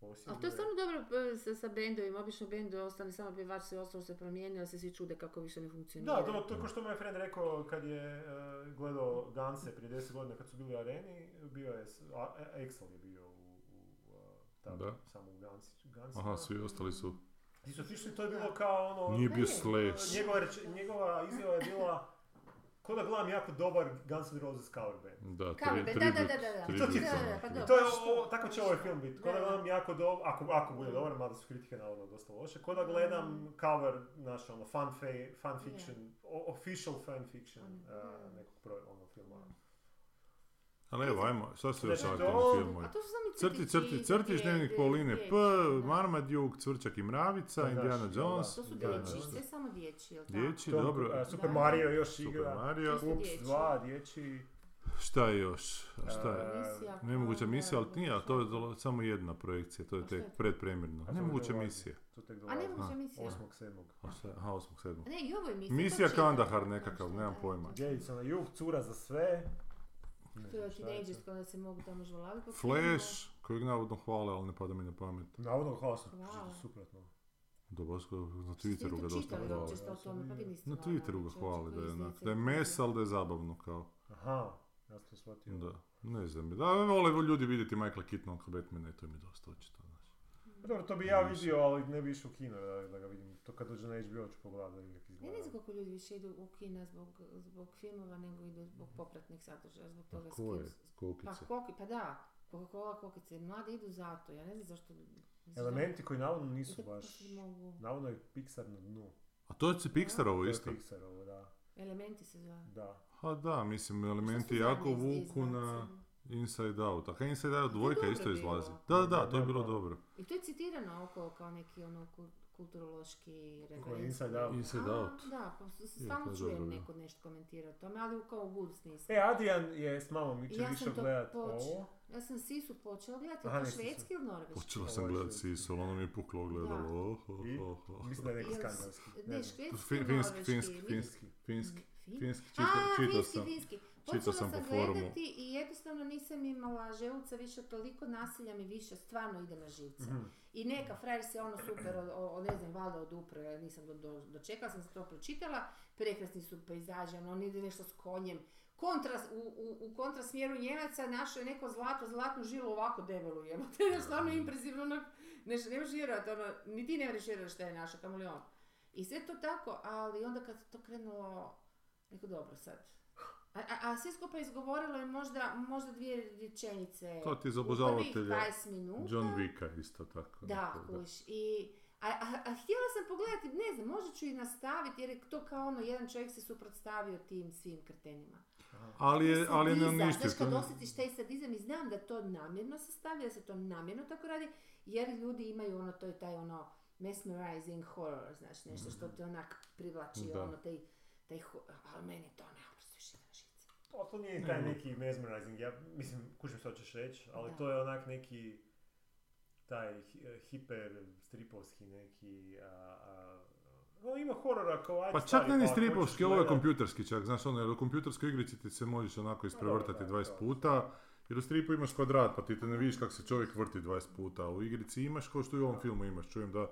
Speaker 2: posjeduje?
Speaker 1: Ali to je stvarno dobro e, sa, sa bendovima, obično bendu ostane samo pjevač, sve ostalo se promijenilo, se svi čude kako više ne funkcionira.
Speaker 2: Da, dobro, to je ko što moj friend rekao kad je e, gledao Danse prije 10 godina kad su bili u areni, bio je, s- a, e, Axel je bio u, u e, tamo,
Speaker 3: Da.
Speaker 2: samo u Gansi, Gansima.
Speaker 3: Aha, svi ostali su.
Speaker 2: Ti su otišli, to je bilo kao ono...
Speaker 3: Nije
Speaker 1: Ne,
Speaker 3: bio
Speaker 1: ne.
Speaker 3: Slash.
Speaker 2: Njegova, reč- njegova izjava je bila ko da gledam jako dobar Guns N' Roses cover band.
Speaker 3: Da,
Speaker 1: Kao,
Speaker 3: tri,
Speaker 1: da,
Speaker 3: tri,
Speaker 1: da, da, da, da.
Speaker 3: tri
Speaker 2: To ti je
Speaker 3: bit
Speaker 2: to.
Speaker 3: samo.
Speaker 1: Pa
Speaker 3: Da.
Speaker 1: dobro.
Speaker 2: I to je,
Speaker 1: što?
Speaker 2: ovo, tako će ovaj film biti. Ko da
Speaker 1: Da.
Speaker 2: gledam jako dobar, ako, ako bude dobar, mada su kritike navodno dosta loše, ko da
Speaker 1: Mm.
Speaker 2: gledam cover, znaš, ono, fan, fe, fan fiction, o- official fan fiction
Speaker 1: Mm.
Speaker 2: eh, nekog pro, ono, filma.
Speaker 3: Ali evo, ajmo, šta su još
Speaker 2: Znači,
Speaker 3: aktivni
Speaker 2: to-
Speaker 3: filmovi?
Speaker 1: A to su sami
Speaker 3: Crti, crti,
Speaker 1: crtići,
Speaker 3: crti,
Speaker 1: dječje,
Speaker 3: dnevnik Pauline P,
Speaker 1: dječje, da.
Speaker 3: Marmaduke, Cvrčak i Mravica,
Speaker 2: Da,
Speaker 3: Indiana
Speaker 2: da, da.
Speaker 3: Jones.
Speaker 1: To su
Speaker 3: Da, da,
Speaker 1: dječji,
Speaker 3: da.
Speaker 1: sve samo dječji, jel tako?
Speaker 3: Dječji,
Speaker 2: To,
Speaker 3: dobro.
Speaker 2: eh, Super
Speaker 1: Da.
Speaker 2: Mario još
Speaker 3: Super
Speaker 2: igra.
Speaker 3: Mario.
Speaker 1: Su
Speaker 2: Ups,
Speaker 1: dječji.
Speaker 2: dva, dječji.
Speaker 3: Pa Šta je još? A šta je?
Speaker 1: Misija,
Speaker 3: Nemoguća
Speaker 1: kao,
Speaker 3: misija,
Speaker 1: da,
Speaker 3: ali nije, ali to je dolo- samo jedna projekcija, to
Speaker 1: A
Speaker 3: je
Speaker 1: šta je
Speaker 3: tek
Speaker 1: to?
Speaker 3: predpremjerno.
Speaker 2: to
Speaker 3: Nemoguća
Speaker 2: dolazi.
Speaker 3: misija.
Speaker 2: To tek
Speaker 1: A
Speaker 2: dolazi.
Speaker 1: nemoguća misija.
Speaker 2: 8.7.
Speaker 3: A šta je? Aha, 8.7.
Speaker 1: Ne, i ovo je misija.
Speaker 3: Misija
Speaker 1: to čitam.
Speaker 3: Kandahar nekakav, nemam
Speaker 1: Da,
Speaker 3: pojma.
Speaker 1: to-
Speaker 2: Djeljica na jug, ono, cura za sve. Ne
Speaker 1: To je
Speaker 2: znam šta je to.
Speaker 1: tinejdžersko, onda se mogu tamo žvalati. po filmu.
Speaker 3: Flash, kojeg navodno hvale, ali ne pada mi na pamet.
Speaker 2: Navodno kao sam
Speaker 1: Wow.
Speaker 2: pročitao suprotno.
Speaker 3: Do Bosko, na
Speaker 1: Jeste vi to
Speaker 3: Twitteru ga dosta
Speaker 1: čitali
Speaker 3: hvale.
Speaker 1: uopće što o tome? Pa vi niste
Speaker 3: Na
Speaker 1: normalni
Speaker 3: Twitteru ga
Speaker 1: čovječe
Speaker 3: hvale da
Speaker 1: koji
Speaker 3: je,
Speaker 1: iz
Speaker 3: onak,
Speaker 1: djece
Speaker 3: da je
Speaker 1: napravio.
Speaker 3: mes, ali da je zabavno kao.
Speaker 2: Aha, ja sam to shvatio.
Speaker 3: Da, ne znam. Da, vole ljudi vidjeti Michaela Keatona kao Batmana i to im je dosta očito. znaš.
Speaker 2: Pa Dobro, to bi ja
Speaker 3: Nisam.
Speaker 2: vidio, ali ne bi išao u kino da, da ga vidim. To kad dođe na HBO ću pogledati da uvijek
Speaker 1: Ne, ne znam
Speaker 2: izgleda.
Speaker 1: koliko ljudi više idu u kina zbog, zbog filmova, nego idu zbog popratnih sadržaja, zbog toga
Speaker 3: Pa
Speaker 1: s
Speaker 3: ko je?
Speaker 1: kim- Pa
Speaker 3: Kokice.
Speaker 1: koki, pa da, Coca-Cola kokice, mladi idu zato, ja ne znam zašto... zašto-
Speaker 2: Elementi koji navodno nisu
Speaker 1: Zato što
Speaker 2: baš...
Speaker 1: svi mogu-
Speaker 2: Navodno je Pixar na dnu.
Speaker 3: A to je se Pixarovo
Speaker 2: To je
Speaker 3: isto.
Speaker 2: Pixar ovo, da.
Speaker 1: Elementi se zove.
Speaker 2: Da.
Speaker 3: Ha da, mislim, elementi
Speaker 1: Što su
Speaker 3: jako
Speaker 1: zadnje
Speaker 3: vuku na
Speaker 1: izbacili?
Speaker 3: Inside Out. A kaj Inside Out
Speaker 1: A to je
Speaker 3: dvojka
Speaker 1: dobro
Speaker 3: isto
Speaker 1: bilo.
Speaker 3: izlazi. Da, da, da,
Speaker 2: Da,
Speaker 3: to je
Speaker 2: da,
Speaker 3: bilo
Speaker 2: da.
Speaker 3: dobro.
Speaker 1: I to je citirano okolo kao neki ono ku- kulturološki referencijski-
Speaker 2: Inside Out.
Speaker 3: Inside
Speaker 1: A,
Speaker 3: Out.
Speaker 1: Da, pa s- s-
Speaker 3: Je, to
Speaker 1: stalno
Speaker 3: je dobro,
Speaker 1: čujem
Speaker 3: da.
Speaker 1: neko nešto komentira o tome, ali kao u Woods nisam.
Speaker 2: E, Adrian je s mamom i će
Speaker 1: Ja sam
Speaker 2: više
Speaker 1: to
Speaker 2: gledat
Speaker 1: počela.
Speaker 2: ovo.
Speaker 1: Ja sam Sisu počela gledati,
Speaker 2: Aha,
Speaker 1: je to
Speaker 2: nisi
Speaker 1: švedski ili norveški?
Speaker 3: Počela sam
Speaker 2: Ovo je
Speaker 3: gledat
Speaker 2: švedski.
Speaker 3: Sisu, ali ono mi je puklo
Speaker 1: Da.
Speaker 3: ogledalo. Oh, oh,
Speaker 2: I?
Speaker 3: oh, oh.
Speaker 2: Mislim da je neki
Speaker 1: Jel-
Speaker 2: skandinavski.
Speaker 1: Ne,
Speaker 2: Ne znam.
Speaker 1: švedski ili
Speaker 3: Finski,
Speaker 1: norveški?
Speaker 3: finski,
Speaker 1: Vidi-
Speaker 3: finski, finski.
Speaker 1: Fin-
Speaker 3: Finski,
Speaker 1: A,
Speaker 3: čitao- čitao
Speaker 1: finski,
Speaker 3: sam.
Speaker 1: finski.
Speaker 3: čitao
Speaker 1: Počela
Speaker 3: sam
Speaker 1: sam,
Speaker 3: po forumu.
Speaker 1: gledati i jednostavno nisam imala želuca više, toliko nasilja mi više stvarno ide na živce.
Speaker 2: Mhm.
Speaker 1: I neka, frajer se ono super, o, o- ne znam, valjda odupro, ja nisam do, do, dočekala, sam se to pročitala, prekrasni su pejzaži, ono, on ide nešto s konjem. Kontra, u, u, u kontrasmjeru Njemaca našao je neko zlato, zlatnu žilu ovako debelu, jel? To je stvarno impresivno, ono, ne, ne možeš vjerovati, ono, ni ti ne možeš vjerovati šta je našao, kamoli on. I sve to tako, ali onda kad se to krenulo, neko dobro sad. A, a, a sve skupa izgovorilo je možda, možda dvije rečenice.
Speaker 3: To ti je za
Speaker 1: u prvih
Speaker 3: obožavatelje
Speaker 1: 20 minuta.
Speaker 3: John Wicka isto tako.
Speaker 1: Da,
Speaker 3: Pa nekako,
Speaker 1: kuš. I, a, a, a htjela sam pogledati, ne znam, možda ću i nastaviti jer je to kao ono, jedan čovjek se suprotstavio tim svim kretenima.
Speaker 3: Ali je, ali je ne
Speaker 1: Sadizam,
Speaker 3: uništio.
Speaker 1: Znaš kad
Speaker 3: to ne-
Speaker 1: osjetiš taj sadizam i znam da to namjerno se stavlja, da se to namjerno tako radi, jer ljudi imaju ono, to je taj ono mesmerizing horror, znaš, nešto što te onak privlači,
Speaker 3: Mhm. Da.
Speaker 1: ono, taj, taj ho- ali meni to naprosto više na žice.
Speaker 2: Pa to nije taj neki mesmerizing, ja mislim, kužim što ćeš reći, ali
Speaker 1: Da.
Speaker 2: to je onak neki taj hi- hiper stripovski neki, a, a, no ima horora kao ajde
Speaker 3: Pa čak
Speaker 2: stari,
Speaker 3: ne ni
Speaker 2: ako hoćeš
Speaker 3: stripovski, ovo je
Speaker 2: gledat-
Speaker 3: kompjuterski čak, znaš ono, jer u kompjuterskoj igrici ti se možeš onako isprevrtati
Speaker 2: da, da,
Speaker 3: 20
Speaker 2: da.
Speaker 3: puta, jer u stripu imaš kvadrat, pa ti te ne vidiš kako se čovjek vrti 20 puta, a u igrici imaš kao što i u ovom filmu imaš, čujem da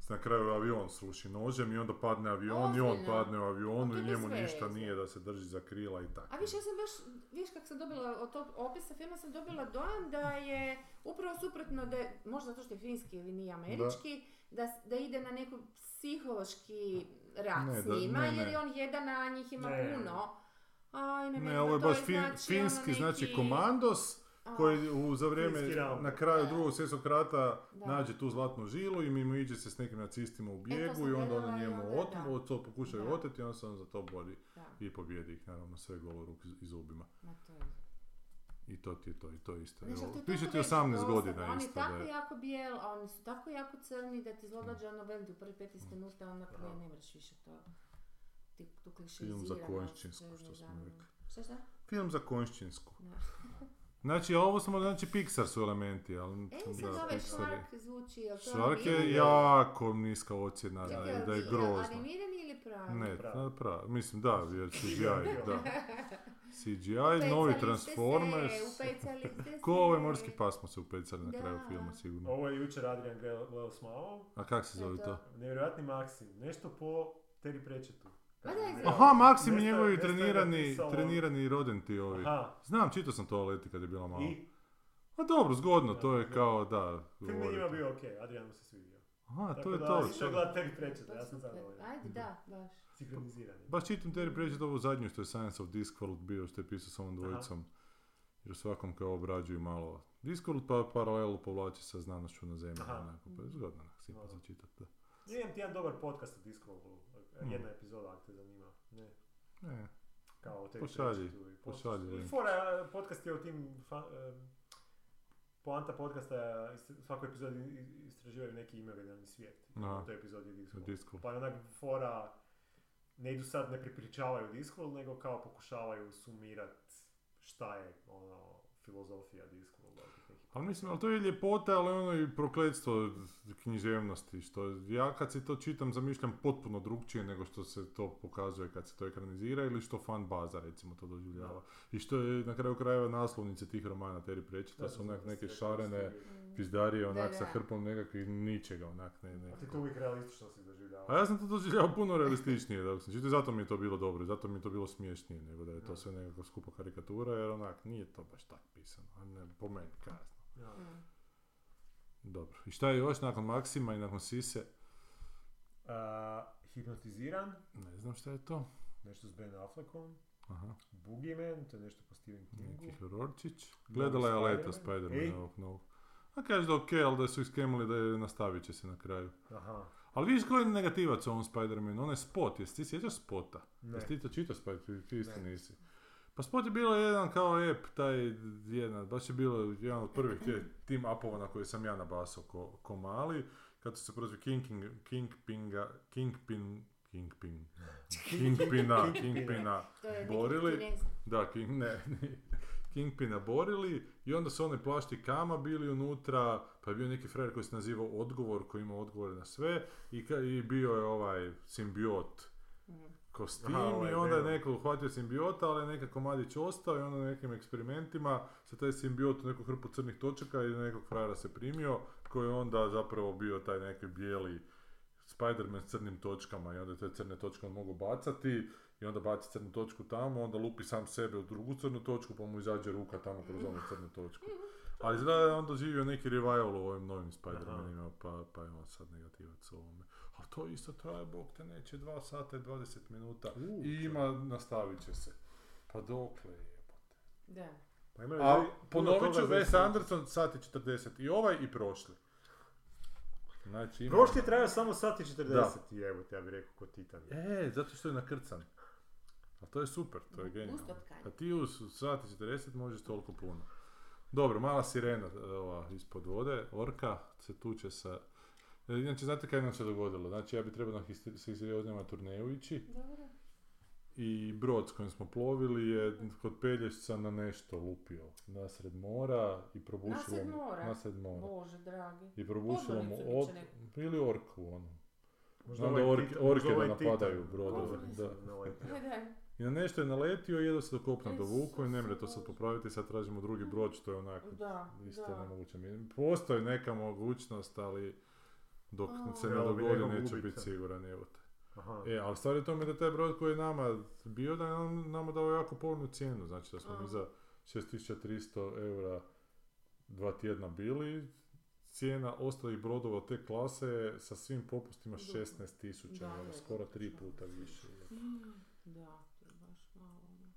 Speaker 3: se na kraju avion sluši nožem i onda padne avion i on
Speaker 1: Ozbiljno?
Speaker 3: padne u
Speaker 1: A
Speaker 3: avionu
Speaker 1: to
Speaker 3: i
Speaker 1: bez
Speaker 3: njemu
Speaker 1: veze.
Speaker 3: ništa nije da se drži za krila i tako.
Speaker 1: A više, ja sam baš, viš kako sam dobila od tog opisa filma, sam dobila dojam da je upravo suprotno, da je, možda zato što je finski ili nije američki, da, s- da ide na neku psihološki rat
Speaker 3: Ne,
Speaker 1: s
Speaker 3: da-
Speaker 1: njima,
Speaker 3: ne, ne.
Speaker 1: jer je on jedan, a njih ima
Speaker 2: Ne.
Speaker 1: puno. Aj, ne, meni
Speaker 3: Ne, ovo je
Speaker 1: to
Speaker 3: baš fin-
Speaker 1: znači
Speaker 3: finski,
Speaker 1: ono
Speaker 3: znači
Speaker 1: neki-
Speaker 3: komandos,
Speaker 1: Ah,
Speaker 3: koji u, za vrijeme,
Speaker 2: Finski round.
Speaker 3: na kraju
Speaker 1: Da.
Speaker 3: drugog svjetskog rata
Speaker 1: Da. E,
Speaker 3: nađe tu zlatnu žilu i mimoiđe se s nekim nacistima u bijegu
Speaker 1: sam
Speaker 3: i onda
Speaker 1: gledala
Speaker 3: ono
Speaker 1: i
Speaker 3: njemu
Speaker 1: onda
Speaker 3: otmu,
Speaker 1: da.
Speaker 3: o, to pokušaju
Speaker 1: Da.
Speaker 3: oteti i onda se on za to bori
Speaker 1: Da,
Speaker 3: i pobijedi ih, naravno, sve goloruk i zubima.
Speaker 1: ma to je-
Speaker 3: I to ti je to, i to je isto.
Speaker 1: Znaš, ali
Speaker 3: Evo,
Speaker 1: to je
Speaker 3: Piše
Speaker 1: tako
Speaker 3: ti
Speaker 1: već
Speaker 3: 18
Speaker 1: dosadno.
Speaker 3: godina
Speaker 1: On je
Speaker 3: isto. da
Speaker 1: tako
Speaker 3: je.
Speaker 1: jako bijel, a oni su tako jako crni da ti zlogađa ono velim u prvi
Speaker 3: Mm.
Speaker 1: 15 minuta, onda prije ne mreš više to. Ti tu e, klišizira.
Speaker 3: Film za Konjšćinsku, što smo rekli.
Speaker 1: Šta šta?
Speaker 3: Film za Konjšćinsku.
Speaker 1: Da.
Speaker 3: Znači, a ovo smo, znači, Pixar su elementi, ali...
Speaker 1: E, sad
Speaker 3: da,
Speaker 1: ovaj
Speaker 3: Pixar je-
Speaker 1: Shark zvuči, jel to
Speaker 3: Šark je
Speaker 1: animirani?
Speaker 3: jako niska ocjena, da,
Speaker 1: Čekaj,
Speaker 3: je-
Speaker 1: jel
Speaker 3: da je
Speaker 1: ti- jel
Speaker 3: grozno.
Speaker 1: Animirani ili pravi?
Speaker 3: Ne,
Speaker 2: Pravo.
Speaker 3: da, pravo. Mislim, da, jer CGI, da. CGI,
Speaker 1: Upecali
Speaker 3: novi
Speaker 1: ste se,
Speaker 3: Transformers.
Speaker 1: upecali ste
Speaker 3: Ko ovaj
Speaker 1: se. Pa
Speaker 3: morski pas smo se upecali na
Speaker 1: Da.
Speaker 3: kraju filma, sigurno.
Speaker 2: Ovo je jučer Adrian Gels malo.
Speaker 3: A kak se
Speaker 1: Šta je
Speaker 3: zove
Speaker 1: to?
Speaker 3: to?
Speaker 2: Nevjerojatni Maksim. Nešto po Terry Pratchettu.
Speaker 1: Ma daj,
Speaker 2: Ne,
Speaker 1: zna-
Speaker 3: Aha, Maksim i
Speaker 2: Nešto je-
Speaker 3: njegovi
Speaker 2: nešto je
Speaker 3: trenirani,
Speaker 2: napisao on.
Speaker 3: trenirani rodenti ovi.
Speaker 2: Aha,
Speaker 3: Znam, čitao sam to o Leti kad je bila ovaj, malo.
Speaker 2: i
Speaker 3: A dobro, zgodno,
Speaker 2: Da,
Speaker 3: to je
Speaker 2: da.
Speaker 3: kao, da.
Speaker 2: film je
Speaker 3: govorite.
Speaker 2: njima bio okej, Adrian mu se svidio.
Speaker 3: Aha,
Speaker 2: Tako
Speaker 3: to je
Speaker 2: da,
Speaker 3: to.
Speaker 2: Išao
Speaker 3: to-
Speaker 2: je gledat Terry Pratchetta,
Speaker 1: Pa
Speaker 2: ja sam
Speaker 1: super.
Speaker 2: zadovoljan.
Speaker 1: Ajde, da, baš.
Speaker 2: Sinkroniziran je.
Speaker 3: Baš čitam Terry Pratchett ovu zadnju što je Science of Discworld bio, što je pisao sa ovom dvojicom. Jer u svakom kao obrađuju malo Discworld, pa paralelu povlači sa znanošću na zemlji.
Speaker 2: Aha.
Speaker 3: Onako, pa je zgodno, onak, sipa
Speaker 2: Dobro.
Speaker 3: za čitat, da.
Speaker 2: Ja imam ti jedan dobar podcast o Discworldu,
Speaker 3: Mm.
Speaker 2: jedna epizoda ako te zanima. Ne,
Speaker 3: E,
Speaker 2: kao o Terry
Speaker 3: Pošalji,
Speaker 2: Pratchettu i post-
Speaker 3: pošalji link.
Speaker 2: Fora, podcast je o tim, fa, em, poanta podcasta je, ist- u svakoj epizodi i- istraživaju neki imaginarni svijet.
Speaker 3: Aha.
Speaker 2: U toj epizodi je Discworld.
Speaker 3: Discworld.
Speaker 2: Pa je onak fora, ne idu sad, ne prepričavaju Discworld, nego kao pokušavaju sumirat šta je ono, filozofija Discworlda.
Speaker 3: Ali mislim, ali to je ljepota, ali ono i prokletstvo književnosti, što ja kad si to čitam zamišljam potpuno drugčije nego što se to pokazuje kad se to ekranizira ili što fan baza recimo to doživljava. I što je na kraju krajeva naslovnice tih romana Terry Pratchetta su onak neke šarene pizdarije onak
Speaker 1: Da,
Speaker 3: sa
Speaker 1: da.
Speaker 3: hrpom nekakvih ničega onak ne, ne.
Speaker 2: A ti to uvijek realistično si doživljavao.
Speaker 3: A ja sam to doživljavao puno realističnije dok sam čitao i zato mi je to bilo dobro i zato mi je to bilo smješnije nego da je to
Speaker 2: Da.
Speaker 3: sve nekakva skupa karikatura jer onak nije to baš tak pisano, a ne, po meni kasno.
Speaker 2: Ja.
Speaker 1: Mm.
Speaker 3: Dobro. I šta je još nakon Maksima i nakon Sise?
Speaker 2: A, hipnotiziran,
Speaker 3: Ne znam šta je to.
Speaker 2: nešto s Ben Affleckom.
Speaker 3: Aha,
Speaker 2: Boogeyman, to je nešto po Stephen Kingu.
Speaker 3: neki hororčić. Gledala je Aleta
Speaker 2: Spider-Man.
Speaker 3: Spider-Man
Speaker 2: Ej.
Speaker 3: ovog novog. A kaže da ok, ali da su iskemali da je nastavit će se na kraju.
Speaker 2: Aha,
Speaker 3: Ali vidiš koji je negativac u ovom Spider-Manu, onaj spot, jesi ti sjećaš spota?
Speaker 2: ne.
Speaker 3: Jesi ti to čitao Spider-Man, ti isto
Speaker 2: Ne.
Speaker 3: nisi. Pa spot je bilo jedan kao ep, taj jedan, baš je bilo jedan od prvih tih team upova na koji sam ja nabasao ko, ko mali. Kad su se protiv Kingpinga, Kingpinga, Kingpin, Kingpin, Kingpina, Kingpina,
Speaker 1: To je neki
Speaker 3: borili.
Speaker 1: kinez.
Speaker 3: Da, King, ne, ne, Kingpina borili i onda su one plašti kama bili unutra, pa je bio neki frajer koji se nazivao Odgovor, koji ima odgovore na sve i, ka, i bio je ovaj simbiot
Speaker 1: Mm.
Speaker 3: kostim
Speaker 2: Aha, ovaj
Speaker 3: i onda je
Speaker 2: Venom.
Speaker 3: neko uhvatio simbiota, ali je nekako mladić ostao i onda u nekim eksperimentima se taj simbiot u neku hrpu crnih točaka i nekog frajera se primio, koji je onda zapravo bio taj neki bijeli Spider-Man s crnim točkama i onda je te crne točke on mogu bacati i onda baci crnu točku tamo, onda lupi sam sebe u drugu crnu točku pa mu izađe ruka tamo kroz onu crnu točku. Ali izgleda da je on doživio neki revival u ovim novim Spider-Manima, pa, pa je on sad negativac u ovome. A Pa to isto traje, bog te neće, 2 sata i 20 minuta.
Speaker 2: U,
Speaker 3: I ima, nastavit će se. Pa dokle je?
Speaker 1: Da.
Speaker 2: Pa imaju
Speaker 3: A
Speaker 2: ljudi- puno
Speaker 3: ponovit ću
Speaker 2: toga za
Speaker 3: Wes
Speaker 2: istražiti.
Speaker 3: Anderson, sat i 40. I ovaj i prošli. Znači ima...
Speaker 2: Prošli je trajao samo sat i 40 i evo te ja bih rekao ko Titan.
Speaker 3: E, zato što je nakrcan. A to je super, to je
Speaker 1: Gusto
Speaker 3: genijalno.
Speaker 1: tkanje.
Speaker 3: A ti u s- sati 40 možeš toliko puno. Dobro, mala sirena e, ova, ispod vode, orka se tuče sa... E, Inače, znate kaj nam se dogodilo? Znači, ja bi trebao na hister- sa histerioznima turneju ići
Speaker 1: Dobro.
Speaker 3: i brod s kojim smo plovili je kod Pelješca na nešto lupio. Nasred mora i probušilo
Speaker 1: Nasred
Speaker 3: mu-
Speaker 1: mora?
Speaker 3: Nasred mora.
Speaker 1: Bože, dragi.
Speaker 3: I probušilo mu
Speaker 1: Podmornicu
Speaker 3: od...
Speaker 1: bit će neko.
Speaker 3: Ili orku, ono.
Speaker 2: Možda
Speaker 3: Onda
Speaker 2: ovaj
Speaker 3: orke-
Speaker 2: Titan-
Speaker 3: orke
Speaker 2: možda
Speaker 3: da
Speaker 2: ovaj
Speaker 3: napadaju
Speaker 2: Titan.
Speaker 3: brodove,
Speaker 2: Možda
Speaker 3: da.
Speaker 2: na ovaj Titan.
Speaker 1: Da, da.
Speaker 3: I na nešto je naletio i jedva se do kopna
Speaker 1: Isus
Speaker 3: dovukao i ne mre to sad
Speaker 1: Bože.
Speaker 3: popraviti, sad tražimo drugi brod što je onako
Speaker 1: Da,
Speaker 3: isto
Speaker 1: da.
Speaker 3: nemoguće. Mi- Postoji neka mogućnost, ali dok
Speaker 1: A.
Speaker 3: se ne
Speaker 2: Trebalo bi
Speaker 3: dogodi
Speaker 2: nekog
Speaker 3: neće
Speaker 2: ubiti.
Speaker 3: biti siguran, evo te.
Speaker 2: Aha.
Speaker 3: E, ali stvar je u tome da taj brod koji je nama bio, da je on nama dao jako povoljnu cijenu, znači da smo mi
Speaker 1: A.
Speaker 3: za 6300 eura dva tjedna bili, cijena ostalih brodova te klase je sa svim popustima
Speaker 1: Dobro.
Speaker 3: 16.000
Speaker 1: Da,
Speaker 3: eura,
Speaker 1: je,
Speaker 3: skoro tri
Speaker 1: da.
Speaker 3: puta više.
Speaker 1: Mm, Da, to je baš malo. ono.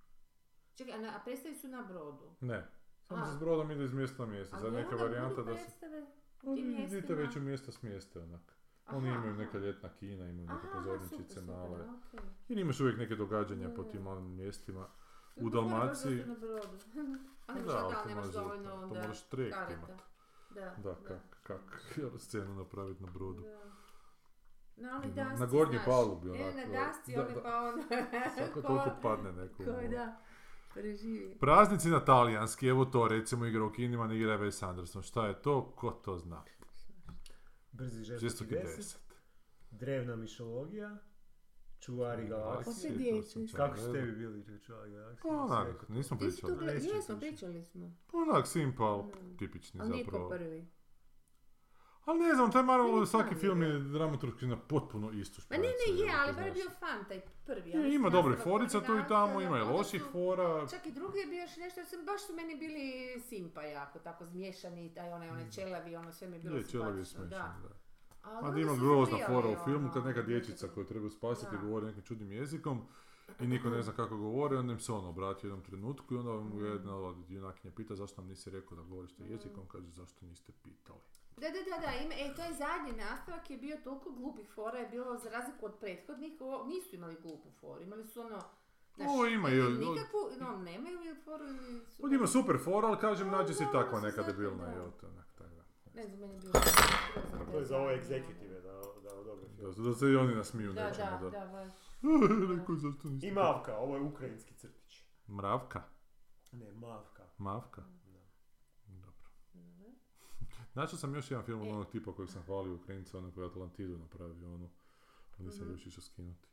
Speaker 1: Čekaj, a, na, a predstave su na brodu?
Speaker 3: Ne. Samo
Speaker 1: A.
Speaker 3: se s brodom ide iz mjesta u mjesto.
Speaker 1: A
Speaker 3: Za
Speaker 1: gdje
Speaker 3: neka
Speaker 1: onda
Speaker 3: varijanta
Speaker 1: budu
Speaker 3: da se...
Speaker 1: predstave?
Speaker 3: Oni
Speaker 1: tim
Speaker 3: idite
Speaker 1: mjestima?
Speaker 3: već u mjesta s mjesta, onak. Oni
Speaker 1: Aha,
Speaker 3: imaju
Speaker 1: aha.
Speaker 3: neka ljetna kina, imaju neke
Speaker 1: Aha,
Speaker 3: pozorničice
Speaker 1: super, super,
Speaker 3: male.
Speaker 1: okej.
Speaker 3: Jer imaš uvijek neke događanja po
Speaker 1: Da,
Speaker 3: tim malim mjestima. U Dalmaciji...
Speaker 1: Na brodu. A
Speaker 3: Pa
Speaker 1: ne
Speaker 3: da,
Speaker 1: da,
Speaker 3: to
Speaker 1: nemaš
Speaker 3: možda-
Speaker 1: dovoljno
Speaker 3: to
Speaker 1: onda
Speaker 3: moraš trajekt
Speaker 1: karata.
Speaker 3: imat.
Speaker 1: Da,
Speaker 3: Da, kak, kak scenu napraviti na brodu.
Speaker 1: Da. Na onoj
Speaker 3: Na- na
Speaker 1: dasci,
Speaker 3: gornjoj
Speaker 1: znaš.
Speaker 3: palubi,
Speaker 1: E,
Speaker 3: onako,
Speaker 1: na dasci,
Speaker 3: da,
Speaker 1: one
Speaker 3: da.
Speaker 1: pa onda...
Speaker 3: Svako
Speaker 1: ko-
Speaker 3: toliko pa- padne neko.
Speaker 1: ko je,
Speaker 3: u-
Speaker 1: da, preživi.
Speaker 3: Praznici na talijanski, evo to recimo igra u kinima, ne igra Wes Anderson. Šta je to? Ko to zna?
Speaker 2: Brzi žestoki
Speaker 3: Žestoki
Speaker 2: znači deset,
Speaker 3: 10.
Speaker 2: drevna mišologija, čuvari galaksije.
Speaker 1: Poslije dječji.
Speaker 2: Kako su tebi bili čuvari galaksije?
Speaker 3: Pa
Speaker 2: Nisi
Speaker 3: onak,
Speaker 2: rekao.
Speaker 3: nismo
Speaker 1: Ti si
Speaker 3: pričali.
Speaker 1: to gledali,
Speaker 2: Neću
Speaker 1: jesmo,
Speaker 2: slušati.
Speaker 1: pričali smo.
Speaker 3: Pa onak, simpal,
Speaker 1: Mm.
Speaker 3: tipični
Speaker 1: Ali niko
Speaker 3: zapravo.
Speaker 1: prvi.
Speaker 3: Ali ne znam, to je malo,
Speaker 1: Meni
Speaker 3: svaki
Speaker 1: fajn
Speaker 3: film
Speaker 1: je.
Speaker 3: je dramaturški na potpuno istu
Speaker 1: Ma ne, ne,
Speaker 3: šprancu,
Speaker 1: je, ali bar je
Speaker 3: znaš.
Speaker 1: bio fan taj prvi.
Speaker 3: Je,
Speaker 1: ali
Speaker 3: ima
Speaker 1: sam
Speaker 3: dobre
Speaker 1: nastavila
Speaker 3: forica tu i tamo,
Speaker 1: kombinacija,
Speaker 3: ima i
Speaker 1: onda
Speaker 3: loših
Speaker 1: su-
Speaker 3: fora.
Speaker 1: Čak i drugi je bio još nešto, jer sam, baš su meni bili simpa jako, tako zmiješani, taj onaj, onaj čelavi, ono sve mi je bilo
Speaker 3: Je, čelavi Mm. je
Speaker 1: simpatično,
Speaker 3: smiješan, da.
Speaker 1: Ali
Speaker 3: A
Speaker 1: onda
Speaker 3: ima
Speaker 1: su
Speaker 3: grozna
Speaker 1: zabijali,
Speaker 3: fora u filmu
Speaker 1: ono,
Speaker 3: kad neka dječica koju treba spasiti
Speaker 1: Da.
Speaker 3: govori nekim čudnim jezikom i niko ne zna kako govori, onda im se on obrati u jednom trenutku i onda mu
Speaker 1: Mm.
Speaker 3: jedna od junakinja pita zašto nam nisi rekao da govoriš
Speaker 1: Mhm.
Speaker 3: tim jezikom, kaže zašto niste pitali.
Speaker 1: Da, da, da, da, ima, e, to je zadnji nastavak je bio toliko glupih fora, je bilo za razliku od prethodnih, ovo- nisu imali glupu foru, imali su ono,
Speaker 3: O, ima i-
Speaker 1: ili nikakvu, no, nemaju ili foru ili su...
Speaker 3: Ovdje ima super fora, ali kažem
Speaker 1: Pa,
Speaker 3: nađe se i
Speaker 1: uglavnom
Speaker 3: takva
Speaker 1: su
Speaker 3: neka
Speaker 1: zato,
Speaker 3: debilna,
Speaker 1: da.
Speaker 3: jel to onak, tak da.
Speaker 1: Ne znam, meni je bilo... grozno,
Speaker 2: To je za ove
Speaker 3: ovaj
Speaker 1: zadnje.
Speaker 2: egzekutive, da, da odobre film.
Speaker 3: Da, da se i oni nasmiju
Speaker 1: Da,
Speaker 3: nečemu,
Speaker 1: da,
Speaker 3: da.
Speaker 1: da, baš.
Speaker 3: Rekao, zašto niste
Speaker 2: I
Speaker 3: pitali?"
Speaker 2: Mavka, ovo je ukrajinski crtić.
Speaker 3: Mravka?
Speaker 2: Ne, Mavka.
Speaker 3: Mavka?
Speaker 2: Da.
Speaker 3: Dobro. Našao sam još jedan film od
Speaker 1: E.
Speaker 3: onog tipa kojeg sam hvalio Ukrajinca, onog koji je Atlantidu napravio, ono. Ali nisam
Speaker 1: Mhm.
Speaker 3: još išao skinuti.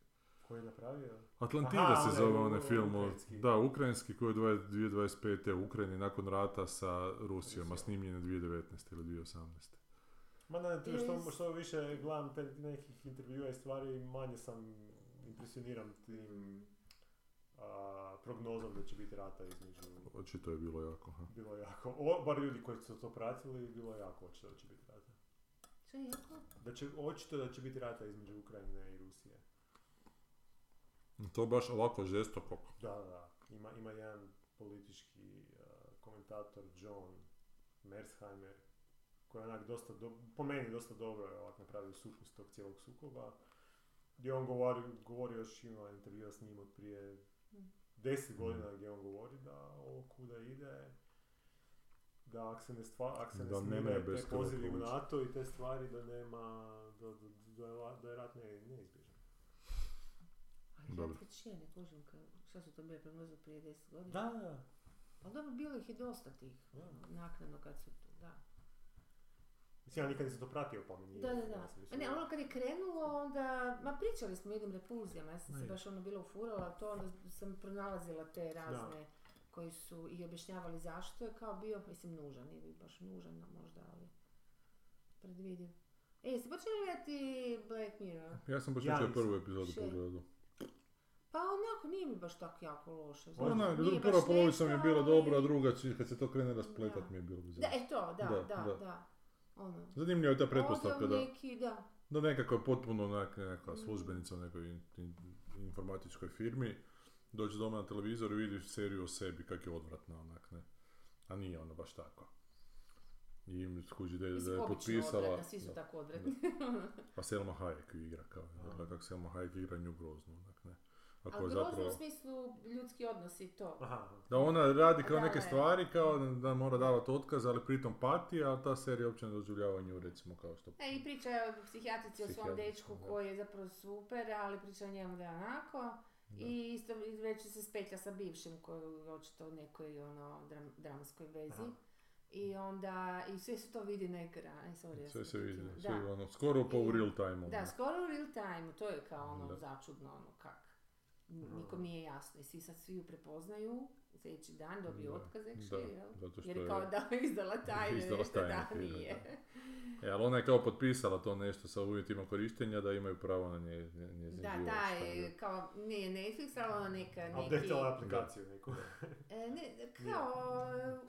Speaker 2: Ko je napravio?
Speaker 3: Atlantida
Speaker 2: Aha,
Speaker 3: se
Speaker 2: onaj
Speaker 3: zove
Speaker 2: u-
Speaker 3: onaj film, od-
Speaker 2: ukrajinski.
Speaker 3: da, ukrajinski koji je 20- 2025. u Ukrajini nakon rata sa Rusijom, a snimljen je 2019. ili 2018.
Speaker 2: Ma ne, tu što,
Speaker 1: Is-
Speaker 2: što više gledam te nekih intervjua i stvari, manje sam impresioniran tim a, prognozom da će biti rata između...
Speaker 3: Očito je bilo jako. Ha.
Speaker 2: Bilo je jako, o, bar ljudi koji su to pratili, bilo je jako očito da će biti rata.
Speaker 1: Šta je jako?
Speaker 2: Da će, očito da će biti rata između Ukrajine i Rusije.
Speaker 3: To baš ovako žestoko.
Speaker 2: Da, da, da. Ima, ima jedan politički uh, komentator, John Mersheimer, koji je onak dosta, do, po meni dosta dobro je ovak napravio sukus tog cijelog sukoba. Gdje on govori, govori još ima intervjua s njim od prije deset
Speaker 3: Mm.
Speaker 2: godina gdje on govori da ovo kuda ide, da ak se ne, stva, ak se ne
Speaker 3: Da
Speaker 2: snime
Speaker 3: nema je
Speaker 2: te
Speaker 3: bez krva
Speaker 2: pozivi u
Speaker 3: povući.
Speaker 2: NATO i te stvari da nema, da, da, da, je la- da je rat ne, neizbježan.
Speaker 1: Ali
Speaker 3: Dobro.
Speaker 1: Dobro. ja čije ne kužim, ka- šta su to bile prognoze prije 10 godina?
Speaker 2: Da, da,
Speaker 1: Ali dobro, bilo ih je dosta tih, ono,
Speaker 2: da.
Speaker 1: naknadno kad su tu, da.
Speaker 2: Mislim, ja nikad nisam to pratio, pa mi nije.
Speaker 1: Da, da,
Speaker 2: ja
Speaker 1: da.
Speaker 2: sam
Speaker 1: A
Speaker 2: mislio
Speaker 1: ne,
Speaker 2: da-
Speaker 1: ono kad je krenulo, onda, ma pričali smo o jednim repulzijama, ja sam se
Speaker 3: Ne.
Speaker 1: baš ono bila ufurala, to onda sam pronalazila te razne koji su i objašnjavali zašto je kao bio, mislim, nužan, nije bio baš nužan no, možda, ali predvidiv. E, jesi počeli gledati Black Mirror?
Speaker 3: Ja sam baš
Speaker 2: Ja
Speaker 3: ja
Speaker 2: nisam.
Speaker 3: prvu epizodu
Speaker 1: Še?
Speaker 3: pogledao.
Speaker 1: Pa onako nije mi baš tako jako loše. znaš,
Speaker 3: Ona,
Speaker 1: nije baš
Speaker 3: prva polovica mi je
Speaker 1: nešto,
Speaker 3: bila
Speaker 1: ali-
Speaker 3: dobra, a druga će- kad se to krene raspletat
Speaker 1: Da.
Speaker 3: mi je bilo
Speaker 1: Da,
Speaker 3: bizarno.
Speaker 1: e to, da,
Speaker 3: Da,
Speaker 1: da, da.
Speaker 3: da.
Speaker 1: Ono.
Speaker 3: Zanimljiva je ta pretpostavka,
Speaker 1: Ode u
Speaker 3: da.
Speaker 1: neki, da.
Speaker 3: Da nekako je potpuno onak, nekakva
Speaker 1: Mm.
Speaker 3: službenica u nekoj in- in- informatičkoj firmi, dođe doma na televizor i vidiš seriju o sebi kak je odvratna onak, ne. A nije ono baš tako. I im skuži da, je- da
Speaker 1: Mislim,
Speaker 3: je
Speaker 1: obično
Speaker 3: potpisala,
Speaker 1: odvratna, svi su
Speaker 3: da.
Speaker 1: tako odvratni.
Speaker 3: a Selma Hayek ju igra kao,
Speaker 2: A.
Speaker 3: da, kako Selma Hayek igra nju grozno, onak, ne. A koja
Speaker 1: Ali
Speaker 3: je
Speaker 1: grozno
Speaker 3: zapravo...
Speaker 1: u smislu ljudski odnosi i to.
Speaker 2: Aha,
Speaker 3: Da ona radi kao
Speaker 1: Da,
Speaker 3: neke
Speaker 1: da.
Speaker 3: stvari, kao da mora davati otkaz, ali pritom pati, a ta serija uopće ne doživljava nju, recimo, kao što...
Speaker 1: E, I priča o psihijatrici, o svom
Speaker 3: Psihijatrici,
Speaker 1: dečku
Speaker 3: da.
Speaker 1: koji je zapravo super, ali priča o njemu da je onako.
Speaker 3: Da.
Speaker 1: I isto već se spetlja sa bivšim koji je očito u nekoj ono, dram, dramskoj vezi.
Speaker 2: Aha.
Speaker 1: I onda, i sve se to vidi na ekranu. e, Sorry, ja sam
Speaker 3: Sve se vidi,
Speaker 1: prekinula.
Speaker 3: sve ono, skoro pa u
Speaker 1: I-
Speaker 3: real time
Speaker 1: Da, skoro u real time, to je kao ono
Speaker 3: Da.
Speaker 1: začudno, ono kak. Nikom nije jasno i svi sad svi ju prepoznaju, sljedeći dan dobiju
Speaker 3: Da,
Speaker 1: otkaz,
Speaker 3: da,
Speaker 1: actually, jel?
Speaker 3: zato što
Speaker 1: Jer
Speaker 3: je-
Speaker 1: kao da je izdala tajne,
Speaker 3: Izdala
Speaker 1: nešto
Speaker 3: tajne
Speaker 1: da
Speaker 3: firme,
Speaker 1: nije.
Speaker 3: E, ali ona je kao potpisala to nešto sa uvjetima korištenja da imaju pravo na nje, nje, njezin
Speaker 1: Da,
Speaker 3: život,
Speaker 1: taj,
Speaker 3: šta je.
Speaker 1: kao, nije Netflix, ali ono neka, neki,
Speaker 2: updatala aplikaciju neku.
Speaker 1: e, ne, kao,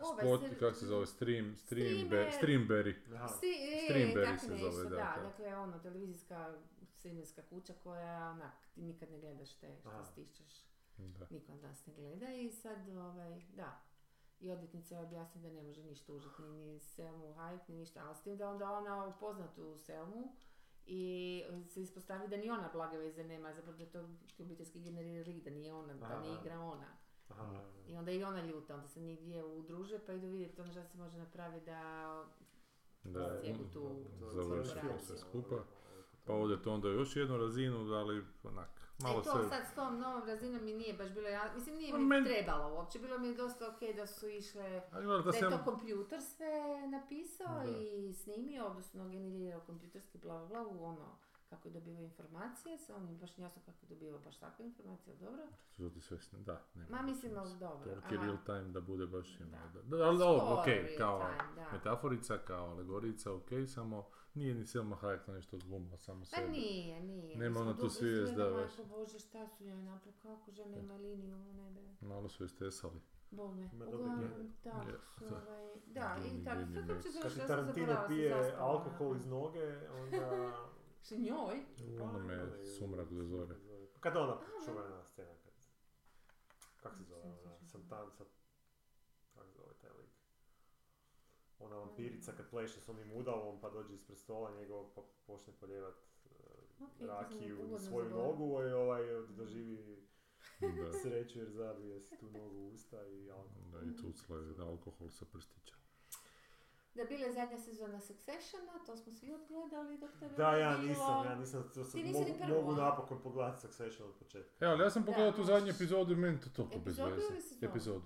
Speaker 1: ovaj,
Speaker 3: Spot,
Speaker 1: ser-
Speaker 3: kako se zove, stream, stream,
Speaker 1: Streamer.
Speaker 3: be- streamberry.
Speaker 2: Aha.
Speaker 1: Sti, e,
Speaker 3: Streamberry
Speaker 1: tako
Speaker 3: se
Speaker 1: nešto,
Speaker 3: zove, da,
Speaker 1: da,
Speaker 3: to.
Speaker 1: dakle, ono, televizijska streamerska kuća koja, onak, ti nikad ne gledaš te
Speaker 2: Aha.
Speaker 1: što stišćeš.
Speaker 3: Da.
Speaker 1: Niko od nas ne gleda i sad, ovaj, da. I odvjetnica je objasnila da ne može ništa tužiti, ni, ni Selmu Hayek, ni ništa, ali s tim da onda ona upozna tu Selmu i e, se ispostavi da ni ona blage veze nema, zapravo da je to obiteljski generira lik, da nije ona, da ne
Speaker 2: Aha.
Speaker 1: igra ona.
Speaker 2: Aha,
Speaker 1: I onda i ona ljuta, onda se nigdje udruže pa idu vidjeti ono što se može napraviti da
Speaker 3: Da,
Speaker 1: Cijeku
Speaker 3: mm,
Speaker 1: tu ovaj.
Speaker 2: to je
Speaker 3: završimo
Speaker 2: cijeli film,
Speaker 3: sve
Speaker 2: ono,
Speaker 3: skupa.
Speaker 2: oko
Speaker 3: Pa
Speaker 2: toga.
Speaker 3: ode to onda još jednu razinu, ali onak, malo
Speaker 1: e to
Speaker 3: se...
Speaker 1: sad s tom novom razinom mi nije baš bilo, ja, mislim nije
Speaker 3: Pa
Speaker 1: mi
Speaker 3: meni-
Speaker 1: trebalo uopće, bilo mi je dosta ok da su išle,
Speaker 3: Ali gledaj, da
Speaker 1: da je
Speaker 3: sam...
Speaker 1: to kompjuter sve napisao
Speaker 3: Da.
Speaker 1: i snimio, odnosno generirao kompjuterski bla bla bla u ono kako je dobivao informacije, samo mi je baš nije jasno kako je dobivao baš takve informacije, ali dobro.
Speaker 3: Su ti sve sn- Da, nema.
Speaker 1: Ma mislim, ali dobro.
Speaker 3: Toliki
Speaker 1: aha.
Speaker 3: real time da bude baš ima.
Speaker 1: Da.
Speaker 3: Da. Da, ali ovo,
Speaker 1: Skoro
Speaker 3: ok,
Speaker 1: real
Speaker 3: kao
Speaker 1: time, da.
Speaker 3: metaforica, kao alegorica, ok, samo nije ni Selma Hayek to nešto zglumila, samo
Speaker 1: Pa
Speaker 3: sebe.
Speaker 1: nije, nije.
Speaker 3: Nema
Speaker 1: Mi
Speaker 3: ona
Speaker 1: smo
Speaker 3: tu
Speaker 1: dugo
Speaker 3: svijest,
Speaker 1: sjedili,
Speaker 3: da,
Speaker 1: majko Bože, šta su joj napravili, kako žena
Speaker 3: Da.
Speaker 1: ima liniju, ona ne da.
Speaker 3: Malo su istesali.
Speaker 1: Bol me.
Speaker 2: Ima dobre glede.
Speaker 1: Uglavnom, tako
Speaker 3: Je,
Speaker 1: su,
Speaker 3: da.
Speaker 1: ovaj, da, i
Speaker 3: Gledi,
Speaker 1: tako,
Speaker 3: gledi,
Speaker 1: sve
Speaker 3: ne.
Speaker 1: kako će
Speaker 2: Kad
Speaker 1: završiti,
Speaker 2: ti
Speaker 1: ja sam
Speaker 2: Tarantino
Speaker 1: zaboravila, sam
Speaker 2: pije
Speaker 1: zaspala.
Speaker 2: alkohol iz noge, onda...
Speaker 1: Što njoj?
Speaker 3: Ono me
Speaker 2: Pa, onaj,
Speaker 3: sumrak do zore.
Speaker 2: Kad ona
Speaker 1: da.
Speaker 2: čuvena scena, kad... Kak se zove
Speaker 1: Nisam se
Speaker 2: ona?
Speaker 1: sjećala.
Speaker 2: Santanca... Kak se zove taj lik?
Speaker 1: Mm.
Speaker 2: Ona vampirica kad pleše s onim udalom pa dođe ispred stola njegovog pa počne poljevat
Speaker 1: Ok, to sam
Speaker 2: rakiju
Speaker 1: ugodno
Speaker 2: na svoju
Speaker 1: zaboravila.
Speaker 2: nogu i ovaj od- doživi
Speaker 3: Da.
Speaker 2: sreću jer zabije si tu nogu u usta i alkohol.
Speaker 3: Da, i tucla je da alkohol sa prstića.
Speaker 1: Da, bila je zadnja sezona Successiona, to smo svi odgledali dok te
Speaker 2: Da, ja nisam, ja nisam, to sam,
Speaker 1: Ti nisi ni
Speaker 2: mogu,
Speaker 1: prvu,
Speaker 2: mogu
Speaker 1: a?
Speaker 2: napokon pogledati Succession od početka.
Speaker 3: E, ali ja sam
Speaker 1: Da,
Speaker 3: pogledao tu
Speaker 1: možeš-
Speaker 3: zadnju epizodu i meni to toliko bez
Speaker 1: Epizodu
Speaker 3: veze.
Speaker 1: ili sezonu?
Speaker 3: Epizodu.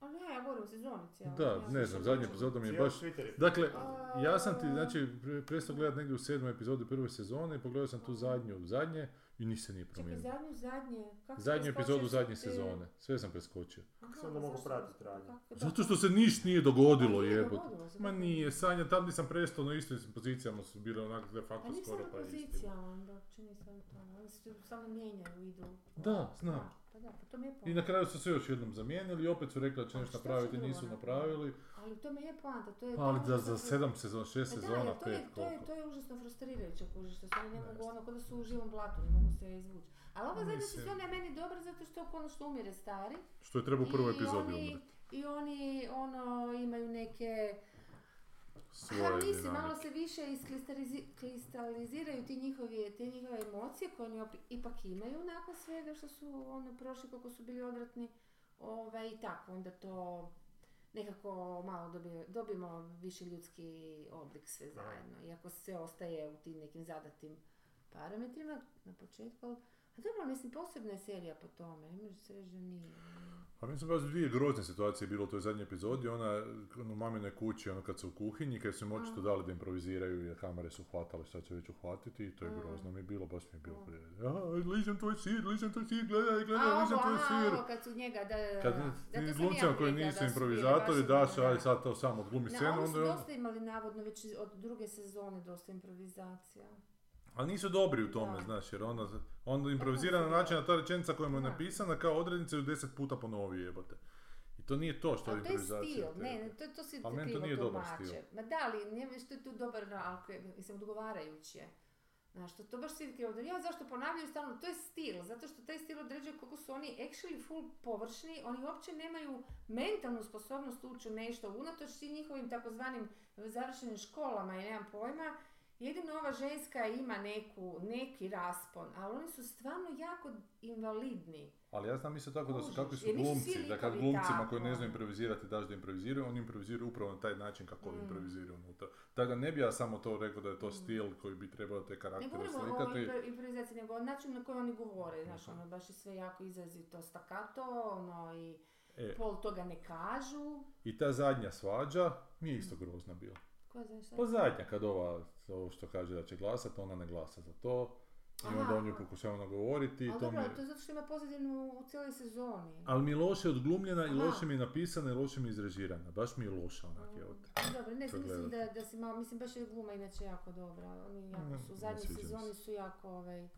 Speaker 1: A ne, ja govorim o sezoni cijelo.
Speaker 3: Da, ne znam, zadnja epizoda mi je baš...
Speaker 2: Cijeli Twitter je
Speaker 3: Dakle,
Speaker 1: A-
Speaker 3: ja sam ti, znači, pre- prestao gledat negdje u sedmoj epizodi prve sezone i pogledao sam tu zadnju, zadnje i ništa se nije
Speaker 1: Čekaj,
Speaker 3: promijenilo.
Speaker 1: zadnju, zadnje, kako
Speaker 3: Zadnju
Speaker 1: preskočiš
Speaker 3: epizodu zadnje
Speaker 1: ti-
Speaker 3: sezone, sve sam preskočio.
Speaker 1: Aha,
Speaker 2: Kako se onda mogu
Speaker 1: zašto?
Speaker 2: pratiti ranije?
Speaker 1: Kako- da.
Speaker 3: Zato što se niš nije dogodilo,
Speaker 1: Pa nije
Speaker 3: jebote.
Speaker 1: dogodilo se,
Speaker 3: Ma
Speaker 1: da.
Speaker 3: nije, Sanja, tam nisam prestao, na istim pozicijama su bile onako de
Speaker 1: Pa
Speaker 3: facto
Speaker 1: nisam
Speaker 3: skoro
Speaker 1: na
Speaker 3: pa isti.
Speaker 1: pozicijama, onda uopće nisam u tome. Oni se tu samo mijenjaju, idu.
Speaker 3: Da, znam.
Speaker 1: Da, Pa da, pa to mi je
Speaker 3: I
Speaker 1: poanta.
Speaker 3: na kraju su se još jednom zamijenili i opet su rekli da će
Speaker 1: A
Speaker 3: nešto
Speaker 1: šta su
Speaker 3: napraviti,
Speaker 1: drugo
Speaker 3: nisu
Speaker 1: napravili?
Speaker 3: napravili.
Speaker 1: Ali to mi je poanta, to je...
Speaker 3: Pa ali
Speaker 1: to ono je
Speaker 3: za,
Speaker 1: užasno
Speaker 3: za
Speaker 1: fru-
Speaker 3: sedam sezona, šest
Speaker 1: E, Pa da,
Speaker 3: sezona,
Speaker 1: ali to
Speaker 3: pet,
Speaker 1: je, to, je,
Speaker 3: koliko?
Speaker 1: to je užasno frustrirajuće, kužiš, što se oni ne
Speaker 3: Ne
Speaker 1: mogu
Speaker 3: znam.
Speaker 1: ono, kada su u živom blatu, ne mogu se izvući. Ali ova zadnja
Speaker 3: Mislim.
Speaker 1: sezona je meni dobra zato što konačno umire stari.
Speaker 3: Što je trebao u prvoj
Speaker 1: I
Speaker 3: epizodi
Speaker 1: oni-
Speaker 3: umreti.
Speaker 1: I oni, ono, imaju neke...
Speaker 3: Svoje
Speaker 1: Ha, mislim,
Speaker 3: dinamike.
Speaker 1: malo se više iskristaliziraju ti njihove, te njihove emocije koje oni opi- ipak imaju nakon svega što su ono, prošli, koliko su bili odvratni. Ovaj, I tako, onda to nekako malo dobije, dobimo više ljudski oblik sve zajedno. Iako sve ostaje u tim nekim zadatim parametrima na početku. ali- A dobro, mislim, posebna je serija po tome. Ne može se reći da nije.
Speaker 3: A Pa mislim baš dvije grozne situacije bilo u toj zadnjoj epizodi, ona ono, u maminoj kući, ono kad su u kuhinji, kad su im očito dali da improviziraju jer kamere su hvatale šta će već uhvatiti i to je
Speaker 1: Mm.
Speaker 3: grozno mi je bilo, baš mi je bilo
Speaker 1: Mm.
Speaker 3: prije. "A, ližem tvoj sir, ližem tvoj sir, gledaj,
Speaker 1: A,
Speaker 3: gledaj, ližem
Speaker 1: ovo,
Speaker 3: tvoj
Speaker 1: a,
Speaker 3: sir.
Speaker 1: ovo, kad su njega, da, da, da.
Speaker 3: Kad
Speaker 1: Da, to
Speaker 3: ti
Speaker 1: sam i ja
Speaker 3: glumcima koji
Speaker 1: rekla da su
Speaker 3: nisu
Speaker 1: bili
Speaker 3: improvizatori
Speaker 1: baš
Speaker 3: daš,
Speaker 1: ono, da.
Speaker 3: aj sad to samo odglumi
Speaker 1: Na,
Speaker 3: scenu,
Speaker 1: oni
Speaker 3: onda
Speaker 1: su
Speaker 3: je ono- on-
Speaker 1: dosta imali navodno već iz- od druge sezone dosta improvizacija.
Speaker 3: Ali nisu dobri u tome,
Speaker 1: Da.
Speaker 3: znaš, jer onda, onda improvizira na način da ta rečenica koja mu je
Speaker 1: Da.
Speaker 3: napisana kao odrednica ju deset puta ponovi jebote. I to nije to što je
Speaker 1: Ali to je
Speaker 3: improvizacija.
Speaker 1: stil, ne,
Speaker 3: te-
Speaker 1: ne, to, to si
Speaker 3: Ali meni to
Speaker 1: krivo
Speaker 3: nije dobar
Speaker 1: tumače.
Speaker 3: stil.
Speaker 1: Ma da, ali nije mi što je tu dobar, no, ali kre- mislim, odgovarajuće. Znaš, to, to baš svi krivo odre- Ja, zašto ponavljaju stalno, to je stil, zato što taj stil određuje koliko su oni actually full površni, oni uopće nemaju mentalnu sposobnost ući u nešto, unatoč tim njihovim takozvanim završenim školama i nemam pojma, jedino ova ženska ima neku, neki raspon, ali oni su stvarno jako invalidni.
Speaker 3: Ali ja znam isto tako da su
Speaker 1: Kužiš,
Speaker 3: kakvi su
Speaker 1: jer nisu svi
Speaker 3: glumci, da kad
Speaker 1: likovi
Speaker 3: glumcima
Speaker 1: tako.
Speaker 3: koji ne znaju improvizirati daš da improviziraju, oni improviziraju upravo na taj način kako
Speaker 1: Mm.
Speaker 3: oni improviziraju unutra. Tako da ne bi ja samo to rekao da je to stil koji bi trebao te
Speaker 1: Ne ovaj
Speaker 3: karaktere
Speaker 1: govorimo o
Speaker 3: slikati.
Speaker 1: impro- improvizaciji, nego o načinu na koji oni govore, znaš, ono, baš je sve jako izrazito stakato, ono, i
Speaker 3: E,
Speaker 1: pol toga ne kažu.
Speaker 3: I ta zadnja svađa mi je isto
Speaker 1: Mm.
Speaker 3: grozna bila.
Speaker 1: Ko znaš šta?
Speaker 3: Pa zadnja kad ova, ovo što kaže da će glasat, ona ne glasa za to. I
Speaker 1: Aha,
Speaker 3: onda on ju
Speaker 1: aha.
Speaker 3: pokušava nagovoriti i
Speaker 1: Ali
Speaker 3: to
Speaker 1: dobro,
Speaker 3: mi je...
Speaker 1: ali to je zato što ima pozadinu u cijeloj sezoni.
Speaker 3: Ali mi je loše odglumljena i
Speaker 1: Aha.
Speaker 3: loše mi je napisana i loše mi je izrežirana. Baš mi je loša onak, evo
Speaker 1: Mm.
Speaker 3: te.
Speaker 1: Um, Dobro, ne
Speaker 3: To
Speaker 1: znam, mislim da,
Speaker 3: gledate.
Speaker 1: da si malo, mislim baš je gluma inače jako dobra. Oni jako
Speaker 3: Ne,
Speaker 1: su, u
Speaker 3: ne
Speaker 1: zadnjoj
Speaker 3: sviđa mi se.
Speaker 1: sezoni su jako ovaj,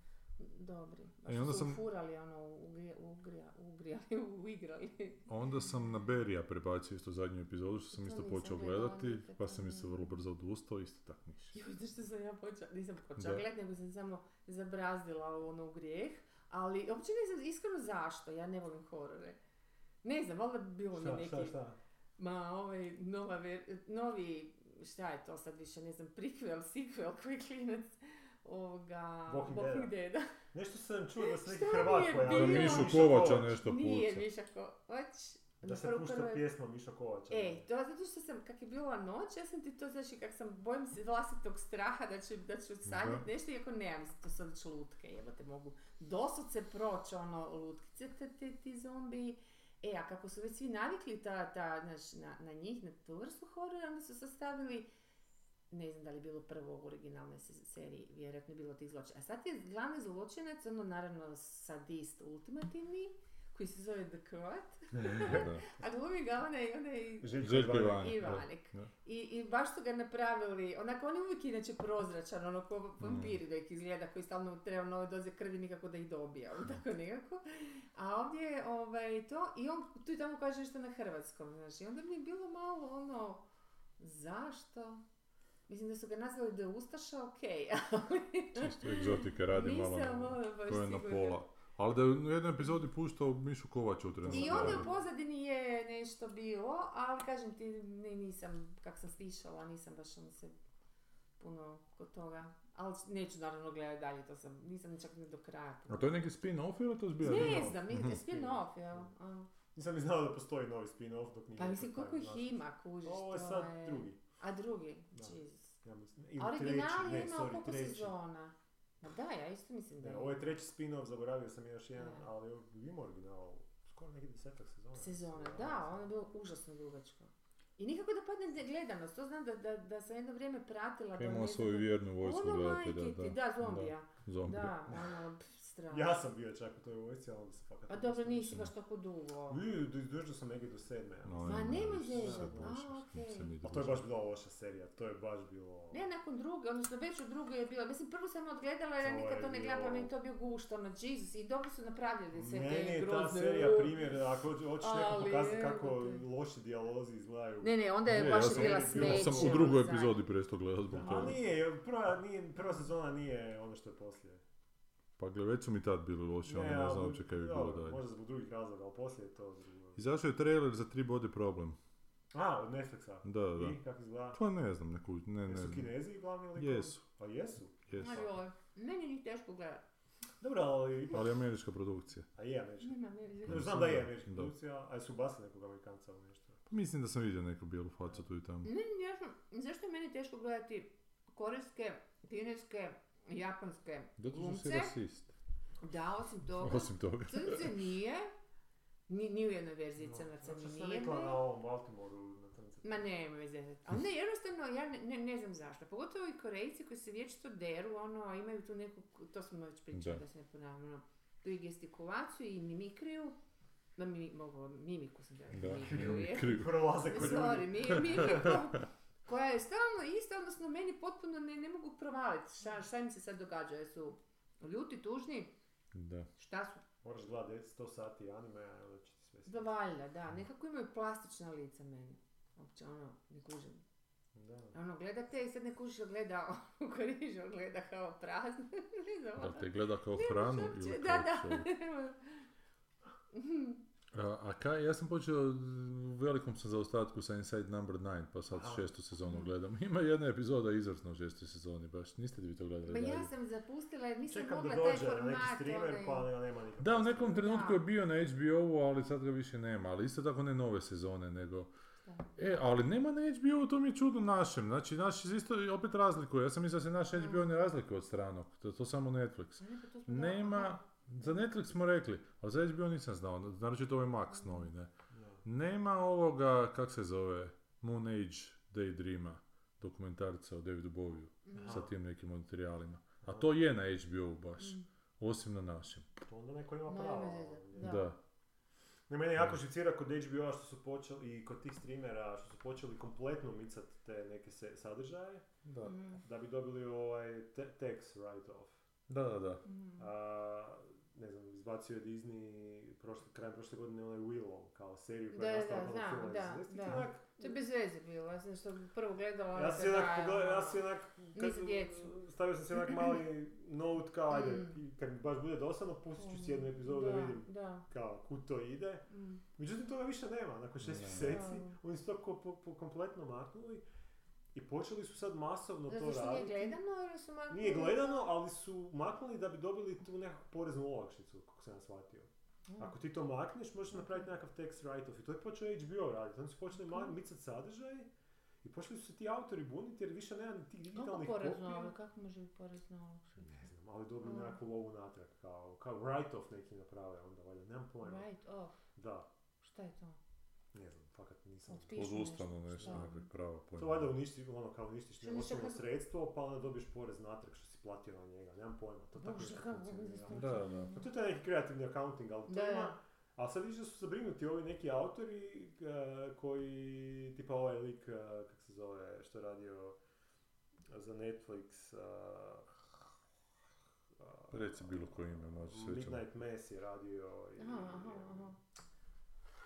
Speaker 1: dobri. Baš
Speaker 3: E, onda
Speaker 1: su
Speaker 3: sam-
Speaker 1: ufurali, ono, ugrija, ugrija, ugrijali, uigrali.
Speaker 3: Onda sam na Berija prebacio isto zadnju epizodu što sam
Speaker 1: To
Speaker 3: isto
Speaker 1: nisam
Speaker 3: počeo
Speaker 1: gledala
Speaker 3: gledati,
Speaker 1: nikad,
Speaker 3: pa
Speaker 1: to
Speaker 3: sam mi se
Speaker 1: ne.
Speaker 3: vrlo brzo odustao, isto tak niš.
Speaker 1: Joj, znaš što sam ja počela, nisam počela
Speaker 3: Da.
Speaker 1: gledat, nego sam samo zabrazdila u ono u grijeh, ali uopće ne znam iskreno zašto, ja ne volim horore. Ne znam, valjda bi bilo mi
Speaker 2: Šta,
Speaker 1: neki...
Speaker 2: šta, šta?
Speaker 1: Ma, ovaj, nova ver- novi, šta je to sad više, ne znam, prikvel, sequel koji klinac ovoga,
Speaker 2: Walking Deada.
Speaker 1: Deada.
Speaker 2: Nešto sam čuo da se neki
Speaker 1: Šta
Speaker 2: Hrvat
Speaker 1: mi je
Speaker 2: pojavio.
Speaker 3: Da
Speaker 1: bilo?
Speaker 3: Mišu
Speaker 2: Mišo
Speaker 3: Kovača
Speaker 2: Kovač.
Speaker 3: nešto
Speaker 1: Nije
Speaker 3: puca.
Speaker 1: Miša Kovač.
Speaker 2: Da se
Speaker 1: Prvo-
Speaker 2: pušta
Speaker 1: prvo je-
Speaker 2: pjesma Miša Kovača.
Speaker 1: E, to zato što sam, kak je bila noć, ja sam ti to, znači, kak sam, bojim se vlastitog straha da ću, da ću sanjati nešto, iako nemam to sad već lutke, jebote, te mogu dosad se proći, ono, lutkice, te, te- ti zombi. E, a kako su već svi navikli ta, ta, znaš, na, na njih, na tu vrstu horora, onda su sastavili ne znam da li je bilo prvo u originalnoj se- seriji, vjerojatno je bilo tih zločina. A sad je glavni zločinac, ono naravno sadist ultimativni, koji se zove The Croat,
Speaker 3: Da.
Speaker 1: a glumi ga onaj, onaj
Speaker 3: Željko
Speaker 2: Ivanović.
Speaker 3: Ivanić. da.
Speaker 1: Ivanek.
Speaker 3: Da.
Speaker 1: I, I baš su ga napravili, onako on je uvijek inače prozračan, ono ko
Speaker 3: Mm.
Speaker 1: vampiri uvijek izgleda, koji stalno treba nove doze krvi nikako da ih dobije,
Speaker 3: Mm.
Speaker 1: ali tako nekako. A ovdje je ovaj, to, i on tu i tamo kaže nešto na hrvatskom, znaš, i onda mi je bilo malo ono, zašto? Mislim da su ga nazvali da je Ustaša, okej, ali...
Speaker 3: Čisto egzotika radi malo.
Speaker 1: Nisam
Speaker 3: na-
Speaker 1: ono baš
Speaker 3: To je na
Speaker 1: sigurna.
Speaker 3: pola. Ali da je u jednoj epizodi puštao Mišu Kovača u trenutku.
Speaker 1: I onda u pozadini je nešto bilo, ali kažem ti, ne, nisam, kak sam stišala, nisam baš ono se puno kod toga. Ali neću naravno gledati dalje, to sam, nisam čak ni do kraja.
Speaker 3: A to je neki spin-off ili je to zbija?
Speaker 1: Ne
Speaker 3: spin-off?
Speaker 1: znam,
Speaker 3: Mhm.
Speaker 1: je spin-off, jel?
Speaker 2: Mhm.
Speaker 1: A.
Speaker 2: Nisam ni znao da postoji novi spin-off dok nije.
Speaker 1: Pa mislim, koliko ih
Speaker 2: nastavljen.
Speaker 1: ima, kužiš,
Speaker 2: Ovo je
Speaker 1: to
Speaker 2: sad
Speaker 1: je-
Speaker 2: drugi.
Speaker 1: A drugi,
Speaker 2: Da.
Speaker 1: Jesus.
Speaker 2: Ja mislim. Ili
Speaker 1: Original
Speaker 2: treći,
Speaker 1: je
Speaker 2: ne,
Speaker 1: imao
Speaker 2: sorry,
Speaker 1: koliko
Speaker 2: treći.
Speaker 1: sezona? Ma da, ja isto mislim da
Speaker 2: Ne,
Speaker 1: je.
Speaker 2: ovo je treći spin-off, zaboravio sam još jedan,
Speaker 1: Da.
Speaker 2: ali ima original, skoro neki desetak sezona.
Speaker 1: Sezona, da, ono je bilo užasno dugačko. I nikako da padne gledanost, to znam da, da, da sam jedno vrijeme pratila. da
Speaker 3: Imao
Speaker 1: Pa ne
Speaker 3: svoju
Speaker 1: znam-
Speaker 3: vjernu vojsku
Speaker 1: Ono majke
Speaker 3: gledatelja.
Speaker 1: ti, da, zombija. Da,
Speaker 3: Zombi.
Speaker 1: ono, pff, strah.
Speaker 2: Ja sam bio čak u toj vojsci, ali mi se fakat...
Speaker 1: Pa
Speaker 2: ne
Speaker 1: dobro,
Speaker 2: sviđa.
Speaker 1: nisi baš tako dugo.
Speaker 2: Ju, do- Izdržao sam negdje do sedme. ja mislim.
Speaker 1: Ma
Speaker 3: ajmo,
Speaker 1: nemoj
Speaker 3: se
Speaker 1: zezat,
Speaker 3: bojiš,
Speaker 1: a,
Speaker 3: s tim se
Speaker 1: okej.
Speaker 3: mi
Speaker 2: Ali to je
Speaker 3: družimo.
Speaker 2: baš bila loša serija, to je baš bilo...
Speaker 1: Ne, nakon druge, odnosno već u druge je bila. Mislim, prvu sam odgledala jer ja
Speaker 2: Ovo je
Speaker 1: nikad to ne
Speaker 2: bilo-
Speaker 1: gledam, pa meni je to bio gušt, ono, Jesus. I dobro su napravljeni sve
Speaker 2: Meni
Speaker 1: te
Speaker 2: je ta
Speaker 1: grozne
Speaker 2: serija
Speaker 1: u-
Speaker 2: primjer, ako hoćeš nekom
Speaker 1: Ali
Speaker 2: pokazati
Speaker 1: evo
Speaker 2: kako
Speaker 1: te.
Speaker 2: loši dijalozi izgledaju.
Speaker 1: Ne, ne, onda je
Speaker 3: Ne,
Speaker 1: baš
Speaker 3: ja sam-
Speaker 1: bila
Speaker 2: bila
Speaker 1: smeće.
Speaker 3: sam u
Speaker 1: ono,
Speaker 3: drugoj
Speaker 1: zadnje.
Speaker 3: epizodi prestao gledat zbog
Speaker 1: Da.
Speaker 3: toga.
Speaker 2: Ali nije, prva, nije, prva sezona nije ono što je poslije.
Speaker 3: Pa gle, već su mi tad bili loši, ono ne znam uopće kaj bi bilo
Speaker 2: dobro,
Speaker 3: dalje.
Speaker 2: Možda zbog drugih razloga, ali poslije je to drugo.
Speaker 3: Izašao je trailer za Three Body Problem.
Speaker 2: A, od Netflixa.
Speaker 3: Da, da.
Speaker 2: I kako izgleda?
Speaker 3: Pa ne znam, neku, ne, ne
Speaker 2: Jesu
Speaker 3: znam.
Speaker 2: kinezi glavni likovi?
Speaker 3: Jesu,
Speaker 2: Pa jesu.
Speaker 3: jesu.
Speaker 1: Ali ovo, meni je njih teško gledat.
Speaker 2: Dobro, ali ipak,
Speaker 3: Ali američka produkcija.
Speaker 2: a je američka.
Speaker 1: Nema veze.
Speaker 3: Da.
Speaker 2: Znam da je američka
Speaker 3: Da.
Speaker 2: produkcija, a su basili nekog amerikanca ili nešto.
Speaker 3: Pa Mislim da sam vidio neku bijelu facu tu i tamo.
Speaker 1: Meni je jasno, zašto je meni teško gledati korejske, kineske, japanske
Speaker 3: Zato što si
Speaker 1: glumce?
Speaker 3: rasist.
Speaker 1: Da, osim toga.
Speaker 3: Osim toga.
Speaker 1: Crnce nije. Ni, ni u jednoj verziji crnaca
Speaker 2: Zato
Speaker 1: mi
Speaker 2: Znači, što sam
Speaker 1: nije.
Speaker 2: rekla
Speaker 1: ne.
Speaker 2: na ovom Baltimoru na crncu.
Speaker 1: Ma ne, ima veze. Ali ne, jednostavno, ja ne, ne, ne znam zašto. Pogotovo i korejci koji se vječito deru, ono, a imaju tu neku, to smo već pričali,
Speaker 3: Da.
Speaker 1: da, se ne ponavljamo, tu i gestikulaciju i mimikriju. Ma mi, mogu, mimiku sam da,
Speaker 3: Da,
Speaker 1: mimikriju je.
Speaker 3: krivo.
Speaker 2: Prolaze kod
Speaker 1: Sorry,
Speaker 3: ono.
Speaker 2: ljudi.
Speaker 1: mi, mimiku koja je stalno ista, odnosno meni potpuno ne, ne mogu provaliti šta, šta im se sad događa. Jesu ljuti, tužni,
Speaker 3: Da.
Speaker 1: šta su
Speaker 2: Moraš gledati 100 sati anime, a onda će ti sve
Speaker 1: Da,
Speaker 2: sviđati.
Speaker 1: Pa valjda, da. Nekako imaju plastična lica meni. Uopće, ono, ne kužim.
Speaker 2: Da.
Speaker 1: Ono, gledate i sad ne kužiš, jel gleda u korižu, gleda kao prazno. ne znam,
Speaker 3: Da li
Speaker 1: ono.
Speaker 3: te gleda kao
Speaker 1: Nemaš
Speaker 3: hranu
Speaker 1: uopće-
Speaker 3: ili
Speaker 1: Da,
Speaker 3: kao
Speaker 1: da.
Speaker 3: čovjek? A, a kaj, ja sam počeo, u velikom sam zaostatku sa Inside Number 9, pa sad
Speaker 2: Aha.
Speaker 3: šestu sezonu gledam. Ima jedna epizoda izvrsna u šestoj sezoni, baš niste vi to
Speaker 1: Ma
Speaker 3: gledali
Speaker 1: Pa ja
Speaker 3: dalje?
Speaker 1: sam zapustila jer nisam
Speaker 2: Čekam
Speaker 1: mogla
Speaker 2: da
Speaker 1: taj
Speaker 2: dođe na neki
Speaker 1: format. ovaj.
Speaker 2: streamer,
Speaker 1: onaj-
Speaker 2: pa ne, nema nikakvog.
Speaker 3: Da, u nekom trenutku
Speaker 1: Da.
Speaker 3: je bio na HBO-u, ali sad ga više nema. Ali isto tako ne nove sezone, nego... E, ali nema na HBO-u, to mi je čudo našem. Znači, naš isto opet razlikuje. Ja sam mislio da se naš HBO ne razlikuje od stranog. To, to samo Netflix.
Speaker 1: Ma ne, pa to smo Mm. da-
Speaker 3: Nema...
Speaker 1: aha.
Speaker 3: Za Netflix smo rekli, a za HBO nisam znao, naročito ovaj Max novi, ne. Nema ovoga, kak se zove, Moon Age Daydreama, dokumentarca o Davidu Boviju
Speaker 1: Mm.
Speaker 3: sa tim nekim materijalima. A to je na HBO-u baš,
Speaker 1: Mm.
Speaker 3: osim na našem.
Speaker 2: To Pa onda neko ima
Speaker 1: Ma,
Speaker 2: pravo.
Speaker 1: nema veze,
Speaker 2: ali-
Speaker 1: Da.
Speaker 3: Da.
Speaker 2: Ne, mene jako žicira kod HBO-a što su počeli, i kod tih streamera, što su počeli kompletno micat te neke se, sadržaje,
Speaker 3: Da.
Speaker 1: Mm,
Speaker 2: da bi dobili ovaj te, tax write-off.
Speaker 3: Da, da, da.
Speaker 1: mm.
Speaker 2: A, ne znam, izbacio je Disney prošle, krajem prošle godine onaj Willow kao seriju
Speaker 1: Da,
Speaker 2: koja je nastala
Speaker 1: da,
Speaker 2: kao
Speaker 1: znam,
Speaker 2: film iz
Speaker 1: da,
Speaker 2: 60-ih,
Speaker 1: da.
Speaker 2: onak,
Speaker 1: To je bez veze bilo, ja sam što prvo gledala.
Speaker 2: Ja
Speaker 1: ono,
Speaker 2: sam si
Speaker 1: kad
Speaker 2: onak,
Speaker 1: dajem,
Speaker 2: pogledao, ja
Speaker 1: ono.
Speaker 2: sam si onak,
Speaker 1: Ni
Speaker 2: kad,
Speaker 1: za djecu.
Speaker 2: stavio sam si onak mali note kao, ajde,
Speaker 1: Mm.
Speaker 2: i kad mi baš bude dosadno, pustit ću si jednu epizodu da, vidim
Speaker 1: Da,
Speaker 2: kao kud to ide.
Speaker 1: mm.
Speaker 2: Međutim, toga više nema, nakon šest
Speaker 3: Ne.
Speaker 2: mjeseci,
Speaker 1: Da.
Speaker 2: oni su to ko- po- po- kompletno maknuli I počeli su sad masovno
Speaker 1: Zato
Speaker 2: Ono to
Speaker 1: što nije
Speaker 2: raditi.
Speaker 1: gledano ili su maknuli?
Speaker 2: Nije gledano, ali su maknuli da bi dobili tu nekakvu poreznu olakšicu, kako sam ja shvatio.
Speaker 1: Mm.
Speaker 2: Ako ti to makneš, možeš napraviti nekakav tax write-off i to je počeo HBO raditi. Onda su počeli ma-
Speaker 1: Mhm.
Speaker 2: micati sadržaj i počeli su se ti autori buniti jer više nema ni tih
Speaker 1: Kako
Speaker 2: digitalnih
Speaker 1: porezno
Speaker 2: kopija.
Speaker 1: ovo, kako može biti porezno olakšica?
Speaker 2: Ne znam, ali dobili
Speaker 1: Mhm.
Speaker 2: nekakvu lovu natrag, kao, kao write-off neki naprave onda, valjda, nemam pojma.
Speaker 1: Right off,
Speaker 2: Da,
Speaker 1: šta je to?
Speaker 2: ne znam, fakat nisam.
Speaker 1: Otpiš
Speaker 3: Odustano nešto,
Speaker 1: šta?
Speaker 3: nekog prava pojma.
Speaker 2: To valjda uništi, ono kao uništiš
Speaker 1: Što misliš
Speaker 2: osnovno
Speaker 1: kako-
Speaker 2: sredstvo, pa onda dobiješ porez natrag što si platio na njega, nemam pojma, to tako
Speaker 1: Bože,
Speaker 2: nešto
Speaker 1: kako
Speaker 2: funkcionira.
Speaker 1: je to
Speaker 3: Da, da.
Speaker 2: Pa to je taj neki kreativni accounting, ali to
Speaker 1: Da.
Speaker 2: ima... Ali sad vidiš da su zabrinuti ovi neki autori eh, koji, tipa ovaj lik, eh, kak se zove, što je radio za Netflix, eh, eh,
Speaker 3: Reci bilo koje ime, može se već
Speaker 2: Midnight Mass je radio i
Speaker 1: Aha, aha, aha.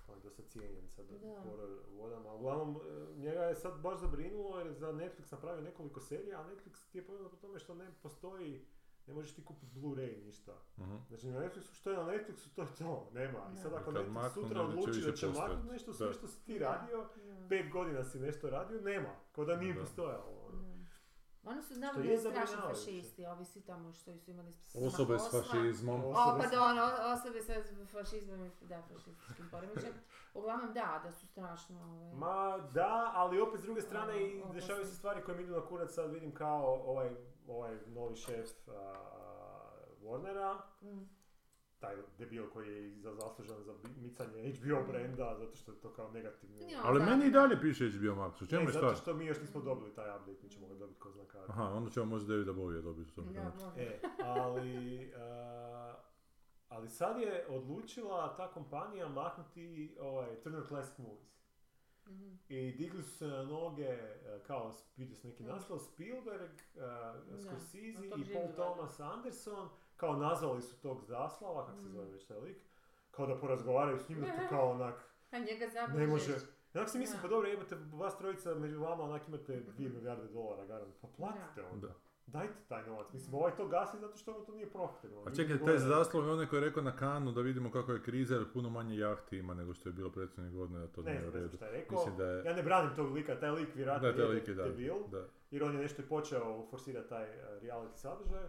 Speaker 2: on je dosta cijenjen sad
Speaker 1: Da.
Speaker 2: horror vodama. ali Uglavnom, e, njega je sad baš zabrinulo jer je za Netflix napravio nekoliko serija, a Netflix ti je povijedno po tome što ne postoji, ne možeš ti kupiti Blu-ray ništa.
Speaker 3: Mhm.
Speaker 2: Znači na Netflixu, što je na Netflixu, to je to, nema. I
Speaker 1: Da.
Speaker 2: sad ako
Speaker 3: Kad
Speaker 2: Netflix
Speaker 3: maknu,
Speaker 2: sutra
Speaker 3: onda će
Speaker 2: odluči da
Speaker 3: više
Speaker 2: će
Speaker 3: postojat.
Speaker 2: maknuti nešto,
Speaker 3: Da.
Speaker 2: sve što si ti radio, pet godina si nešto radio, nema. Kao da nije
Speaker 3: Da.
Speaker 2: postojalo. ono.
Speaker 1: Oni su navodno
Speaker 2: je
Speaker 1: strašni
Speaker 2: zabrinjavajuće.
Speaker 1: fašisti, ovi svi tamo što su imali
Speaker 3: Osobe s
Speaker 1: posla.
Speaker 3: fašizmom.
Speaker 2: Ovo-
Speaker 1: O,
Speaker 2: Osobe s-
Speaker 1: pardon, o- osobe sa fašizmom, i- da, fašističkim poremećajem. Uglavnom da, da su strašno ovaj,
Speaker 2: Ma da, ali opet s druge strane i
Speaker 1: Opasno.
Speaker 2: dešavaju se stvari koje mi idu na kurac, sad vidim kao ovaj, ovaj novi šef a, Warnera,
Speaker 1: mm,
Speaker 2: taj debil koji je i za- zaslužan za bi- micanje HBO brenda, zato što je to kao negativno.
Speaker 1: Ja,
Speaker 3: Ali
Speaker 1: Da,
Speaker 3: meni i
Speaker 1: da.
Speaker 3: dalje piše HBO Max, u čemu
Speaker 2: Ne,
Speaker 3: je
Speaker 2: E, zato
Speaker 3: stvar?
Speaker 2: što mi još nismo dobili taj update, mi ćemo ga dobiti ko zna kada.
Speaker 3: Aha, onda ćemo možda Davida Bovija dobiti u tom
Speaker 1: da,
Speaker 3: trenutku.
Speaker 1: možda.
Speaker 2: E, ali, a, ali sad je odlučila ta kompanija maknuti ovaj, Turner Classic Movies.
Speaker 1: Mhm.
Speaker 2: I digli su se na noge, e, kao s- vidio sam neki
Speaker 1: Mm.
Speaker 2: naslov, Spielberg, e, Scorsese
Speaker 1: od tog
Speaker 2: i
Speaker 1: živi
Speaker 2: Paul
Speaker 1: valjda.
Speaker 2: Thomas Anderson, kao nazvali su tog zaslava, kako se
Speaker 1: Mm.
Speaker 2: zove već taj lik, kao da porazgovaraju s njim, da to kao onak,
Speaker 1: A njega
Speaker 2: ne
Speaker 1: zabližeš.
Speaker 2: može. I onak si mislim,
Speaker 1: Da. Mhm.
Speaker 2: pa dobro, jebate, vas trojica među vama, onak imate 2 milijarde dolara, garant, pa platite onda.
Speaker 3: Da.
Speaker 2: Dajte taj novac, mislim, ovaj to gasi zato što ono to nije profitabilno.
Speaker 3: A
Speaker 2: Ljudi
Speaker 3: Pa čekaj, taj
Speaker 2: gledaju.
Speaker 3: zaslov je onaj koji je rekao na kanu da vidimo kako je kriza jer puno manje jahti ima nego što je bilo prethodne godine, da to
Speaker 2: Ne
Speaker 3: nije
Speaker 2: znam,
Speaker 3: u
Speaker 2: ne znam
Speaker 3: redu.
Speaker 2: šta je rekao.
Speaker 3: Mislim da je...
Speaker 2: Ja ne branim tog lika, taj lik vjerojatno
Speaker 3: Da, taj lik je
Speaker 2: je
Speaker 3: da.
Speaker 2: debil.
Speaker 3: da.
Speaker 2: jer on je nešto i počeo forsirati taj e, reality sadržaj,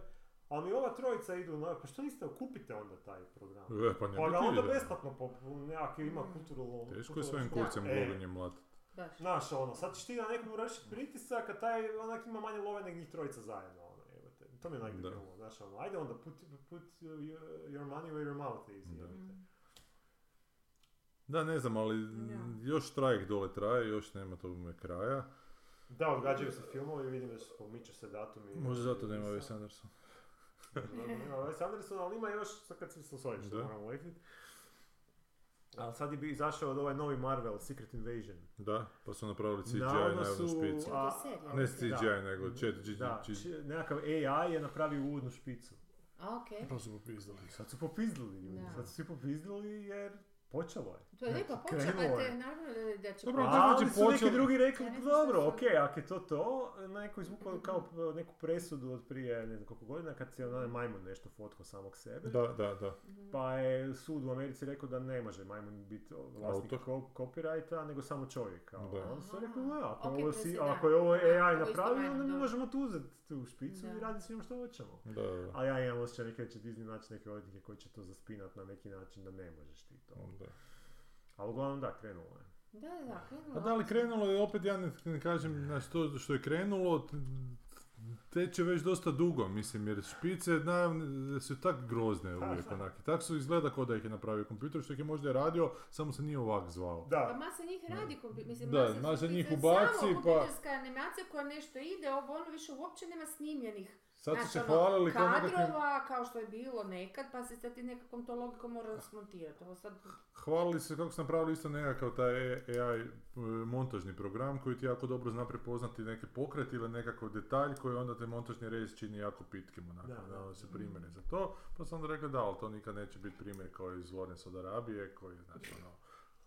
Speaker 2: ali mi ova trojica idu onak, pa što niste, kupite onda taj program.
Speaker 3: E, pa ne
Speaker 2: Pa
Speaker 3: bi
Speaker 2: ga
Speaker 3: ti
Speaker 2: onda
Speaker 3: vidjela.
Speaker 2: besplatno, po, po nekak ima
Speaker 1: Mm.
Speaker 2: kulturalno...
Speaker 3: Teško je
Speaker 2: kulturalno
Speaker 3: svojim
Speaker 2: što-
Speaker 3: kurcem
Speaker 2: E,
Speaker 3: govorenje mlatit.
Speaker 1: Baš.
Speaker 2: Znaš, ono, sad ćeš ti na nekom vršiti pritisak, a taj onak ima manje love nego njih trojica zajedno, ono, jebote. To mi je
Speaker 3: Da.
Speaker 2: najgdje bilo, znaš, ono, ajde onda, put, put uh, your your money where your mouth is,
Speaker 3: Da.
Speaker 2: jebote.
Speaker 1: Mm.
Speaker 3: Da, ne znam, ali
Speaker 1: Da.
Speaker 3: još trajek dole traje, još nema tome kraja.
Speaker 2: Da, odgađaju se filmovi, vidim da se pomiču se datumi.
Speaker 3: Možda zato nema
Speaker 2: Nisam-
Speaker 3: Wes Anderson.
Speaker 2: Ima Wes Anderson, ali ima još, sad kad sam se osvojio što
Speaker 3: Da.
Speaker 2: moramo letnit. Ali sad je bi izašao od ovaj novi Marvel, Secret Invasion.
Speaker 3: Da, pa su napravili CGI
Speaker 2: Navodno
Speaker 3: naravno
Speaker 2: su-
Speaker 3: špicu.
Speaker 1: a-
Speaker 3: Ne
Speaker 2: Da.
Speaker 3: CGI, nego chat
Speaker 2: Da,
Speaker 3: GG.
Speaker 2: či- nekakav AI je napravio uvodnu špicu.
Speaker 1: A, okej.
Speaker 3: Pa su popizdali.
Speaker 2: Sad su popizdili ljudi,
Speaker 1: Da.
Speaker 2: sad su svi popizdili jer počelo je.
Speaker 1: To je lijepa
Speaker 2: Znači,
Speaker 1: počela,
Speaker 2: krenulo
Speaker 1: te
Speaker 2: je.
Speaker 1: naravno da- da će...
Speaker 3: Dobro,
Speaker 1: Pa,
Speaker 3: da, znači,
Speaker 2: Ali su neki
Speaker 3: počelo-
Speaker 2: drugi rekli, pa
Speaker 1: Ja ne znam
Speaker 2: dobro,
Speaker 1: šta su-
Speaker 2: ok, ako je to to, neko izvukao kao p- neku presudu od prije ne znam koliko godina kad se onaj majmun nešto fotkao samog sebe.
Speaker 3: Da, da, da.
Speaker 1: mhm.
Speaker 2: Pa je sud u Americi rekao da ne može majmun biti vlasnik
Speaker 3: Autor.
Speaker 2: ko- copyrighta, nego samo čovjek. A
Speaker 3: Da.
Speaker 2: Onda su
Speaker 1: Aha.
Speaker 2: rekli, "Ne, ako,
Speaker 1: Ok, to
Speaker 2: ovo si-
Speaker 1: se da.
Speaker 2: ako je ovo
Speaker 1: Da, ovo
Speaker 2: AI
Speaker 1: isto
Speaker 2: napravio,
Speaker 1: majmun,
Speaker 2: onda mi
Speaker 1: da.
Speaker 2: možemo tu uzeti tu špicu
Speaker 1: Da.
Speaker 2: i raditi s njom što hoćemo.
Speaker 3: Da, da.
Speaker 2: A ja imam osjećaj neke da će Disney naći neke odlike koji će to zaspinat na neki način da ne možeš ti to.
Speaker 3: da.
Speaker 2: Ali uglavnom da, krenulo je.
Speaker 1: Da, da, da, krenulo.
Speaker 3: A Pa da li krenulo je, opet ja ne, ne kažem na što, što je krenulo, t- teče već dosta dugo, mislim, jer špice najavne su tak grozne uvijek onak. I tak su izgleda kao da ih je napravio kompjuter, što ih je možda i radio, samo se nije ovak zvao.
Speaker 1: Pa
Speaker 2: Da,
Speaker 1: masa njih radi, kompi- mislim,
Speaker 3: Da,
Speaker 1: masa,
Speaker 3: masa
Speaker 1: su-
Speaker 3: njih
Speaker 1: to je
Speaker 3: ubaci,
Speaker 1: samo
Speaker 3: pa-
Speaker 1: kompjuterska animacija koja nešto ide, ovo ono više uopće nema snimljenih.
Speaker 3: Sad su
Speaker 1: Znaš,
Speaker 3: se
Speaker 1: ono,
Speaker 3: hvalili kao nekakvim,
Speaker 1: Kadrova, kao što je bilo nekad, pa se sad ti nekakvom to logikom mora smontirati. Ovo sad...
Speaker 3: hvalili se kako su napravili isto nekakav taj AI e, montažni program koji ti jako dobro zna prepoznati neke pokret ili nekakav detalj koji onda te montažni rez čini jako pitkim onako,
Speaker 2: Da,
Speaker 3: da,
Speaker 2: da.
Speaker 3: da se primjere za to, pa sam onda rekao da, ali to nikad neće biti primjer kao iz Lorenz od Arabije, koji je, znači ono,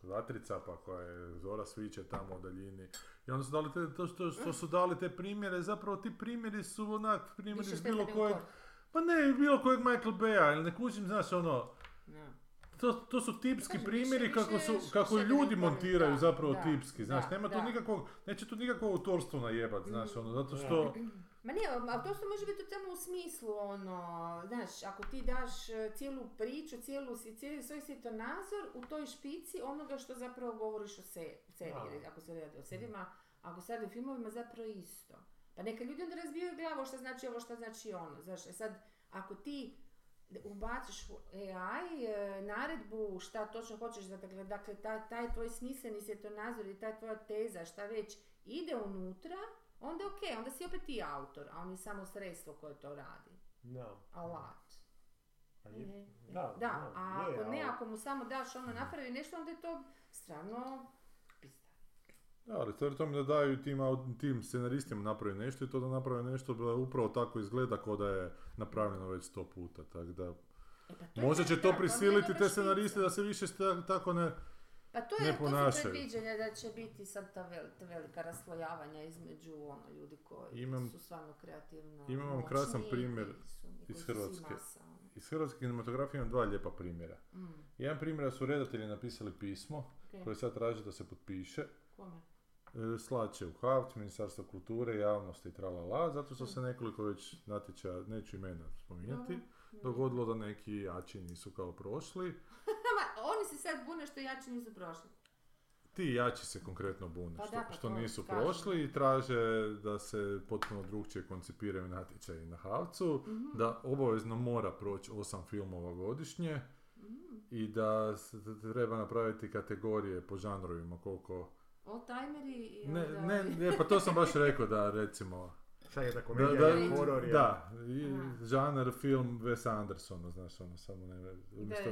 Speaker 3: vatrica, pa koja je zora sviće tamo u daljini. I onda su dali te, to što, što su dali te primjere, zapravo ti primjeri su onak, primjeri
Speaker 1: više
Speaker 3: iz
Speaker 1: štete
Speaker 3: bilo
Speaker 1: nego
Speaker 3: kojeg,
Speaker 1: koristi.
Speaker 3: pa ne, bilo kojeg Michael Beja, ili ne kužim, znaš ono,
Speaker 1: Da.
Speaker 3: To, to su tipski
Speaker 1: Kažem,
Speaker 3: primjeri
Speaker 1: više-
Speaker 3: kako,
Speaker 1: više
Speaker 3: su,
Speaker 1: što
Speaker 3: kako
Speaker 1: sebe
Speaker 3: ljudi
Speaker 1: ne volim,
Speaker 3: montiraju
Speaker 1: da,
Speaker 3: zapravo
Speaker 1: da,
Speaker 3: tipski, znaš,
Speaker 1: da,
Speaker 3: nema tu
Speaker 1: da.
Speaker 3: nikakvog, neće tu nikakvo autorstvo najebat, znaš, ono, zato
Speaker 2: Da.
Speaker 3: što,
Speaker 1: Ma ne, ali to što može biti samo u smislu, ono, znaš, ako ti daš e, cijelu priču, cijelu, si- cijeli svoj svjetonazor u toj špici onoga što zapravo govoriš o se, seriji,
Speaker 2: Da.
Speaker 1: ili ako se radi o serijama, ako se radi o filmovima, zapravo isto. Pa neka ljudi onda razbijaju glavu što znači ovo, što znači ono, znaš, e sad, ako ti ubaciš u AI e, naredbu šta točno hoćeš da dakle, dakle taj, taj tvoj smisleni svjetonazor i ta tvoja teza šta već ide unutra, onda ok, onda si opet ti autor, a on je samo sredstvo koje to radi,
Speaker 2: Da.
Speaker 1: alat.
Speaker 2: Pa je-
Speaker 1: Ne?
Speaker 2: Da,
Speaker 1: Da, a
Speaker 2: je,
Speaker 1: ako ne,
Speaker 2: ali-
Speaker 1: ako mu samo daš ono napravi nešto, onda je to stvarno pizda.
Speaker 3: da, ali stvar je u tome da daju tim, au- tim scenaristima napravi nešto i to da naprave nešto da upravo tako izgleda kao da je napravljeno već sto puta, tako da,
Speaker 1: E, pa to je
Speaker 3: možda
Speaker 1: ta-
Speaker 3: će
Speaker 1: da, pa
Speaker 3: to
Speaker 1: onda je
Speaker 3: prisiliti
Speaker 1: dobra špica.
Speaker 3: te scenariste da se više sta- tako ne,
Speaker 1: Pa to,
Speaker 3: ne
Speaker 1: je, to su
Speaker 3: ponašaju.
Speaker 1: predviđanja da će biti sad ta vel- ta velika raslojavanja između ono, ljudi koji
Speaker 3: Imam-
Speaker 1: su stvarno kreativno
Speaker 3: imam
Speaker 1: moćni
Speaker 3: krasan
Speaker 1: i
Speaker 3: primjer
Speaker 1: koji su- i
Speaker 3: iz
Speaker 1: koji su svi
Speaker 3: Hrvatske.
Speaker 1: masa, ono.
Speaker 3: iz hrvatske kinematografije imam dva lijepa primjera.
Speaker 1: Mm,
Speaker 3: Jedan primjer je da su redatelji napisali pismo
Speaker 1: ok,
Speaker 3: koje sad traže da se potpiše,
Speaker 1: kome?
Speaker 3: E, Slače u Havt, Ministarstvo kulture, javnosti i tralala, zato što se nekoliko već natječaja, neću imena spominjati,
Speaker 1: Dobro.
Speaker 3: dogodilo da neki jači nisu kao prošli.
Speaker 1: Ma, oni se sad bune što jači nisu prošli.
Speaker 3: Ti jači se konkretno bune,
Speaker 1: Pa
Speaker 3: što,
Speaker 1: da, pa
Speaker 3: što
Speaker 1: to
Speaker 3: nisu
Speaker 1: kažem.
Speaker 3: prošli i traže da se potpuno drugčije koncipiraju natječaji na Havcu,
Speaker 1: Mhm.
Speaker 3: da obavezno mora proći osam filmova godišnje
Speaker 1: Mm,
Speaker 3: i da se t- treba napraviti kategorije po žanrovima koliko...
Speaker 1: Oldtimeri i
Speaker 3: Ne,
Speaker 1: onda
Speaker 3: ne,
Speaker 1: ovi-
Speaker 3: ne, pa to sam baš rekao da recimo...
Speaker 2: Šta je da
Speaker 3: Da,
Speaker 2: komedija
Speaker 3: da,
Speaker 2: je horor je-
Speaker 3: da, i
Speaker 1: Aha.
Speaker 3: žanar film Wes Andersona, znaš, ono, samo ne, umjesto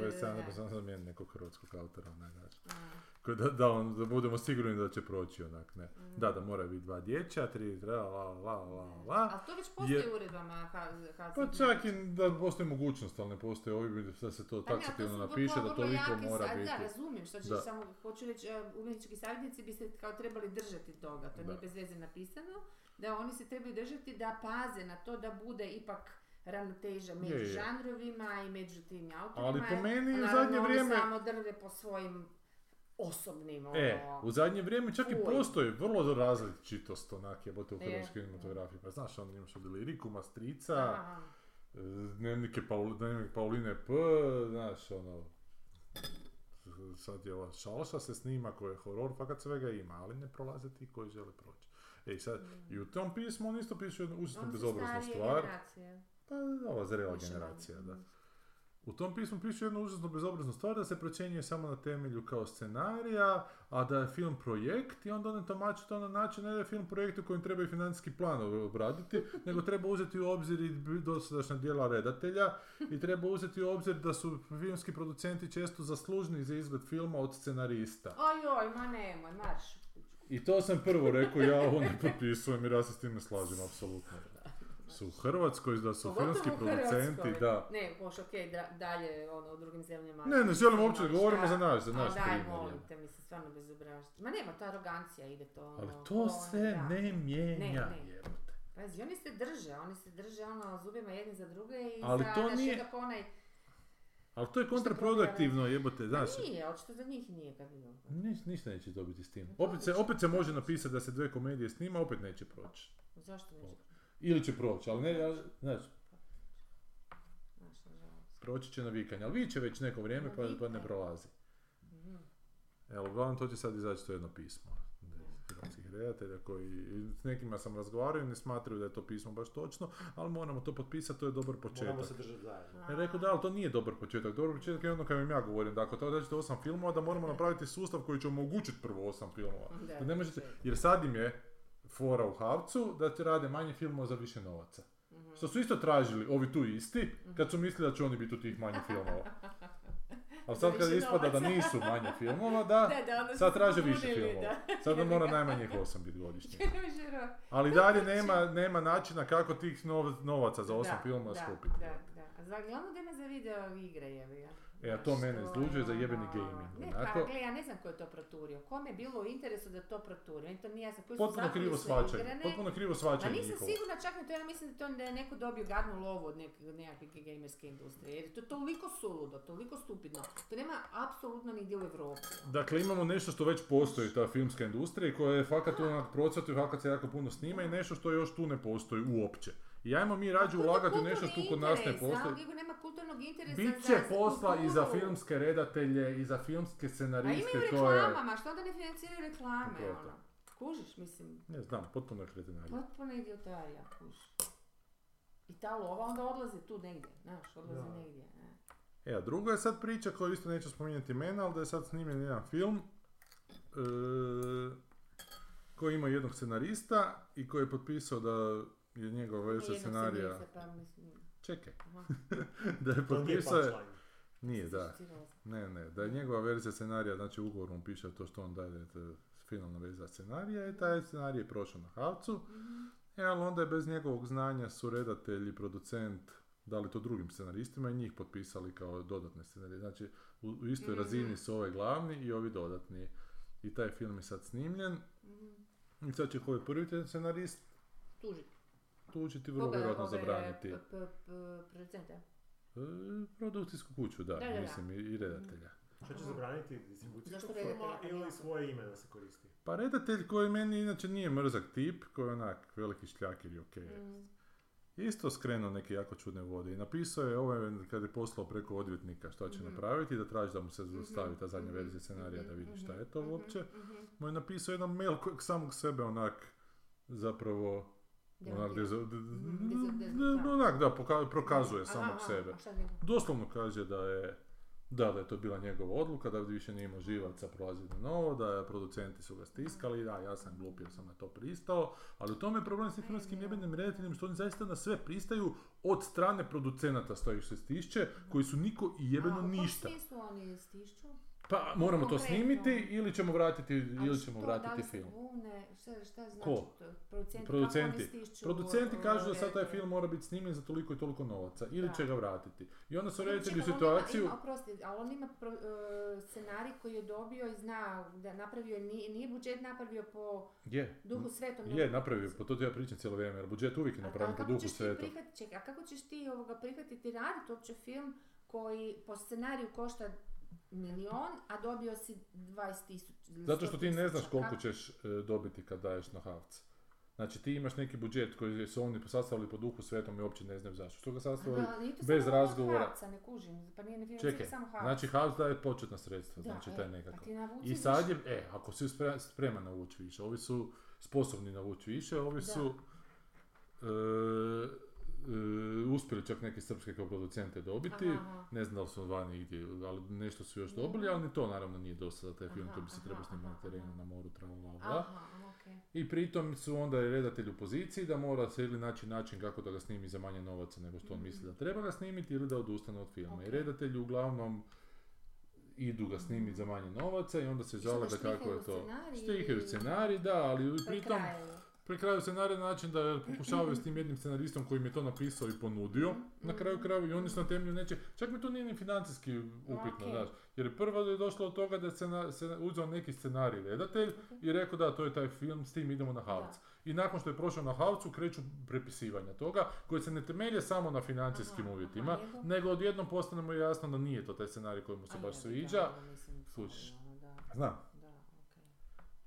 Speaker 1: da, da,
Speaker 3: Wes
Speaker 1: da.
Speaker 3: Andersona zamijen nekog hrvatskog autora, onaj, znaš.
Speaker 1: A,
Speaker 3: Ko Da, da, on, da budemo sigurni da će proći, onak, ne.
Speaker 1: mm.
Speaker 3: Da, da moraju biti dva dječja, tri, la, la, la, la, la.
Speaker 1: Ali to već postoji
Speaker 3: Je-
Speaker 1: u uredbama HZ- HZ-
Speaker 3: Pa čak i da postoji mogućnost, ali ne postoji ovdje da se to
Speaker 1: Pa ne, znači. ali to
Speaker 3: taksativno
Speaker 1: su
Speaker 3: napiše,
Speaker 1: vrlo,
Speaker 3: da
Speaker 1: vrlo
Speaker 3: toliko
Speaker 1: jake
Speaker 3: mora
Speaker 1: sa-
Speaker 3: biti.
Speaker 1: Da, razumijem što ćeš
Speaker 3: Da.
Speaker 1: samo, hoću reći, e, umjetnički savjetnici bi se kao trebali držati toga, to nije
Speaker 3: Da.
Speaker 1: bez veze napisano, da oni se trebaju držati da paze na to da bude ipak ravnoteža među
Speaker 3: Je, je.
Speaker 1: žanrovima i među tim autorima.
Speaker 3: Ali po
Speaker 1: jer,
Speaker 3: meni u
Speaker 1: naravno,
Speaker 3: zadnje
Speaker 1: oni
Speaker 3: vrijeme...
Speaker 1: samo drve po svojim osobnim, ono,
Speaker 3: E, u zadnje vrijeme čak i
Speaker 1: Fuj.
Speaker 3: postoji vrlo različitost onak jebote u
Speaker 1: Je.
Speaker 3: hrvatskoj kinematografiji. Pa znaš, on imaš od Lirikuma, Strica,
Speaker 1: aha,
Speaker 3: E, Dnevnike Paul, dnevnik Pauline P, znaš, ono, sad je ova šalša se snima koji je horor, fakat svega ima, ali ne prolaze ti koji žele proći. E i sad, i u tom pismu on isto piše jednu
Speaker 1: oni
Speaker 3: uistinu
Speaker 1: su
Speaker 3: bezobraznu
Speaker 1: starije
Speaker 3: stvar,
Speaker 1: generacije,
Speaker 3: pa ova zrela
Speaker 1: više manje.
Speaker 3: generacija, da.
Speaker 1: Mm.
Speaker 3: U tom pismu piše jednu užasno bezobraznu stvar da se procjenjuje samo na temelju kao scenarija, a da je film projekt i onda oni tumače to na način ne da je film projekt u kojem treba i financijski plan obraditi, nego treba uzeti u obzir i dosadašnja djela redatelja i treba uzeti u obzir da su filmski producenti često zaslužni za izgled filma od scenarista.
Speaker 1: Ojoj, ma nemoj, marš.
Speaker 3: I to sam prvo rekao, ja ovo ne potpisujem jer ja se s time slažem, apsolutno. Su u Hrvatskoj, da su
Speaker 1: Pogotovo
Speaker 3: filmski
Speaker 1: u
Speaker 3: producenti,
Speaker 1: Hrvatskoj.
Speaker 3: da.
Speaker 1: Ne, boš, ok, dra- dalje, ono, u drugim zemljama. Ono,
Speaker 3: Ne, ne želim uopće da
Speaker 1: Šta?
Speaker 3: govorimo za naš, za naš
Speaker 1: A daj,
Speaker 3: primjer.
Speaker 1: molim te, mislim, stvarno bezobražnost. Ma nema, to arogancija ide to ono...
Speaker 3: Ali
Speaker 1: ono,
Speaker 3: to se
Speaker 1: da.
Speaker 3: ne mijenja,
Speaker 1: Ne, ne.
Speaker 3: jebote.
Speaker 1: Pazi, oni se drže, oni se drže ono zubima jedni za druge i
Speaker 3: Ali
Speaker 1: za
Speaker 3: to
Speaker 1: naš
Speaker 3: nije-
Speaker 1: jednak onaj...
Speaker 3: Ali to je kontraproduktivno, jebote,
Speaker 1: Pa
Speaker 3: znaš.
Speaker 1: nije, očito za njih nije kad bilo.
Speaker 3: Niš, ništa neće dobiti s tim.
Speaker 1: Pa
Speaker 3: Opet se,
Speaker 1: dobit će.
Speaker 3: opet se može napisati da se dve komedije snima, opet neće proći.
Speaker 1: Zašto neće?
Speaker 3: Ili će proći, ali ne, ali, znaš,
Speaker 1: Znaš, nažalost.
Speaker 3: proći će na vikanje. Ali viće već neko vrijeme, pa, pa ne prolazi.
Speaker 1: Mhm.
Speaker 3: Evo, uglavnom to će sad izaći to jedno pismo hrvatskih redatelja koji s nekima sam razgovarao i ne smatraju da je to pismo baš točno, ali moramo to potpisati, to je dobar početak.
Speaker 2: Moramo se držati zajedno.
Speaker 3: Ja rekao da, ali to nije dobar početak. Dobar početak je ono kad im ja govorim, da ako to dađete osam filmova, da moramo napraviti sustav koji će omogućiti prvo osam filmova.
Speaker 1: Da,
Speaker 3: Da Pa ne možete,
Speaker 1: sve.
Speaker 3: jer sad im je fora u Havcu da će rade manje filmova za više novaca.
Speaker 1: Mhm.
Speaker 3: Što su isto tražili, ovi tu isti, kad su mislili da će oni biti u tih manje filmova. Ali sad
Speaker 1: Za
Speaker 3: kad
Speaker 1: više
Speaker 3: ispada da
Speaker 1: novaca.
Speaker 3: nisu manje filmova, da,
Speaker 1: Da, da, onda su
Speaker 3: sad traže
Speaker 1: se
Speaker 3: više
Speaker 1: pobunili,
Speaker 3: filmova.
Speaker 1: da.
Speaker 3: Sad nam mora najmanje osam biti godišnje.
Speaker 1: Više ro-
Speaker 3: Ali dalje nema, nema načina kako tih nov- novaca za osam
Speaker 1: Da,
Speaker 3: filmova
Speaker 1: da,
Speaker 3: skupiti.
Speaker 1: Da, da. Za, glavno da ima za video igre je ja.
Speaker 3: E, a to mene izluđuje za jebeni gaming,
Speaker 1: Ne,
Speaker 3: onako.
Speaker 1: pa gle, ja ne znam ko je to proturio. Kome je bilo u interesu da to proturio? Meni to nije jasno. Koji su
Speaker 3: Potpuno
Speaker 1: zakoni
Speaker 3: krivo
Speaker 1: su
Speaker 3: svačanje,
Speaker 1: igrane? Pa
Speaker 3: potpuno krivo
Speaker 1: Ma
Speaker 3: svačanje
Speaker 1: nisam
Speaker 3: njihovo.
Speaker 1: sigurna čak na to, ja mislim da to da je neko dobio gadnu lovu od nek, od nekakve gamerske industrije. Jer je to toliko suludo, toliko stupidno. To nema apsolutno nigdje u Europi.
Speaker 3: Dakle, imamo nešto što već postoji, ta filmska industrija, koja je fakat onak procvatu i fakat se jako puno snima i nešto što još tu ne postoji uopće. I ajmo mi rađe
Speaker 1: Koji je to
Speaker 3: ulagati u nešto što
Speaker 1: kulturni
Speaker 3: kod nas ne
Speaker 1: interes, a?
Speaker 3: postoji.
Speaker 1: Nego nema kulturnog interesa
Speaker 3: Bit
Speaker 1: za-
Speaker 3: će
Speaker 1: za
Speaker 3: posla i za
Speaker 1: kulturu.
Speaker 3: filmske redatelje, i za filmske
Speaker 1: A
Speaker 3: scenariste,
Speaker 1: imaju
Speaker 3: to je...
Speaker 1: reklamama, što onda ne financiraju reklame,
Speaker 3: To je to.
Speaker 1: ono. Kužiš, mislim,
Speaker 3: Ne znam, potpuno je kretenarija.
Speaker 1: potpuno idiotarija, kužiš. I ta lova onda odlazi tu negdje, znaš, odlazi
Speaker 2: Da.
Speaker 1: negdje. ne.
Speaker 3: E, a druga je sad priča koju isto neću spominjati imena, ali da je sad snimljen jedan film e, koji ima jednog scenarista i koji je potpisao da je njegova verzija
Speaker 1: Nijednog se
Speaker 3: scenarija...
Speaker 1: nisam, pa mislim,
Speaker 3: Čekaj,
Speaker 1: aha.
Speaker 3: da je
Speaker 2: To nije
Speaker 3: potpisao... je-
Speaker 2: punchline.
Speaker 3: Nije, da.
Speaker 1: Zašutirala sam.
Speaker 3: Ne, ne, da je njegova verzija scenarija, znači ugovorom piše to što on daje, da je to finalna verzija scenarija i taj scenarij je prošao na havcu.
Speaker 1: Mhm.
Speaker 3: E, ali onda je bez njegovog znanja su redatelj i producent dali to drugim scenaristima i njih potpisali kao dodatne scenarije. Znači, u, u istoj
Speaker 1: Mhm.
Speaker 3: razini su ovaj glavni i ovi dodatni. I taj film je sad snimljen.
Speaker 1: Mhm.
Speaker 3: I sad će koji prvi ten scenarist
Speaker 1: Tužiti.
Speaker 3: tužiti vrlo
Speaker 1: Koga je
Speaker 3: vjerojatno
Speaker 1: ove,
Speaker 3: zabraniti.
Speaker 1: p- p- p- Producente.
Speaker 3: E, produkcijsku kuću, da,
Speaker 1: Da, da, da.
Speaker 3: mislim, i, i redatelja.
Speaker 2: Što će zabraniti distribucijsku
Speaker 1: Zašto ne idete
Speaker 2: firmu
Speaker 1: na
Speaker 2: ili
Speaker 1: kanal?
Speaker 2: svoje ime da se koristi?
Speaker 3: Pa redatelj koji meni inače nije mrzak tip, koji je onak veliki šljaker i okej.
Speaker 1: Mhm.
Speaker 3: Isto skrenuo neke jako čudne vode i napisao je ovaj kad je poslao preko odvjetnika šta će
Speaker 1: Mhm.
Speaker 3: napraviti da traži da mu se
Speaker 1: Mhm,
Speaker 3: dostavi ta zadnja
Speaker 1: mhm,
Speaker 3: verzija scenarija da vidi
Speaker 1: mhm,
Speaker 3: šta je to
Speaker 1: mhm,
Speaker 3: uopće.
Speaker 1: mhm.
Speaker 3: Mu je napisao jedan mail kojeg samog sebe onak zapravo onak,
Speaker 1: Demantira.
Speaker 3: dezo- d-
Speaker 1: Mhm,
Speaker 3: d-
Speaker 1: dezo-
Speaker 3: d- onak da poka- prokazuje
Speaker 1: Aha,
Speaker 3: samog
Speaker 1: aha,
Speaker 3: sebe.
Speaker 1: a šta je bilo?
Speaker 3: Doslovno kaže da je da, da je to bila njegova odluka, da više nije imao živaca prolaziti na novo, da je producenti su ga stiskali, da, ja sam glup jer sam na to pristao, ali u tome je problem s tim hrvatskim jebenim redateljima što oni zaista na sve pristaju od strane producenata stoji se stišće, koji su niko i
Speaker 1: A,
Speaker 3: jebeno
Speaker 1: u kom
Speaker 3: ništa.
Speaker 1: smislu oni stišću?
Speaker 3: Pa moramo to
Speaker 1: Konkretno.
Speaker 3: snimiti ili ćemo vratiti,
Speaker 1: Ali
Speaker 3: ili ćemo
Speaker 1: što, da
Speaker 3: vratiti
Speaker 1: li se
Speaker 3: film.
Speaker 1: bune, šta, šta znači
Speaker 3: Ko?
Speaker 1: to? Producenti,
Speaker 3: Producenti.
Speaker 1: Kako oni stišću,
Speaker 3: Producenti
Speaker 1: o, e,
Speaker 3: kažu da sad taj
Speaker 1: redatelje?
Speaker 3: film mora biti snimljen za toliko i toliko novaca ili
Speaker 1: Da.
Speaker 3: će ga vratiti. I onda su
Speaker 1: Čekaj,
Speaker 3: redatelji u
Speaker 1: Znači, ali on ima-
Speaker 3: situaciju...
Speaker 1: Ima, oprosti, ali on ima pro, e, scenarij koji je dobio i zna da napravio, je, nije, nije budžet napravio po
Speaker 3: Je,
Speaker 1: duhu svetom.
Speaker 3: Je, napravio, pa to ti ja pričam cijelo vrijeme, jer budžet uvijek je napravljen po duhu sveta.
Speaker 1: Čekaj, a kako ćeš ti ovoga prihvatiti raditi uopće film koji po scenariju košta milion, a dobio si 20 tisuća. ili
Speaker 3: Zato što
Speaker 1: 100
Speaker 3: ti ne znaš
Speaker 1: tisuća,
Speaker 3: koliko
Speaker 1: kako-
Speaker 3: ćeš e, dobiti kad daješ na havc. Znači ti imaš neki budžet koji su oni sastavili po duhu svetom i uopće ne znaju zašto. Što ga sastavili?
Speaker 1: Da, ali nije to
Speaker 3: bez
Speaker 1: samo od
Speaker 3: razgovora.
Speaker 1: Harca, ne kužim, pa nije ne financira
Speaker 3: Čekaj,
Speaker 1: samo Harc.
Speaker 3: znači havc daje početna sredstva,
Speaker 1: Da,
Speaker 3: znači
Speaker 1: e,
Speaker 3: taj
Speaker 1: A
Speaker 3: nekako.
Speaker 1: ti navuci
Speaker 3: I sad
Speaker 1: više.
Speaker 3: je, e, ako si spre- spreman navući više, ovi su sposobni navući više, ovi
Speaker 1: Da.
Speaker 3: su e, e, uspjeli čak neke srpske kao producente dobiti.
Speaker 1: Aha, aha.
Speaker 3: Ne znam da li su vani igdje, ali nešto su još
Speaker 1: Mhm.
Speaker 3: dobili, ali ni to naravno nije dosta za taj film
Speaker 1: Aha,
Speaker 3: koji bi se
Speaker 1: aha,
Speaker 3: trebao snimati na
Speaker 1: aha,
Speaker 3: terenu,
Speaker 1: aha.
Speaker 3: na moru, tra, la, la, la.
Speaker 1: Aha, okej.
Speaker 3: I pritom su onda i redatelj u poziciji da mora se ili naći način kako da ga snimi za manje novaca nego što on
Speaker 1: Mhm.
Speaker 3: misli da treba ga snimiti ili da odustane od filma. I
Speaker 1: Ok.
Speaker 3: redatelji uglavnom idu ga
Speaker 1: Mhm.
Speaker 3: snimiti za manje novaca i onda se
Speaker 1: I sad
Speaker 3: žale
Speaker 1: ga
Speaker 3: da kako
Speaker 1: štrihaju
Speaker 3: je to.
Speaker 1: scenarij
Speaker 3: Štihaju
Speaker 1: i-
Speaker 3: scenarij, da, ali
Speaker 1: Pri
Speaker 3: pritom
Speaker 1: kraju.
Speaker 3: pri kraju se na način da pokušavaju s tim jednim scenaristom koji im je to napisao i ponudio na kraju kraju i oni su na temelju neće, čak mi to nije ni financijski upitno,
Speaker 1: Ok.
Speaker 3: znaš, jer prvo je došlo od toga da je scena, se uzeo neki scenarij redatelj i rekao da to je taj film, s tim idemo na Havc. I nakon što je prošao na Havcu kreću prepisivanja toga koje se ne temelje samo na financijskim
Speaker 1: Aha, aha,
Speaker 3: uvjetima,
Speaker 1: nego?
Speaker 3: nego odjednom postane mu jasno da nije to taj scenarij koji mu se
Speaker 1: A
Speaker 3: baš
Speaker 1: jebi ga,
Speaker 3: sviđa.
Speaker 1: ono, mislim,
Speaker 3: Kužiš.
Speaker 1: ono, da,
Speaker 3: Znam,
Speaker 1: da, okej.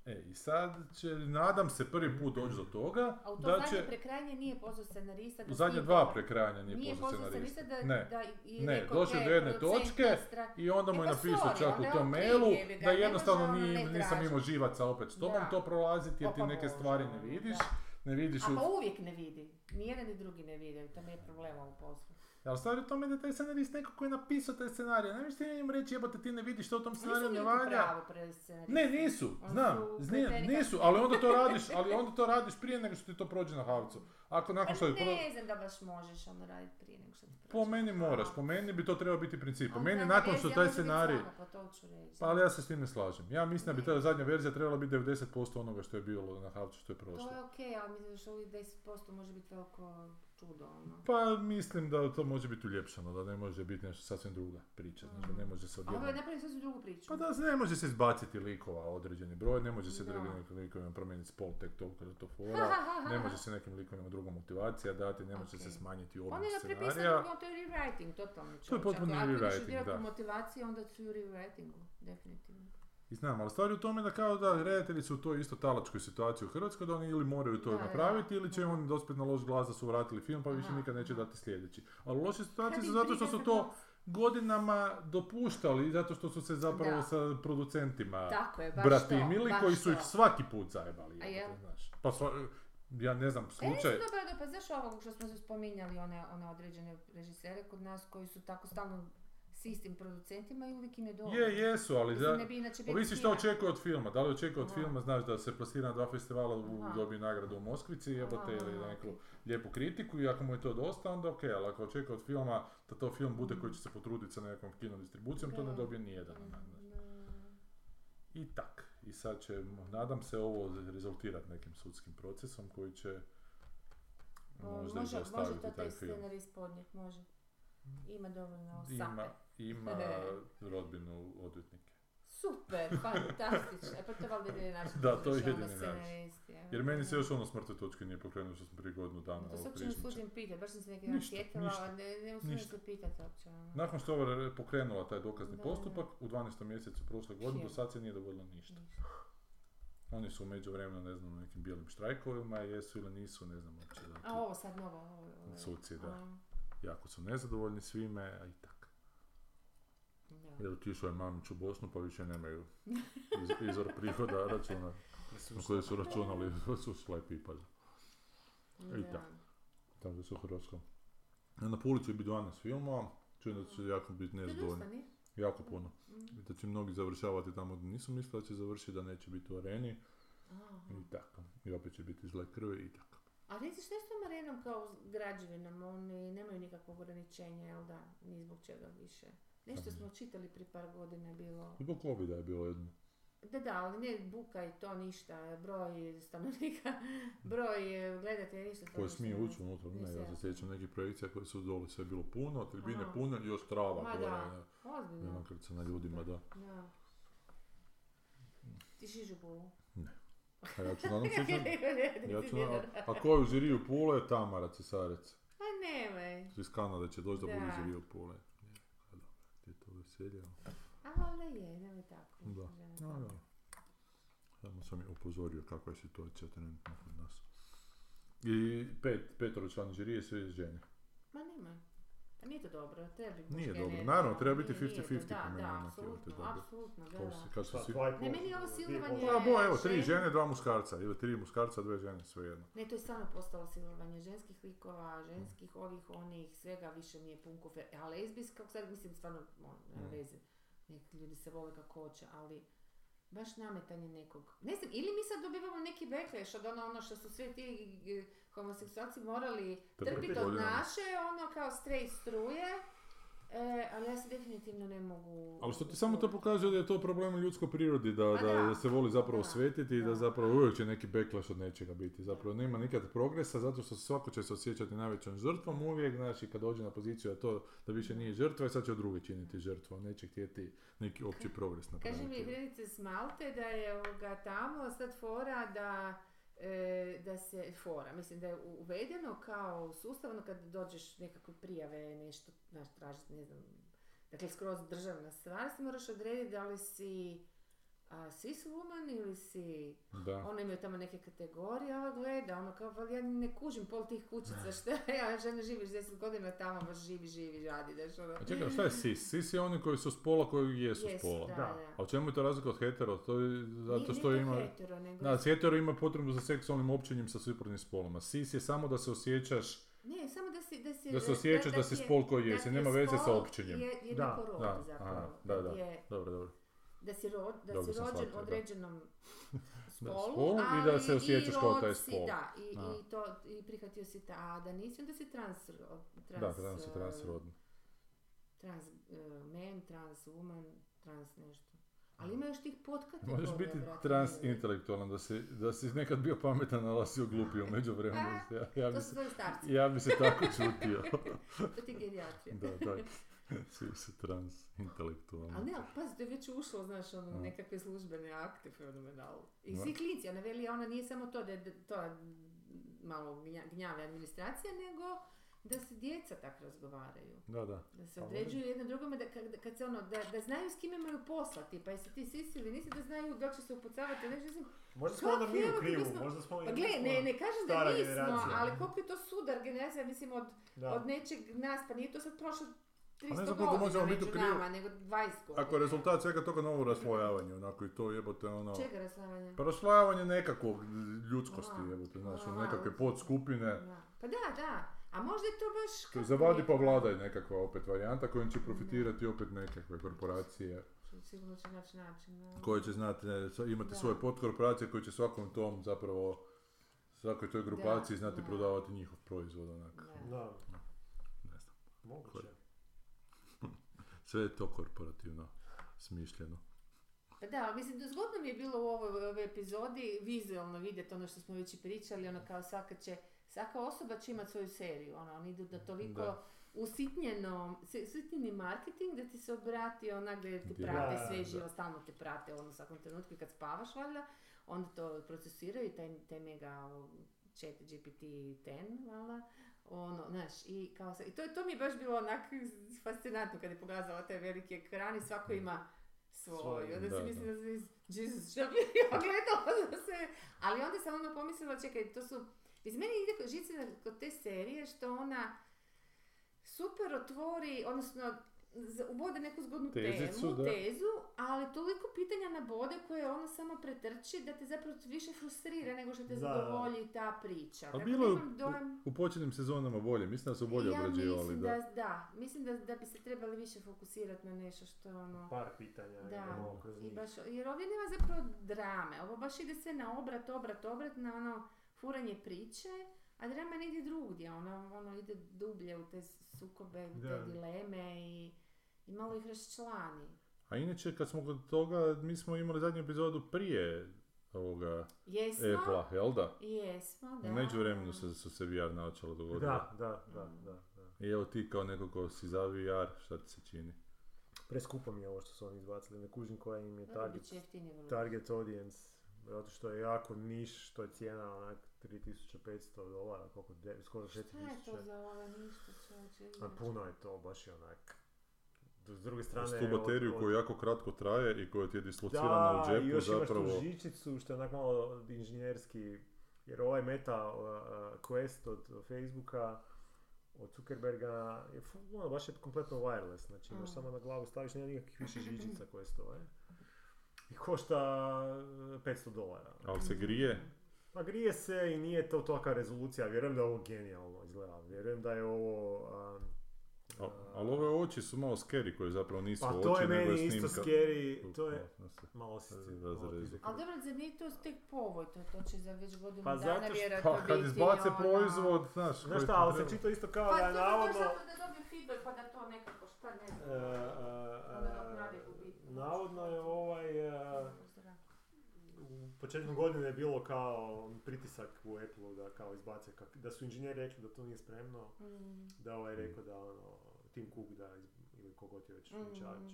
Speaker 3: E, i sad će, nadam se, prvi put doći do toga
Speaker 1: A u to
Speaker 3: da
Speaker 1: zadnje
Speaker 3: će...
Speaker 1: prekrajanje nije pozvao scenarista da
Speaker 3: U zadnja
Speaker 1: snimi
Speaker 3: dva
Speaker 1: to.
Speaker 3: prekrajanja nije,
Speaker 1: Nije
Speaker 3: pozvao
Speaker 1: pozvao
Speaker 3: scenarista.
Speaker 1: scenarista da,
Speaker 3: Ne.
Speaker 1: da i
Speaker 3: Ne,
Speaker 1: rekao,
Speaker 3: došao je
Speaker 1: gle,
Speaker 3: do jedne
Speaker 1: producent
Speaker 3: točke
Speaker 1: je stra-
Speaker 3: I onda mu
Speaker 1: E
Speaker 3: je
Speaker 1: pa
Speaker 3: napisao
Speaker 1: sorry,
Speaker 3: čak u
Speaker 1: onda je
Speaker 3: tom
Speaker 1: on kriv,
Speaker 3: mailu
Speaker 1: jebi ga,
Speaker 3: da
Speaker 1: ne
Speaker 3: jednostavno
Speaker 1: može ono
Speaker 3: nije,
Speaker 1: ne
Speaker 3: nisam
Speaker 1: tražiti.
Speaker 3: imao živaca opet s tobom
Speaker 1: Da.
Speaker 3: to prolaziti jer ti
Speaker 1: Pa
Speaker 3: neke
Speaker 1: može,
Speaker 3: stvari ne
Speaker 1: ono,
Speaker 3: vidiš,
Speaker 1: da.
Speaker 3: ne vidiš
Speaker 1: A
Speaker 3: u...
Speaker 1: pa uvijek ne vidi. Nijedan ni drugi ne vidi, to mi je problem u poslu.
Speaker 3: Ali stvar je u tome da je taj scenarist neko koji je napisao taj scenarij, ne možeš ti im reći jebote ti ne vidiš što u tom
Speaker 1: Nisu
Speaker 3: scenariju
Speaker 1: oni
Speaker 3: ne
Speaker 1: u
Speaker 3: valja.
Speaker 1: pravu pre scenarista.
Speaker 3: Ne, nisu,
Speaker 1: Oni
Speaker 3: znam,
Speaker 1: su
Speaker 3: znam,
Speaker 1: pretendenti.
Speaker 3: nisu, ali onda to radiš, ali onda to radiš prije nego što ti to prođe na havcu. Ako nakon što...
Speaker 1: E,
Speaker 3: pro-
Speaker 1: ne znam da baš možeš ono raditi prije nego što ti
Speaker 3: Po
Speaker 1: prođe
Speaker 3: meni
Speaker 1: prava.
Speaker 3: moraš, po meni bi to trebao biti princip. Po
Speaker 1: pa- Ali
Speaker 3: meni
Speaker 1: zadnja
Speaker 3: nakon što
Speaker 1: verzija
Speaker 3: taj
Speaker 1: može biti
Speaker 3: scenarij...
Speaker 1: slaba, Pa to ću reći.
Speaker 3: Pa ali ja se s tim ne slažem. Ja mislim da bi
Speaker 1: Ne.
Speaker 3: ta zadnja verzija trebala biti 90% onoga što je bilo na Havcu što je prošlo.
Speaker 1: To je okej, ali mislim da što ovih 10% može biti veliko čudo, ono.
Speaker 3: Pa mislim da to može biti uljepšano, da ne može biti nešto sasvim druga priča. Znači, da ne može se
Speaker 1: A ovo je
Speaker 3: odjednom...
Speaker 1: napravio sasvim drugu priču.
Speaker 3: Pa da, ne može se izbaciti likova određeni broj, ne može se
Speaker 1: Da.
Speaker 3: drugim likovima promijeniti spol tek toliko da je to fora, ne može se nekim likovima druga motivacija dati, ne može se
Speaker 1: Ok.
Speaker 3: smanjiti
Speaker 1: On je
Speaker 3: obim
Speaker 1: Pa ga prepisao,
Speaker 3: scenarija.
Speaker 1: no, to je rewriting, totalno čovječe.
Speaker 3: potpuni
Speaker 1: Ako- Ako ideš
Speaker 3: rewriting,
Speaker 1: u direktnu
Speaker 3: da.
Speaker 1: motivaciju, onda su i u rewritingu, definitivno.
Speaker 3: I znam, ali stvar je u tome da kao da redatelji su u toj isto talačkoj situaciji u Hrvatskoj, da oni ili moraju to
Speaker 1: Da, da,
Speaker 3: napraviti, ili će
Speaker 1: da.
Speaker 3: oni dospjeti na loš glas da su vratili film, pa više
Speaker 1: Aha,
Speaker 3: nikad neće
Speaker 1: aha.
Speaker 3: dati sljedeći. Ali loše situacije
Speaker 1: Kad
Speaker 3: su
Speaker 1: im
Speaker 3: zato što
Speaker 1: pride
Speaker 3: su
Speaker 1: za
Speaker 3: to
Speaker 1: novac.
Speaker 3: godinama dopuštali, zato što su se zapravo
Speaker 1: Da.
Speaker 3: sa producentima
Speaker 1: Tako je, baš
Speaker 3: bratimili,
Speaker 1: to, baš
Speaker 3: koji su ih
Speaker 1: to.
Speaker 3: svaki put zajebali.
Speaker 1: A
Speaker 3: jebote,
Speaker 1: je?
Speaker 3: znaš. Pa sva- ja ne znam,
Speaker 1: E,
Speaker 3: slučaj...
Speaker 1: nisu dobro, da, pa znaš ovog što smo se spominjali, one, one određene režisere kod nas koji su tako stalno s istim producentima i uvijek im je dobro.
Speaker 3: Je, jesu, ali
Speaker 1: Mislim,
Speaker 3: za,
Speaker 1: ne bi inače bio
Speaker 3: Ovisi
Speaker 1: s
Speaker 3: što
Speaker 1: njima.
Speaker 3: očekuje od filma. Da li očekuje od
Speaker 1: Aha.
Speaker 3: filma, znaš da se plasira na dva festivala, u,
Speaker 1: Aha.
Speaker 3: dobije nagradu u Moskvici, jebote, ili
Speaker 1: Aha,
Speaker 3: neku
Speaker 1: ok.
Speaker 3: lijepu kritiku i ako mu je to dosta, onda ok, ali ako očekuje od filma da to film bude koji će se potruditi sa nekakvom kinodistribucijom, to ne
Speaker 1: Da.
Speaker 3: dobije ni jedan.
Speaker 1: Mm,
Speaker 3: onak, znaš. I tak. I sad će, nadam se, ovo rezultirati nekim sudskim procesom koji će možda i
Speaker 1: može, može
Speaker 3: zaustaviti
Speaker 1: to
Speaker 3: taj
Speaker 1: taj
Speaker 3: film.
Speaker 1: scenarij podnijet, može. Ima dovoljno
Speaker 3: Ima,
Speaker 1: sape.
Speaker 3: ima
Speaker 1: E.
Speaker 3: rodbinu odvjetnike.
Speaker 1: Super, fantastično. E pa to je valjda jedini način.
Speaker 3: Da,
Speaker 1: kako
Speaker 3: to je
Speaker 1: više ono
Speaker 3: jedini način.
Speaker 1: scenaristi, evo.
Speaker 3: Jer meni se još ono smrte točke nije pokrenulo što sam prije godinu dana
Speaker 1: To se
Speaker 3: ovo
Speaker 1: uopće ne
Speaker 3: prižmičao.
Speaker 1: služim pitat, baš sam se neki dan
Speaker 3: Ništa,
Speaker 1: sjetila,
Speaker 3: ništa,
Speaker 1: a ne, ne usudim
Speaker 3: ništa.
Speaker 1: se pitat uopće. ono.
Speaker 3: Nakon što je ova re- pokrenula taj dokazni
Speaker 1: Da,
Speaker 3: postupak, u 12. mjesecu prošle godine do
Speaker 1: Sjedi.
Speaker 3: sad se nije dogodilo ništa.
Speaker 1: Ništa.
Speaker 3: Oni su u međuvremenu, ne znam, na nekim bijelim štrajkovima, jesu ili nisu, ne znam uopće da
Speaker 1: A
Speaker 3: li
Speaker 1: ovo sad novo, ovo je... ovo je-
Speaker 3: suci, da.
Speaker 1: a,
Speaker 3: Jako su nezadovoljni svime, a i tak.
Speaker 1: da.
Speaker 3: Jer otišao je Mamić u Bosnu, pa više nemaju iz- izvor prihoda računa na
Speaker 2: Mislim,
Speaker 3: koje su računali, su šla i pipalja. I
Speaker 1: Da.
Speaker 3: tako. Tamo da su u Hrvatskom. Na policu je bi 12 filmova, čujem da će jako biti
Speaker 1: To je
Speaker 3: nezadovoljni.
Speaker 1: dosta, nije?
Speaker 3: Jako puno.
Speaker 1: Mm.
Speaker 3: I Da će mnogi završavati tamo gdje nisu mislili da će završiti, da neće biti u areni.
Speaker 1: Aha.
Speaker 3: I tako. I opet će biti zle krvi i tako.
Speaker 1: A reci što je s tom arenom kao s građevinom, oni nemaju nikakvog ograničenja, jel da, ni zbog čega više. Nešto smo čitali pri par godina je bilo.
Speaker 3: Zbog covida je bilo jedno.
Speaker 1: Da, da, ali ne buka i to ništa, broj stanovnika, broj e, gledatelja, ništa. to
Speaker 3: Koje
Speaker 1: ništa
Speaker 3: smije
Speaker 1: ne-
Speaker 3: ući unutra, ne, ja
Speaker 1: Nisam.
Speaker 3: se sjećam nekih projekcija koje su dole sve bilo puno, tribine
Speaker 1: Aha.
Speaker 3: puno i još trava
Speaker 1: Ma
Speaker 3: gore,
Speaker 1: da.
Speaker 3: ne,
Speaker 1: Ozbiljno,
Speaker 3: nema krca na ljudima, da.
Speaker 1: da. Ti šižu bolu.
Speaker 3: A ja ću nadam se, da- ja
Speaker 1: Ja
Speaker 3: ću nadam, a ko je u žiriju Pule, Tamara Cesarec.
Speaker 1: Pa nemoj.
Speaker 3: Iz Kanade će doći da bude
Speaker 1: Da.
Speaker 3: u žiriju Pule. Je, a dobro, ti je to veselje. ali-
Speaker 1: A valjda je, nemoj tako.
Speaker 3: Da. A, da. Samo sam je upozorio kakva je situacija trenutno kod nas. I pet, petoro član žirije, sve žene.
Speaker 1: Ma nemoj. Pa nije to dobro, treba biti
Speaker 3: Nije
Speaker 1: muške
Speaker 3: dobro,
Speaker 1: energije,
Speaker 3: naravno, treba
Speaker 1: nije-
Speaker 3: biti
Speaker 1: nije to,
Speaker 3: 50-50 po
Speaker 1: Da,
Speaker 3: meni,
Speaker 1: da,
Speaker 3: onak, jel te
Speaker 1: apsolutno,
Speaker 3: dobro.
Speaker 1: apsolutno, da,
Speaker 3: To
Speaker 1: da.
Speaker 3: se, kad su
Speaker 2: šta,
Speaker 3: svi...
Speaker 2: dva i pol,
Speaker 1: Ne, meni je ovo
Speaker 2: dvije
Speaker 1: silovanje-
Speaker 2: pol-
Speaker 3: Pa bo, evo, tri
Speaker 1: Žene.
Speaker 3: žene, dva muškarca, ili tri muškarca, dve žene, svejedno.
Speaker 1: Ne, to je samo postalo silovanje ženskih likova,
Speaker 3: Mm.
Speaker 1: ženskih ovih, onih, svega više nije punkofe. A lezbijska, sad mislim stvarno, ono, nema
Speaker 3: Mm.
Speaker 1: veze, nek ljudi se vole kako hoće, ali baš nametanje nekog. Ne znam, ili mi sad dobivamo neki backlash od ono, ono što su sve ti eh, homoseksualci morali
Speaker 3: Trpiti
Speaker 1: trpiti od
Speaker 3: godinama.
Speaker 1: naše, ono kao straight struje, e, ali ja se definitivno ne mogu...
Speaker 3: Ali što ti samo to pokazuje da je to problem u ljudskoj prirodi, da,
Speaker 1: Pa
Speaker 3: da,
Speaker 1: da.
Speaker 3: da se voli zapravo
Speaker 1: Da,
Speaker 3: svetiti i da
Speaker 1: da.
Speaker 3: zapravo uvijek će neki backlash od nečega biti. Zapravo nema nikad progresa zato što svako će se osjećati najvećom žrtvom uvijek, znači kad dođe na poziciju da to da više nije žrtva i sad će druge činiti žrtvom, neće htjeti neki opći progres
Speaker 1: Kaže mi
Speaker 3: napraviti.
Speaker 1: Hrvice s Malte da je ovoga tamo sad fora da, e, da se fora, mislim da je u- uvedeno kao sustavno kad dođeš nekakve prijave, nešto, znaš, tražiti, ne znam, dakle skroz državna stvar, se moraš odrediti da li si a, cis woman ili si,
Speaker 3: Da.
Speaker 1: ono imaju tamo neke kategorije, ali gleda, ono kao, pa ja ne kužim pol tih kućica, šta je, ja žena živiš 10 godina tamo, baš živi, živi, radi, daš, ono.
Speaker 3: A čekaj, šta je sis? Sis je oni koji su spola koji jesu
Speaker 1: Jesu,
Speaker 3: spola.
Speaker 1: da,
Speaker 2: Da.
Speaker 1: da.
Speaker 3: A u čemu je to razlika od hetero? To je
Speaker 1: Nije-
Speaker 3: zato
Speaker 1: nije
Speaker 3: što
Speaker 1: to
Speaker 3: ima...
Speaker 1: hetero, nego
Speaker 3: Da, hetero ima potrebu za seksualnim općenjem sa suprotnim spoloma. Sis je samo da se osjećaš,
Speaker 1: Ne, samo da si... Da, si,
Speaker 3: da se osjećaš da, si spol koji jesi, nema veze sa općenjem.
Speaker 1: Je, je
Speaker 2: Da,
Speaker 1: jednako rod
Speaker 3: da,
Speaker 1: zapravo.
Speaker 3: aha, da, da.
Speaker 1: Je,
Speaker 3: Dobro, dobro.
Speaker 1: da si, ro, da si
Speaker 3: Dobro sam
Speaker 1: rođen
Speaker 3: shvatio, da.
Speaker 1: određenom spolu,
Speaker 3: spolu i da
Speaker 1: ali
Speaker 3: se osjećaš kao taj
Speaker 1: rod si,
Speaker 3: spol.
Speaker 1: Da, i,
Speaker 3: Da.
Speaker 1: i, to, i prihvatio si ta, a da nisi, onda si trans, ro- trans,
Speaker 3: Da, trans je
Speaker 1: eh,
Speaker 3: transrodni.
Speaker 1: trans eh, man, trans woman, trans nešto. Ali ima još tih potkategorija.
Speaker 3: Možeš biti
Speaker 1: brate,
Speaker 3: trans
Speaker 1: mili.
Speaker 3: intelektualan, da si, da si nekad bio pametan, ali si oglupio među vremenu. Ja, ja, bi
Speaker 1: To su
Speaker 3: se,
Speaker 1: zove starci,
Speaker 3: ja bi se tako čutio.
Speaker 1: to ti je gerijatrija.
Speaker 3: da, da. Svi su trans intelektualni.
Speaker 1: Ali ne, ali pazi, to je već ušlo, znaš, ono,
Speaker 3: Mm.
Speaker 1: nekakve službene akte, fenomenalno. I
Speaker 3: Da.
Speaker 1: svi klinci, ona veli, ona nije samo to da je d- to malo gnja- gnjave administracija, nego da se djeca tako razgovaraju.
Speaker 3: Da, da.
Speaker 1: Da se
Speaker 2: Pa
Speaker 1: određuju jedno drugome, da, kad, kad se ono, da, da znaju s kim imaju posla, tipa, jesi ti sisi ili nisi, da znaju da li će se upucavati, nešto, mislim,
Speaker 2: Možda smo onda
Speaker 1: Kak
Speaker 2: mi
Speaker 1: je,
Speaker 2: u krivu,
Speaker 1: mi smo-
Speaker 2: možda smo...
Speaker 1: pa gle, ne, ne kažem da
Speaker 2: ono stara
Speaker 1: nismo,
Speaker 2: generacija.
Speaker 1: ali koliko je to sudar generacija, mislim, od,
Speaker 2: Da.
Speaker 1: od nečeg nas, pa nije to sad prošlo 300
Speaker 3: znam koliko
Speaker 1: godina
Speaker 3: možemo biti u
Speaker 1: među
Speaker 3: krivu.
Speaker 1: nama, nego 20 godina.
Speaker 3: Ako je rezultat svega toga novo raslojavanje, onako i to jebote ono...
Speaker 1: Čega raslavanja?
Speaker 3: Pa raslojavanje nekakvog ljudskosti
Speaker 1: Aha.
Speaker 3: jebote, znači
Speaker 1: Aha.
Speaker 3: nekakve podskupine.
Speaker 1: Da. Pa da, da. A možda je to baš...
Speaker 3: To
Speaker 1: kako
Speaker 3: je Zavadi
Speaker 1: bi
Speaker 3: pa
Speaker 1: rekla,
Speaker 3: vladaj nekakva opet varijanta kojom će profitirati opet nekakve korporacije
Speaker 1: će- Sigurno će naći način. da.
Speaker 3: koje će znati ne, sa- imati
Speaker 1: Da.
Speaker 3: svoje podkorporacije koje će svakom tom zapravo svakoj toj grupaciji znati
Speaker 1: da.
Speaker 3: prodavati njihov proizvod onak.
Speaker 1: Da.
Speaker 2: Da,
Speaker 3: Ne znam.
Speaker 2: moguće.
Speaker 3: Sve je to korporativno smišljeno.
Speaker 1: Pa da, ali mislim, da zgodno mi je bilo u ovoj, ovoj epizodi vizualno vidjeti ono što smo već i pričali, ono kao svaka će, svaka osoba će imati svoju seriju, ono, oni idu na toliko
Speaker 3: Da.
Speaker 1: usitnjenom, si- usitnjeni marketing da ti se obrati onak da te
Speaker 3: Di-
Speaker 1: prate
Speaker 2: Da,
Speaker 1: sve
Speaker 2: da.
Speaker 1: živo, stalno te prate ono u svakom trenutku i kad spavaš valjda, onda to procesiraju i taj, taj mega o, chat GPT-10 valjda, ono, znaš, i kao se, i to, to mi je baš bilo onak fascinantno kad je pogledala taj veliki ekran i svako ima svoj,
Speaker 2: Svoj,
Speaker 1: onda
Speaker 3: Mm. da,
Speaker 1: si
Speaker 3: da.
Speaker 1: mislim da si, Jesus, šta bi ja gledala da se, ali onda sam ono pomislila, čekaj, to su, iz meni ide žice kod te serije što ona super otvori, odnosno z- ubode neku zgodnu
Speaker 3: Tezicu,
Speaker 1: temu,
Speaker 3: da.
Speaker 1: tezu, ali toliko pitanja nabode koje ona samo pretrči da te zapravo više frustrira nego što te
Speaker 2: Da.
Speaker 1: zadovolji ta priča.
Speaker 3: A
Speaker 1: Tako
Speaker 3: Pa bilo
Speaker 1: da
Speaker 3: je u,
Speaker 1: imam dojam-
Speaker 3: u početnim sezonama bolje, mislim da su bolje
Speaker 1: ja
Speaker 3: obrađivali.
Speaker 1: mislim da,
Speaker 3: Da.
Speaker 1: da, mislim da, da bi se trebali više fokusirati na nešto što je ono...
Speaker 2: Par pitanja
Speaker 1: Da.
Speaker 2: imamo kroz
Speaker 1: I
Speaker 2: njih.
Speaker 1: baš, jer ovdje nema zapravo drame, ovo baš ide sve na obrat, obrat, obrat, na ono furanje priče, a drama ne ide drugdje, ono, ono ide dublje u te sukobe, u te
Speaker 2: Da.
Speaker 1: dileme i, i malo ih raščlani.
Speaker 3: A inače kad smo kod toga, mi smo imali zadnju epizodu prije ovoga
Speaker 1: Jesmo,
Speaker 3: Apple-a, jel da?
Speaker 1: jesmo, da.
Speaker 3: pa. U međuvremenu se, su se VR naočala dogodila.
Speaker 2: Da, da, da,
Speaker 1: Mm.
Speaker 2: da, da.
Speaker 3: I evo ti kao neko ko si za VR, šta ti se čini?
Speaker 2: Preskupo mi je ovo što su oni izbacili, ne kužim koja im
Speaker 1: Dobro,
Speaker 2: je
Speaker 1: bit
Speaker 2: target,
Speaker 1: će jeftinije vrlo.
Speaker 2: target audience. Zato što je jako niš, što je cijena onak 3500 dolara, koliko, de, skoro
Speaker 1: Pa Šta je to
Speaker 2: 4000.
Speaker 1: za ovo ništa čovječe?
Speaker 2: A
Speaker 1: inače?
Speaker 2: puno je to, baš je onak. S druge strane...
Speaker 3: S tu bateriju
Speaker 2: od- od-
Speaker 3: koju jako kratko traje i koja ti je dislocirana
Speaker 2: Da,
Speaker 3: u
Speaker 2: i
Speaker 3: džepu
Speaker 2: još
Speaker 3: zapravo.
Speaker 2: imaš tu žičicu što je onak malo inženjerski, jer ovaj meta uh, uh, quest od Facebooka, od Zuckerberga, je fu- ono, baš je kompletno wireless, znači imaš
Speaker 1: Mm.
Speaker 2: samo na glavu staviš, nema nikakvih više žičica koje stoje. I košta uh, 500 dolara.
Speaker 3: Ali se grije,
Speaker 2: Pa grije se i nije to tolika rezolucija, vjerujem da je ovo genijalno izgleda, vjerujem da je ovo... um,
Speaker 3: a- ali ove oči su malo scary koje zapravo nisu
Speaker 2: pa
Speaker 3: oči,
Speaker 2: to je
Speaker 3: nego
Speaker 2: meni isto
Speaker 3: snimka.
Speaker 2: scary, to je...
Speaker 3: Znaš se.
Speaker 2: Malo si
Speaker 3: Ajde,
Speaker 2: ti-
Speaker 3: da
Speaker 2: malo ti
Speaker 3: zarezi.
Speaker 2: izokrenuo.
Speaker 1: Ali dobro, zar nije to tek povoj, to, to će za već godinu
Speaker 2: Pa zato
Speaker 1: dana
Speaker 2: što-
Speaker 1: vjerojatno
Speaker 3: Pa kad
Speaker 1: biti
Speaker 3: izbace
Speaker 1: ono-
Speaker 3: proizvod, znaš...
Speaker 2: Znaš
Speaker 3: koji
Speaker 2: šta,
Speaker 3: ti
Speaker 2: ali
Speaker 3: treba.
Speaker 2: se čito isto kao
Speaker 1: Pa
Speaker 2: da je
Speaker 1: to navodno...
Speaker 2: ovaj, navodno...
Speaker 1: zato da dobiju feedback pa da to nekako šta ne
Speaker 2: e,
Speaker 1: znam.
Speaker 2: e,
Speaker 1: Onda nadoknade gubitke.
Speaker 2: Navodno je ovaj... e,
Speaker 1: Zdravo.
Speaker 2: U početku godine je bilo kao pritisak u Apple-u da kao izbace, kak- da su inženjeri rekli da to nije spremno,
Speaker 1: Mm.
Speaker 2: da ovaj rekao da ono, Tim Cook da, iz, ili kogo ti već,
Speaker 1: Mhm.
Speaker 2: Čavić,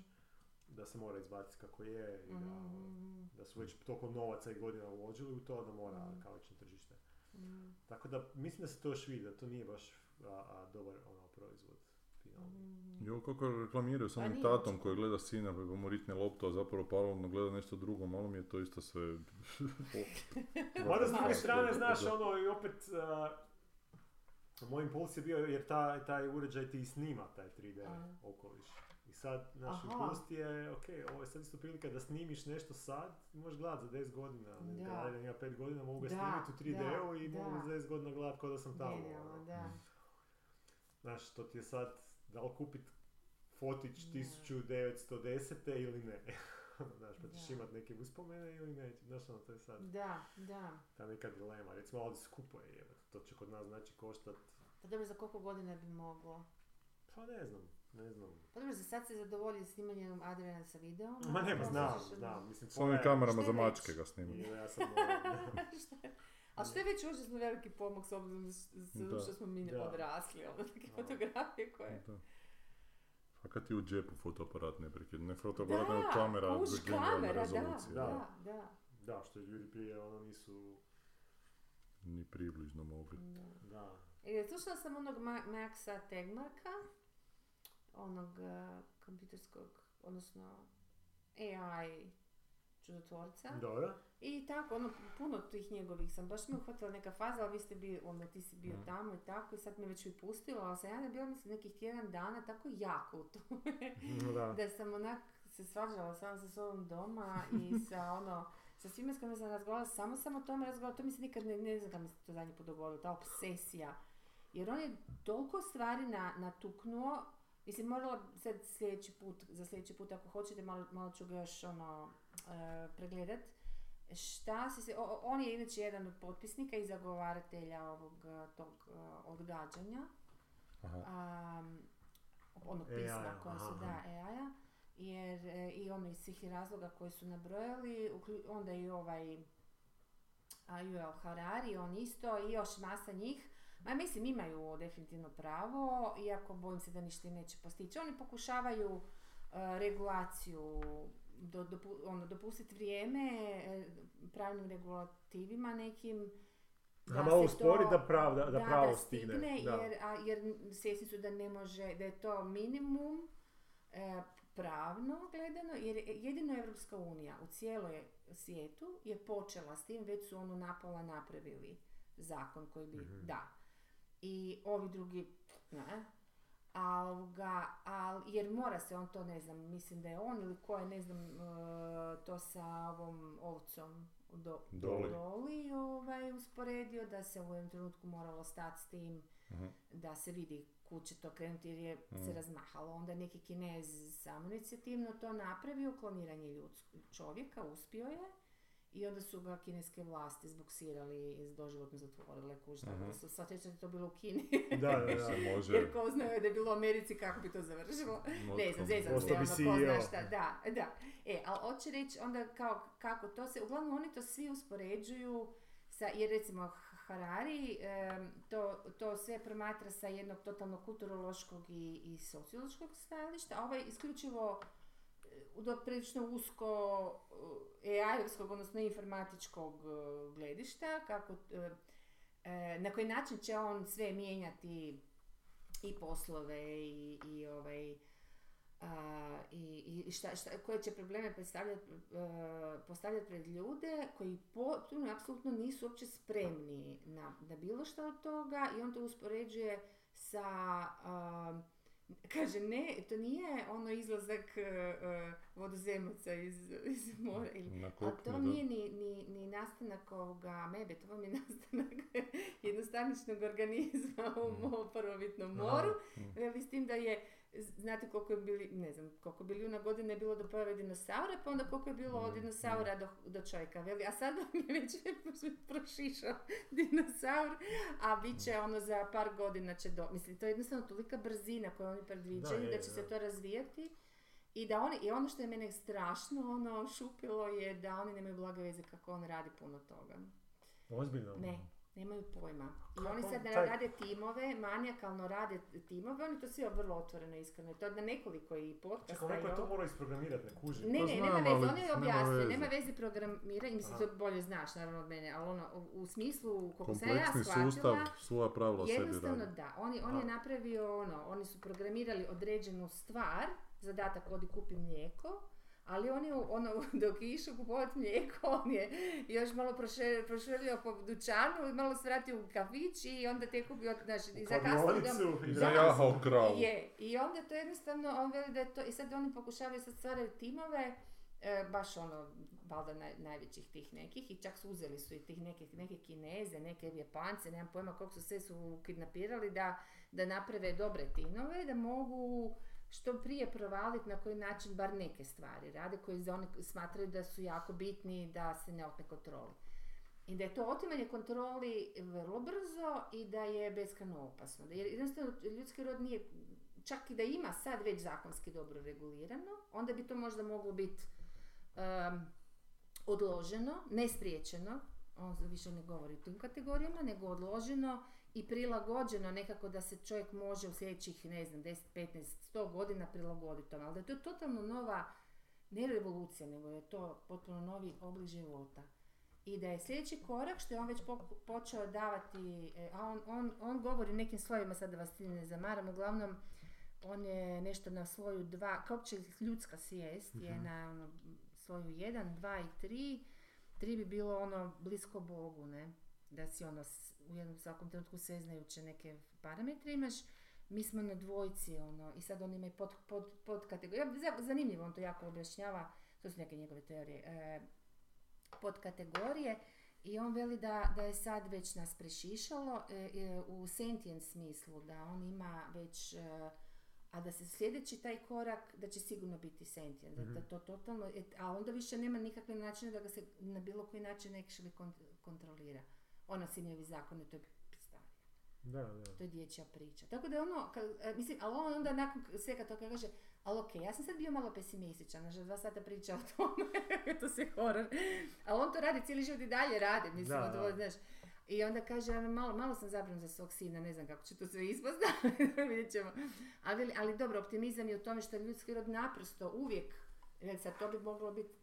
Speaker 2: da se mora izbaciti kako je i da,
Speaker 1: Mm,
Speaker 2: da su već toliko novaca i godina uložili u to da mora
Speaker 1: Mhm.
Speaker 2: kao ići na tržište.
Speaker 1: mm,
Speaker 2: Tako da mislim da se to još vidi, da to nije baš a, a, dobar ono, proizvod finalni.
Speaker 1: mm.
Speaker 3: Jo, kako reklamiraju sa
Speaker 1: Pa
Speaker 3: onim
Speaker 1: nije
Speaker 3: tatom
Speaker 1: očito.
Speaker 3: koji gleda sina, pa mu ritne loptu, a zapravo paralelno gleda nešto drugo, malo mi je to isto sve...
Speaker 2: Mada s druge
Speaker 3: Malo
Speaker 2: strane,
Speaker 3: sve,
Speaker 2: znaš,
Speaker 3: da.
Speaker 2: ono, i opet, a, moj impuls je bio, jer ta, taj uređaj ti snima taj 3D
Speaker 1: Aha.
Speaker 2: okoliš. I sad, naš
Speaker 1: Aha.
Speaker 2: impuls ti je, ok, ovo je sad isto prilika da snimiš nešto sad, možeš gledat za 10 godina,
Speaker 1: Da.
Speaker 2: ne da. ja imam 5 godina, mogu ga
Speaker 1: Da,
Speaker 2: snimiti u 3D-u i
Speaker 1: da,
Speaker 2: mogu
Speaker 1: da.
Speaker 2: za 10 godina gledat kao da sam tamo.
Speaker 1: Genijalno,
Speaker 2: ono.
Speaker 1: da.
Speaker 2: Znaš, to ti je sad, da li kupit fotić
Speaker 1: Ne.
Speaker 2: 1910. ili ne. ono, znaš, pa ćeš
Speaker 1: Da. Mm.
Speaker 2: imat neke uspomene ili neće, znaš, ono, to je sad
Speaker 1: Da, da.
Speaker 2: ta neka dilema, recimo ovdje skupo je, jebote, to će kod nas znači koštat,
Speaker 1: Pa dobro, za koliko godina bi moglo?
Speaker 2: pa ne znam, ne znam.
Speaker 1: Pa dobro, za sad se zadovolji snimanjem Adriana sa videom.
Speaker 2: Ma
Speaker 1: a
Speaker 2: nema,
Speaker 1: to
Speaker 2: znam,
Speaker 1: ćeš-
Speaker 2: znam, mislim,
Speaker 3: S ovim
Speaker 2: je-
Speaker 3: kamerama
Speaker 1: Šta
Speaker 3: za
Speaker 1: je
Speaker 3: mačke
Speaker 1: već?
Speaker 3: ga snimam.
Speaker 2: Ili ja sam ono, moram,
Speaker 1: Šta je- A što je već užasno veliki pomak s obzirom s- s-
Speaker 3: Da.
Speaker 1: što smo mi ne
Speaker 2: Da.
Speaker 1: odrasli, ono neke
Speaker 2: Da.
Speaker 1: fotografije koje...
Speaker 3: Da. A kad ti u džepu fotoaparat neprekidno, ne fotoaparat, nego
Speaker 1: Da,
Speaker 3: kamera
Speaker 1: kužiš,
Speaker 3: za genijalne
Speaker 1: kamera, da,
Speaker 3: rezolucije.
Speaker 2: da.
Speaker 1: Da, da.
Speaker 2: da, što ljudi prije, ono, nisu,
Speaker 3: Ni približno mogli.
Speaker 1: da.
Speaker 2: da,
Speaker 1: E, slušala sam onog Ma- Maxa Tegmarka, onog eh, kompjuterskog, odnosno AI čudotvorca.
Speaker 2: dobro,
Speaker 1: I tako, ono, puno tih njegovih sam, baš me uhvatila neka faza, ali vi ste bili, onda ti si bio
Speaker 3: Mhm.
Speaker 1: tamo i tako, i sad me već i pustilo, ali sam ja bila, mislim, nekih tjedan dana tako jako u tome,
Speaker 2: da,
Speaker 1: da sam onak se svađala sama sa sobom doma i sa ono, sa svima s kojima sam razgovarala, samo sam o tome razgovarala, to mi se nikad ne, ne znam kad mi se to zadnji put dogodilo, ta obsesija. Jer on je toliko stvari na, natuknuo, mislim morala bi sad sljedeći put, za sljedeći put ako hoćete, malo, malo ću ga još ono, e, pregledat. Šta si se, o- o- on je inače jedan od potpisnika i zagovaratelja ovog e, tog e, odgađanja
Speaker 3: Aha.
Speaker 1: um, onog
Speaker 2: AI,
Speaker 1: pisma koja su
Speaker 2: aha.
Speaker 1: da AI-a, jer e, i ono iz svih razloga koje su nabrojali, uklju- onda i ovaj a, Yuval Harari, on isto i još masa njih. Ma mislim imaju definitivno pravo, iako bojim se da ništa i neće postići. Oni pokušavaju e, regulaciju, do, dopu- ono, dopustiti vrijeme e, pravnim regulativima nekim
Speaker 2: Da malo
Speaker 1: se
Speaker 2: uspori
Speaker 1: to-
Speaker 2: da pravda- da pravo stigne, da.
Speaker 1: Jer, a, jer svjesni su da ne može, da je to minimum e, pravno gledano, jer je- jedino Evropska unija u cijeloj svijetu je počela s tim, već su ono napola napravili zakon koji bi,
Speaker 2: Mhm.
Speaker 1: da. I ovi drugi, ne, a ovoga, al, jer mora se on to, ne znam, mislim da je on ili ko je, ne znam, e, to sa ovom ovcom do,
Speaker 3: Doli.
Speaker 1: Doli, ovaj, usporedio, da se u jednom trenutku moralo stati s tim
Speaker 3: Mhm.
Speaker 1: da se vidi kud će to krenuti jer je
Speaker 3: Mhm.
Speaker 1: se razmahalo. Onda je neki kinez samo inicijativno to napravio, kloniranje ljudsk- čovjeka, uspio je. I onda su ga kineske vlasti zbuksirali i doživotno zatvorile, kuš, tako
Speaker 3: Mhm.
Speaker 1: da su sva sjećam da je to bilo u Kini.
Speaker 2: da, da, da.
Speaker 3: Se može,
Speaker 1: Jer ko znao je da je bilo u Americi kako bi to završilo. Ne
Speaker 3: да
Speaker 1: znam, zezam se,
Speaker 2: Postao
Speaker 1: ono,
Speaker 2: bi
Speaker 1: ko zna
Speaker 2: CEO.
Speaker 1: šta, da, da. E, ali hoće reći onda kao, kako to se, uglavnom oni to svi uspoređuju sa, jer recimo Harari em, to, to sve promatra sa jednog totalno kulturološkog i, i sociološkog stajališta, a ovaj isključivo e, do prilično usko e, AI-ovskog, odnosno informatičkog e, gledišta, kako, e, e, na koji način će on sve mijenjati i poslove i, i ovaj, a, i, i šta, šta, koje će probleme predstavljati, e, postavljati pred ljude koji potpuno, apsolutno nisu uopće spremni na, na bilo što od toga i on to uspoređuje sa, a, kaže ne, to nije ono izlazak e, e, vodozemaca iz, iz mora ili
Speaker 3: Na
Speaker 1: a to
Speaker 3: kopnu,
Speaker 1: nije
Speaker 3: da.
Speaker 1: ni, ni, ni nastanak ovoga mebe, to vam je nastanak jednostaničnog organizma u
Speaker 3: Mm.
Speaker 1: mo- prvobitnom
Speaker 2: Aha,
Speaker 1: moru.
Speaker 3: mm.
Speaker 1: Veli s tim da je, znate koliko je bili, ne znam, koliko bilijuna godina je bilo do pojave dinosaura, pa onda koliko je bilo od
Speaker 3: Mm,
Speaker 1: dinosaura do, do čovjeka. Veli, a sad vam je već prošišao dinosaur, a bit
Speaker 2: Mm.
Speaker 1: će ono za par godina će do... Mislim, to je jednostavno tolika brzina koju oni predviđaju
Speaker 2: Da,
Speaker 1: da,
Speaker 2: je,
Speaker 1: će
Speaker 2: da.
Speaker 1: se to razvijati. I da oni, i ono što je mene strašno ono šupilo je da oni nemaju blage veze kako on radi puno toga.
Speaker 2: Ozbiljno?
Speaker 1: Ne, nemaju pojma. I
Speaker 2: Kako
Speaker 1: oni sad
Speaker 2: taj-
Speaker 1: rade timove, manijakalno rade timove, oni to svi vrlo otvoreno i iskreno. I to na nekoliko i podcasta
Speaker 2: Čekaj, neko
Speaker 1: i
Speaker 2: je to
Speaker 1: ovo.
Speaker 2: morao isprogramiraat, ne kužim.
Speaker 1: Ne,
Speaker 3: Pa
Speaker 1: ne,
Speaker 3: znam,
Speaker 1: nema veze,
Speaker 3: ali
Speaker 1: on je
Speaker 3: nema
Speaker 1: objasnio,
Speaker 3: veze.
Speaker 1: nema veze programiranje, mislim,
Speaker 2: Aha.
Speaker 1: to bolje znaš naravno od mene, ali ono, u- u smislu, koliko sam ja
Speaker 3: Kompleksni sustav
Speaker 1: shvatila,
Speaker 3: svoja pravila sebi
Speaker 1: Jednostavno
Speaker 3: radi.
Speaker 1: da, on je, on je
Speaker 2: Da.
Speaker 1: napravio ono, oni su programirali određenu stvar, zadatak odi kupi mlijeko, ali on je ono, dok je išao kupovat mlijeko, on je još malo proše- prošvrljao po dućanu, i malo svratio u kafić i onda te kupio, znaš, i
Speaker 2: U
Speaker 1: zakasnio dom.
Speaker 2: kladionicu i
Speaker 3: I
Speaker 1: Da.
Speaker 3: zajahao kravu.
Speaker 1: Je, i onda to jednostavno, on veli da je to, i sad oni pokušavaju sad stvaraju timove, e, baš ono, valjda naj, najvećih tih nekih, i čak su uzeli su i tih nekih, neke kineze, neke japance, nemam pojma koliko su sve su kidnapirali, da, da naprave dobre timove, da mogu što prije provaliti na koji način bar neke stvari rade koje za one smatraju da su jako bitni i da se ne otme kontroli. I da je to otimanje kontroli vrlo brzo i da je beskrajno opasno. Da jer jednostavno ljudski rod nije, čak i da ima sad već zakonski dobro regulirano, onda bi to možda moglo biti um, odloženo, ne spriječeno, on više ne govori u tim kategorijama, nego odloženo i prilagođeno nekako da se čovjek može u sljedećih, ne znam, 10, 15, 100 godina prilagoditi tome. Ali da je to totalno nova, ne revolucija, nego je to potpuno novi oblik života. I da je sljedeći korak što je on već po- počeo davati, e, a on, on, on govori nekim slojevima, sad da vas time ne zamaram, uglavnom on je nešto na sloju 2, kao opće ljudska svijest je
Speaker 3: Mhm.
Speaker 1: na ono, sloju 1, 2 i 3, tri bi bilo ono blisko Bogu, ne? Da si ono s- u jednom svakom trenutku seznajuće neke parametre imaš. Mi smo na dvojici, ono, i sad on ima i pod, pod, pod Zanimljivo, on to jako objašnjava, to su neke njegove teorije, e, podkategorije. I on veli da, da je sad već nas prešišalo e, e, u sentient smislu, da on ima već, e, a da se sljedeći taj korak, da će sigurno biti sentient, da- da,
Speaker 3: Mhm.
Speaker 1: to totalno, e, a onda više nema nikakve načina da ga se na bilo koji način actually kont- kontrolira. Ono sinjevi zakone, to je stari.
Speaker 3: Da, da.
Speaker 1: To je dječja priča. Tako da je ono, ka- e, mislim, ali on onda nakon k- svega toga kaže, ali ok, ja sam sad bio malo pesimističan, znači dva sata priča o tome, to se horor. Ali on to radi cijeli život i dalje radi, mislim,
Speaker 2: Da,
Speaker 1: od ovo,
Speaker 2: da.
Speaker 1: znaš. I onda kaže, "Ono, malo, malo sam zabrinut za svog sina, ne znam kako će to sve ispast, ali vidjet ćemo. Ali, veli, ali dobro, optimizam je u tome što je ljudski rod naprosto uvijek, jer sad to bi moglo biti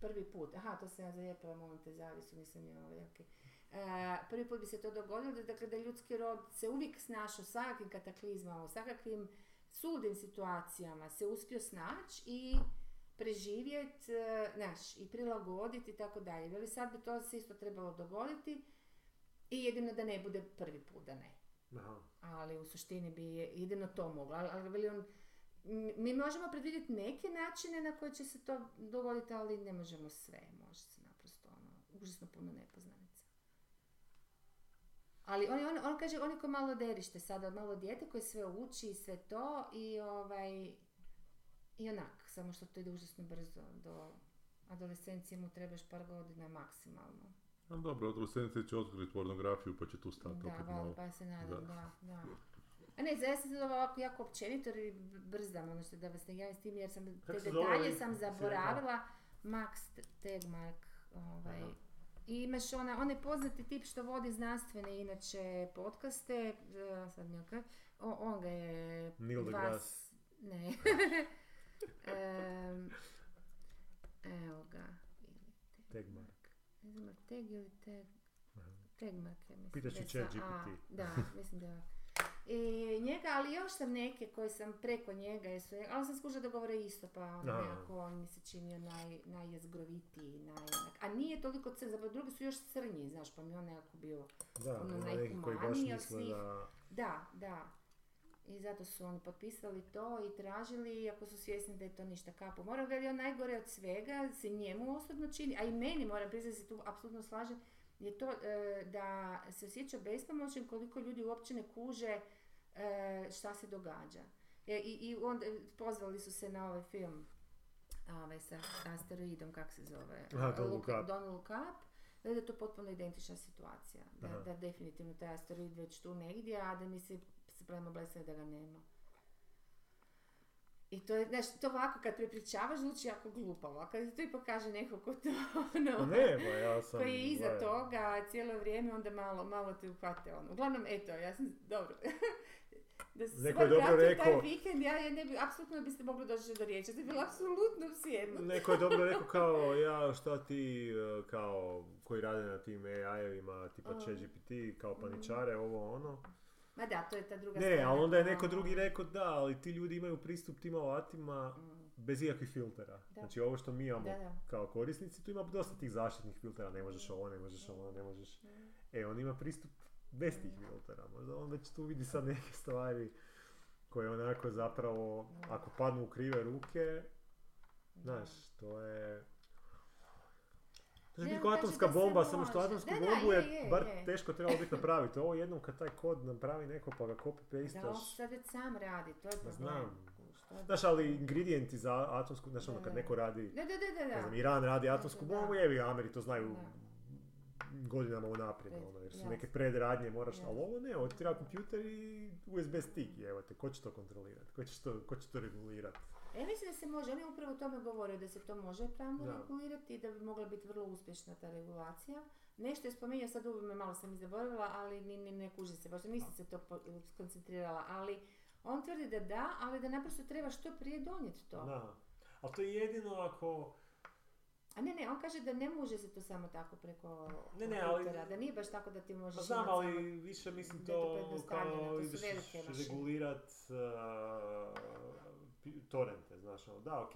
Speaker 1: prvi put, aha, to sam ja zalijepila, molim te, zavisu, nisam je ovaj, okej. E, prvi put bi se to dogodilo, da- dakle da je ljudski rod se uvijek snašao sa kakvim kataklizmama, sa kakvim suludim situacijama, se uspio snaći i preživjeti, znaš, e, i prilagoditi i tako dalje. Veli sad bi to se isto trebalo dogoditi i jedino da ne bude prvi put, da ne
Speaker 2: Aha.
Speaker 1: ali u suštini bi je jedino to moglo. Ali, ali veli on, m- mi možemo predvidjeti neke načine na koje će se to dogoditi, ali ne možemo sve, može se naprosto ono, užasno puno nepoznanica. Ali on, on, on kaže, on je ko malo derište sada, malo dijete koje sve uči i sve to i ovaj, i onak, samo što to ide užasno brzo do adolescencije mu trebaš par godina maksimalno.
Speaker 3: Ali dobro, adolescencija će otkriti pornografiju pa će tu stati
Speaker 1: Da,
Speaker 3: opet
Speaker 1: valjda,
Speaker 3: malo.
Speaker 1: pa se nadam,
Speaker 3: Da.
Speaker 1: da, da. A ne, za ja sam sad ovako jako općenito jer i brzdam, ono što da vas ne javim s tim, jer sam te
Speaker 2: Kako se zove
Speaker 1: detalje
Speaker 2: ovaj
Speaker 1: sam
Speaker 2: si rekla?
Speaker 1: zaboravila. Max T- Tegmark, ovaj.
Speaker 2: Aha.
Speaker 1: I imaš ona, on je poznati tip što vodi znanstvene, inače, podcaste, e, sad mi je okej. O- on ga je...
Speaker 2: Neil
Speaker 1: dva
Speaker 2: deGrasse.
Speaker 1: s- Ne. Em, evo ga.
Speaker 2: Tegmark.
Speaker 1: Ne znam, jel teg ili teg...
Speaker 2: Aha.
Speaker 1: Tegmark, ja mislim.
Speaker 2: Pitaš
Speaker 1: da
Speaker 2: i
Speaker 1: je
Speaker 2: chat
Speaker 1: sa A.
Speaker 2: GPT.
Speaker 1: Da, mislim da je. I njega, ali još sam neke koje sam preko njega, jer su, ali sam skužila da govore isto, pa ono
Speaker 2: Da.
Speaker 1: nekako on mi se činio naj, najjezgrovitiji, naj, onak- a nije toliko crn, zapravo drugi su još crnji, znaš, pa mi on nekako bio,
Speaker 2: Da,
Speaker 1: Ono
Speaker 2: ima neki koji baš
Speaker 1: najhumaniji od
Speaker 2: misle
Speaker 1: svih.
Speaker 2: da...
Speaker 1: da, da. I zato su oni potpisali to i tražili, iako su svjesni da je to ništa kapu. Moram veli on najgore od svega, se njemu osobno čini, a i meni moram priznati da se tu apsolutno slažem, je to e, da se osjeća bespomoćen koliko ljudi uopće ne kuže e, šta se događa. E, I, i onda e, pozvali su se na ovaj film a, ovaj sa asteroidom, kak se zove?
Speaker 2: Aha, Don't
Speaker 1: Look-
Speaker 2: Look Up.
Speaker 1: Don't Look Up. Da je to potpuno identična situacija. Da,
Speaker 2: Aha.
Speaker 1: da definitivno taj asteroid već tu negdje, a da mi se se pravimo blesave da ga nema. I to je, znaš, to ovako kad prepričavaš zvuči jako glupavo, a kad ti to i pokaže neko ko to,
Speaker 2: Pa
Speaker 1: ono,
Speaker 2: ne, ba, ja sam...
Speaker 1: koji je iza
Speaker 2: gledaj.
Speaker 1: toga cijelo vrijeme, onda malo, malo te uhvate ono. Uglavnom, eto, ja sam, dobro. da se
Speaker 2: Neko je dobro
Speaker 1: taj
Speaker 2: rekao.
Speaker 1: vikend, ja, ja ne bi, apsolutno ne biste mogli doći do riječi, ja sam bila apsolutno sjedna.
Speaker 2: Neko je dobro rekao kao, ja šta ti, e, kao, koji rade na tim AI-evima, tipa
Speaker 1: Mm.
Speaker 2: ChatGPT, kao paničare, ovo ono.
Speaker 1: Ma da, to je ta druga
Speaker 2: Ne,
Speaker 1: strana,
Speaker 2: ali onda je
Speaker 1: da,
Speaker 2: neko
Speaker 1: ono,
Speaker 2: drugi rekao da, ali ti ljudi imaju pristup tim alatima
Speaker 1: mm,
Speaker 2: bez ikakvih filtera.
Speaker 1: Da.
Speaker 2: Znači ovo što mi imamo
Speaker 1: Da, da.
Speaker 2: kao korisnici, tu ima dosta tih zaštitnih filtera, ne možeš ovo, ne možeš ovo, ne možeš.
Speaker 1: mm.
Speaker 2: E, on ima pristup bez tih filtera, možda on već tu vidi sad neke stvari koje onako zapravo,
Speaker 1: Da.
Speaker 2: ako padnu u krive ruke,
Speaker 1: Da.
Speaker 2: znaš, to je... To je
Speaker 1: Ne,
Speaker 2: kao
Speaker 1: on kaže
Speaker 2: atomska
Speaker 1: da se
Speaker 2: bomba, samo što
Speaker 1: može.
Speaker 2: atomsku
Speaker 1: Da, da,
Speaker 2: bombu je,
Speaker 1: je, je,
Speaker 2: bar
Speaker 1: je.
Speaker 2: teško trebalo biti napraviti. Ovo jednom kad taj kod napravi neko pa ga copy
Speaker 1: Da, on
Speaker 2: pastaš,
Speaker 1: sad već sam radi, to je
Speaker 2: Ma
Speaker 1: problem.
Speaker 2: znam,
Speaker 1: šta
Speaker 2: Znaš, ali ingredijenti za atomsku, znaš ono
Speaker 1: Da,
Speaker 2: kad
Speaker 1: da.
Speaker 2: neko radi,
Speaker 1: Da, da, da, da,
Speaker 2: ne
Speaker 1: da.
Speaker 2: znam, Iran radi atomsku
Speaker 1: Da, da.
Speaker 2: bombu, jevi, Ameri to znaju
Speaker 1: Da.
Speaker 2: godinama unaprijed,
Speaker 1: Pred-
Speaker 2: ono, jer su
Speaker 1: jasno.
Speaker 2: neke predradnje, moraš,
Speaker 1: Jasno.
Speaker 2: ali ovo ne, ovo ti treba kompjuter i USB stick, i evo te, ko će to kontrolirati, ko će to, ko će to regulirati?
Speaker 1: E, mislim da se može, oni upravo o tome govore da se to može pravno
Speaker 2: Da.
Speaker 1: regulirati i da bi mogla biti vrlo uspješna ta regulacija. Nešto je spominjao, sad uvijek me malo sam i zaboravila, ali ni, ni ne kuži se baš, nisam se to po- skoncentrirala, ali on tvrdi da da, ali da naprosto treba što prije donijeti to.
Speaker 2: Da. Ali to je jedino ako,
Speaker 1: A ne, ne, on kaže da ne može se to samo tako preko
Speaker 2: Ne, ne, ali-
Speaker 1: kompjutera, da nije baš tako da ti možeš
Speaker 2: pa znam,
Speaker 1: imat
Speaker 2: ali
Speaker 1: samo-
Speaker 2: više mislim
Speaker 1: da je to
Speaker 2: to
Speaker 1: pojednostavljeno,
Speaker 2: kao
Speaker 1: to su
Speaker 2: ideš
Speaker 1: velike mašine.
Speaker 2: regulirat uh, torrente, znaš, ono, da, ok,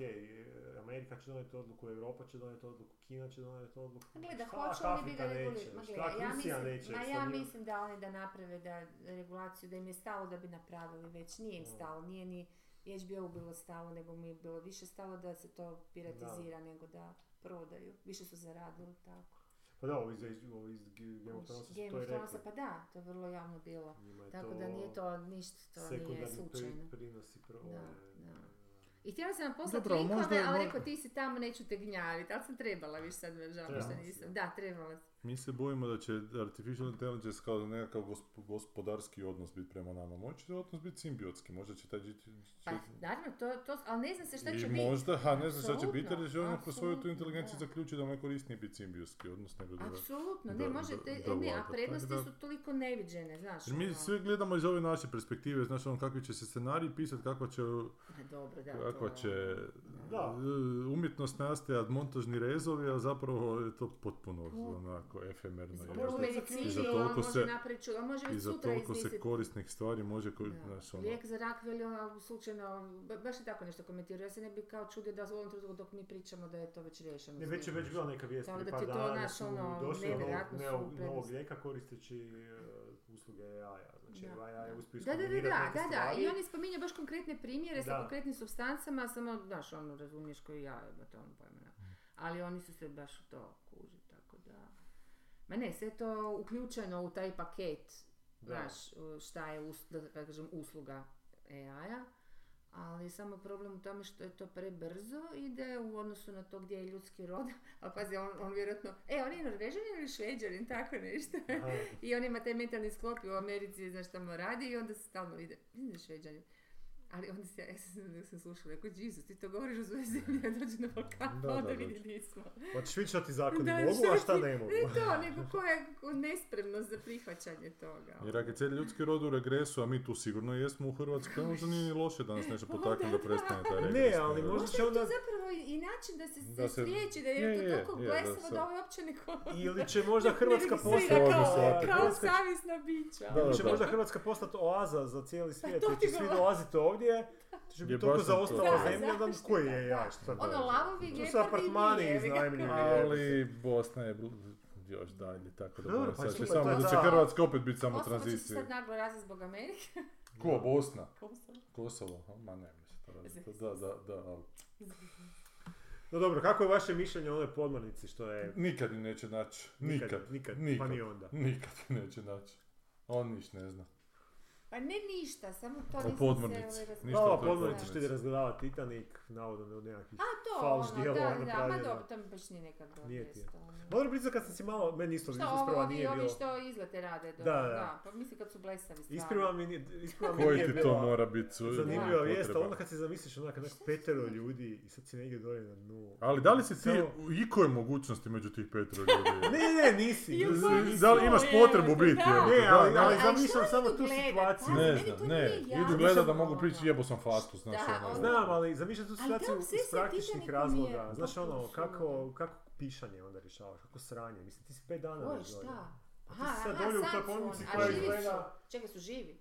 Speaker 2: Amerika će donijeti odluku, Europa će donijeti odluku, Kina će donijeti odluku,
Speaker 1: Ma Gleda,
Speaker 2: šta
Speaker 1: hoće oni bi
Speaker 2: Afrika
Speaker 1: Pa da reguliraju.
Speaker 2: neće,
Speaker 1: Ma
Speaker 2: šta
Speaker 1: gledaj, ja
Speaker 2: Rusija
Speaker 1: mislim,
Speaker 2: neće,
Speaker 1: ma
Speaker 2: sa
Speaker 1: ja
Speaker 2: njima-
Speaker 1: mislim da oni da naprave da regulaciju, da im je stalo da bi napravili, već nije im
Speaker 2: Mm.
Speaker 1: stalo, nije ni HBO bilo stalo, nego mu je bilo više stalo da se to piratizira nego da prodaju. Više su zaradili tako.
Speaker 2: Pa da, ovi iz, ovi iz G- Game of Thronesa su to
Speaker 1: of
Speaker 2: i
Speaker 1: Thronesa,
Speaker 2: rekli.
Speaker 1: pa da, to je vrlo javno bilo.
Speaker 2: Njima je
Speaker 1: Tako da nije to ništa, to nije
Speaker 2: sekundarni pri-
Speaker 1: slučajno.
Speaker 2: prinosi pro...
Speaker 1: Da,
Speaker 2: ove-
Speaker 1: da. I htjela sam vam poslati
Speaker 3: Dobro,
Speaker 1: linkove,
Speaker 3: možda je-
Speaker 1: ali
Speaker 3: možda-
Speaker 1: rekao ti si tamo, neću te gnjaviti, ali sam trebala, više sad me žao što
Speaker 2: Trebala si.
Speaker 1: nisam. Da, trebala sam.
Speaker 3: Mi se bojimo da će да artificial intelligence да kao nekakav gosp- gospodarski odnos biti prema nama. Moći će odnos biti simbiotski, možda će taj GT...
Speaker 1: Pa, naravno, to, to, ali ne znam se šta će
Speaker 3: Znači, I
Speaker 1: biti.
Speaker 3: možda, a ne znam šta će biti,
Speaker 1: Apsolutno,
Speaker 3: jer će on kroz svoju tu
Speaker 1: apsolutno,
Speaker 3: inteligenciju
Speaker 1: da.
Speaker 3: zaključiti da mu je korisniji biti simbiotski odnos nego da...
Speaker 1: Apsolutno,
Speaker 3: da-
Speaker 1: ne, može,
Speaker 3: da-
Speaker 1: te- e, ne,
Speaker 3: da vlada,
Speaker 1: a
Speaker 3: tako
Speaker 1: prednosti
Speaker 3: da-
Speaker 1: su toliko neviđene, znaš.
Speaker 3: Jer mi
Speaker 1: ono.
Speaker 3: sve gledamo iz ove naše perspektive, znaš ono kakvi će se scenariji pisati, kako će,
Speaker 1: Ma pa Dobro, da,
Speaker 3: kako
Speaker 1: to- ono.
Speaker 3: će
Speaker 2: Da.
Speaker 3: e, umjetnost nastajati, montažni rezovi, a zapravo je to potpuno onako efemerno.
Speaker 1: Mislim,
Speaker 3: jel?
Speaker 1: prvo u
Speaker 2: I za
Speaker 1: medicini, on
Speaker 3: toliko
Speaker 1: može
Speaker 3: se-
Speaker 1: napraviti čudo, on može
Speaker 3: I
Speaker 1: već
Speaker 3: za
Speaker 1: sutra
Speaker 3: toliko se
Speaker 1: izmisliti.
Speaker 3: korisnih stvari može, ko,
Speaker 1: Da.
Speaker 3: znaš ono...
Speaker 1: Lijek za rak veli ono slučajno, ba- baš je tako nešto komentirao, ja se ne bi kao čudio da u ovom trenutku dok mi pričamo da je to već riješeno.
Speaker 2: Ne, već je već bila neka vijest
Speaker 1: Tako da
Speaker 2: prije par
Speaker 1: ti to,
Speaker 2: dana da
Speaker 1: znaš,
Speaker 2: su
Speaker 1: ono,
Speaker 2: došli do novog,
Speaker 1: nevjerojatno su
Speaker 2: novog- novog
Speaker 1: prednosti.
Speaker 2: lijeka koristeći e, usluge AI-a. Znači,
Speaker 1: Da.
Speaker 2: AI je uspio
Speaker 1: Da, da, da,
Speaker 2: iskombinirati
Speaker 1: da,
Speaker 2: neke
Speaker 1: da, da,
Speaker 2: stvari.
Speaker 1: i oni spominju baš konkretne primjere sa
Speaker 2: Da.
Speaker 1: konkretnim substancama, samo, znaš, ono, razumiješ koji ja, ima to ono pojma, ne.
Speaker 2: Mm.
Speaker 1: ali oni su se baš u to kuži, tako da... Ma ne, sve je to uključeno u taj paket,
Speaker 2: Da.
Speaker 1: znaš, šta je, us, da tako kažem, usluga AI-a, ali samo problem u tome što je to prebrzo ide u odnosu na to gdje je ljudski rod, a pazi, on, on vjerojatno, e, on je norvežanin ili šveđanin, tako nešto.
Speaker 2: Aha,
Speaker 1: I on ima taj mentalni sklop i u Americi, znaš tamo radi i onda se stalno ide, mislim da je šveđanin. Ali onda se ja, ja sam, ja sam slušala, rekao, Jesus, ti to govoriš u svojoj zemlji, ja dođu na Balkan, pa
Speaker 3: Da, da,
Speaker 1: onda
Speaker 3: da.
Speaker 1: vidi di smo.
Speaker 2: Hoćeš vidjeti šta ti pa zakoni
Speaker 1: Da,
Speaker 2: mogu, a
Speaker 1: šta
Speaker 2: šta
Speaker 1: ti-
Speaker 2: ne mogu.
Speaker 1: Ne to, nego koja nespremnost za prihvaćanje toga.
Speaker 3: Jer ako je cijeli ljudski rod u regresu, a mi tu sigurno jesmo u Hrvatskoj, možda nije ni loše da nas nešto potakne da prestane taj regres.
Speaker 2: Ne, ali
Speaker 3: jel?
Speaker 2: možda
Speaker 1: Možda
Speaker 2: će
Speaker 1: je to
Speaker 2: onda...
Speaker 1: zapravo i način da se,
Speaker 3: Da
Speaker 1: se
Speaker 3: se-
Speaker 1: spriječi, da je,
Speaker 3: je,
Speaker 1: to
Speaker 3: je,
Speaker 1: toliko
Speaker 3: je, da
Speaker 1: blesavo
Speaker 3: se-
Speaker 1: da ovo uopće ne koristi.
Speaker 2: Ili će možda Hrvatska
Speaker 1: Ne
Speaker 2: postati...
Speaker 1: registrira
Speaker 3: Ovo
Speaker 1: kao,
Speaker 3: shvatiti.
Speaker 1: kao
Speaker 2: Hrvatska-
Speaker 1: savjesna bića.
Speaker 3: Da,
Speaker 2: ili će
Speaker 3: da.
Speaker 2: možda Hrvatska postati oaza za cijeli svijet,
Speaker 1: to
Speaker 2: jer
Speaker 1: ti
Speaker 2: će svi
Speaker 1: govorim.
Speaker 2: dolaziti ovdje, će
Speaker 3: Je
Speaker 2: biti
Speaker 3: baš
Speaker 2: toliko
Speaker 3: sam to.
Speaker 2: zaostala
Speaker 3: Da,
Speaker 2: zemlja, da
Speaker 1: zapuštena,
Speaker 2: koji je
Speaker 1: da.
Speaker 2: ja, šta da
Speaker 1: Ono,
Speaker 2: je.
Speaker 1: lavovi,
Speaker 2: Tu
Speaker 1: gepardi
Speaker 2: su
Speaker 1: i
Speaker 2: apartmani
Speaker 1: miljevi, ga-
Speaker 2: iznajmljuju.
Speaker 3: Ali Bosna je bl- još dalje, tako da
Speaker 2: Dobro,
Speaker 3: Dobro,
Speaker 2: pa
Speaker 3: sad će
Speaker 2: super,
Speaker 3: samo
Speaker 2: to je
Speaker 3: da će
Speaker 2: da.
Speaker 3: Hrvatska opet biti samo
Speaker 1: Osim hoće se
Speaker 3: tranzicija.
Speaker 1: sad naglo razli zbog Amerike.
Speaker 3: Ko, Bosna?
Speaker 1: Kosovo.
Speaker 3: Kosovo? Aha, Ma ne, mislim to razlika. Da, da, da, ali
Speaker 2: No dobro, kako je vaše mišljenje o onoj podmornici što je...
Speaker 3: nikad ju neće naći. Nikad.
Speaker 2: Nikad,
Speaker 3: Nikad.
Speaker 2: pa ni onda.
Speaker 3: Nikad ju neće naći. On niš ne zna.
Speaker 1: Pa ne ništa, samo to
Speaker 3: O
Speaker 1: nisam se,
Speaker 3: podmornici.
Speaker 1: ovaj, razmišljala.
Speaker 3: Ništa
Speaker 2: Ova
Speaker 3: od toga
Speaker 2: podmornica što ide
Speaker 3: podmornice.
Speaker 2: razgledava Titanic, navodno ne nekakvih...
Speaker 1: A to,
Speaker 2: Falš
Speaker 1: ono,
Speaker 2: dijelova
Speaker 1: da, da, ma
Speaker 2: napravljena.
Speaker 1: dobro, to mi baš nije nekad bilo
Speaker 2: Nije ti je.
Speaker 1: mjesto. ono.
Speaker 2: Dobro, blizu kad sam si malo, meni isto
Speaker 1: Što ovo,
Speaker 2: isprava
Speaker 1: ovi,
Speaker 2: nije bilo.
Speaker 1: ovi što izlete rade, dobro,
Speaker 2: Da,
Speaker 1: da,
Speaker 2: da.
Speaker 1: pa mislim kad su blesavi stvarno.
Speaker 2: Isprava mi nije, isprava mi
Speaker 3: Koji
Speaker 2: nije
Speaker 3: ti to
Speaker 2: bila
Speaker 3: mora biti su-
Speaker 2: zanimljiva
Speaker 3: potreba?
Speaker 2: vijest, a onda kad si zamisliš onak onak petero ljudi i sad si negdje dolje na dnu.
Speaker 3: Ali da li si ti
Speaker 2: Samo-
Speaker 3: u ikoj mogućnosti među tih petro ljudi?
Speaker 2: Ne, ne, ne, nisi.
Speaker 1: Ju,
Speaker 3: Z-
Speaker 1: pa mi
Speaker 3: da li
Speaker 1: su,
Speaker 3: imaš
Speaker 1: evo
Speaker 3: potrebu
Speaker 1: te,
Speaker 3: biti,
Speaker 1: da.
Speaker 3: jebote,
Speaker 2: Ne, ali-
Speaker 3: da,
Speaker 1: Ali
Speaker 3: da.
Speaker 1: šta
Speaker 2: zamišljam
Speaker 1: oni
Speaker 2: samo
Speaker 1: idu
Speaker 2: tu
Speaker 1: gledat,
Speaker 2: situaciju.
Speaker 1: pazi,
Speaker 3: Ne
Speaker 1: meni to
Speaker 3: znam,
Speaker 1: nije
Speaker 3: ne,
Speaker 1: jasno.
Speaker 3: idu gledat da
Speaker 1: Ono,
Speaker 3: mogu prići jebo sam fastu, znaš
Speaker 1: Da,
Speaker 3: ono.
Speaker 1: ono.
Speaker 2: Znam, ali zamišljam tu
Speaker 1: Ali ta
Speaker 2: situaciju
Speaker 1: obsesija
Speaker 2: iz praktičnih
Speaker 1: Titanicom je
Speaker 2: razloga. Znaš
Speaker 1: potpuno
Speaker 2: ono, kako,
Speaker 1: suluda.
Speaker 2: kako pišanje onda rješavaš, kako sranje. Mislim, ti si pet dana
Speaker 1: Koje,
Speaker 2: već dolje.
Speaker 1: šta?
Speaker 2: Pa ti
Speaker 1: Aha,
Speaker 2: si sad
Speaker 1: aha,
Speaker 2: dolje u
Speaker 1: sad
Speaker 2: toj
Speaker 1: su
Speaker 2: bolnici
Speaker 1: oni, a
Speaker 2: koja
Speaker 1: živi su?
Speaker 2: izgleda-
Speaker 1: Čekaj, su živi?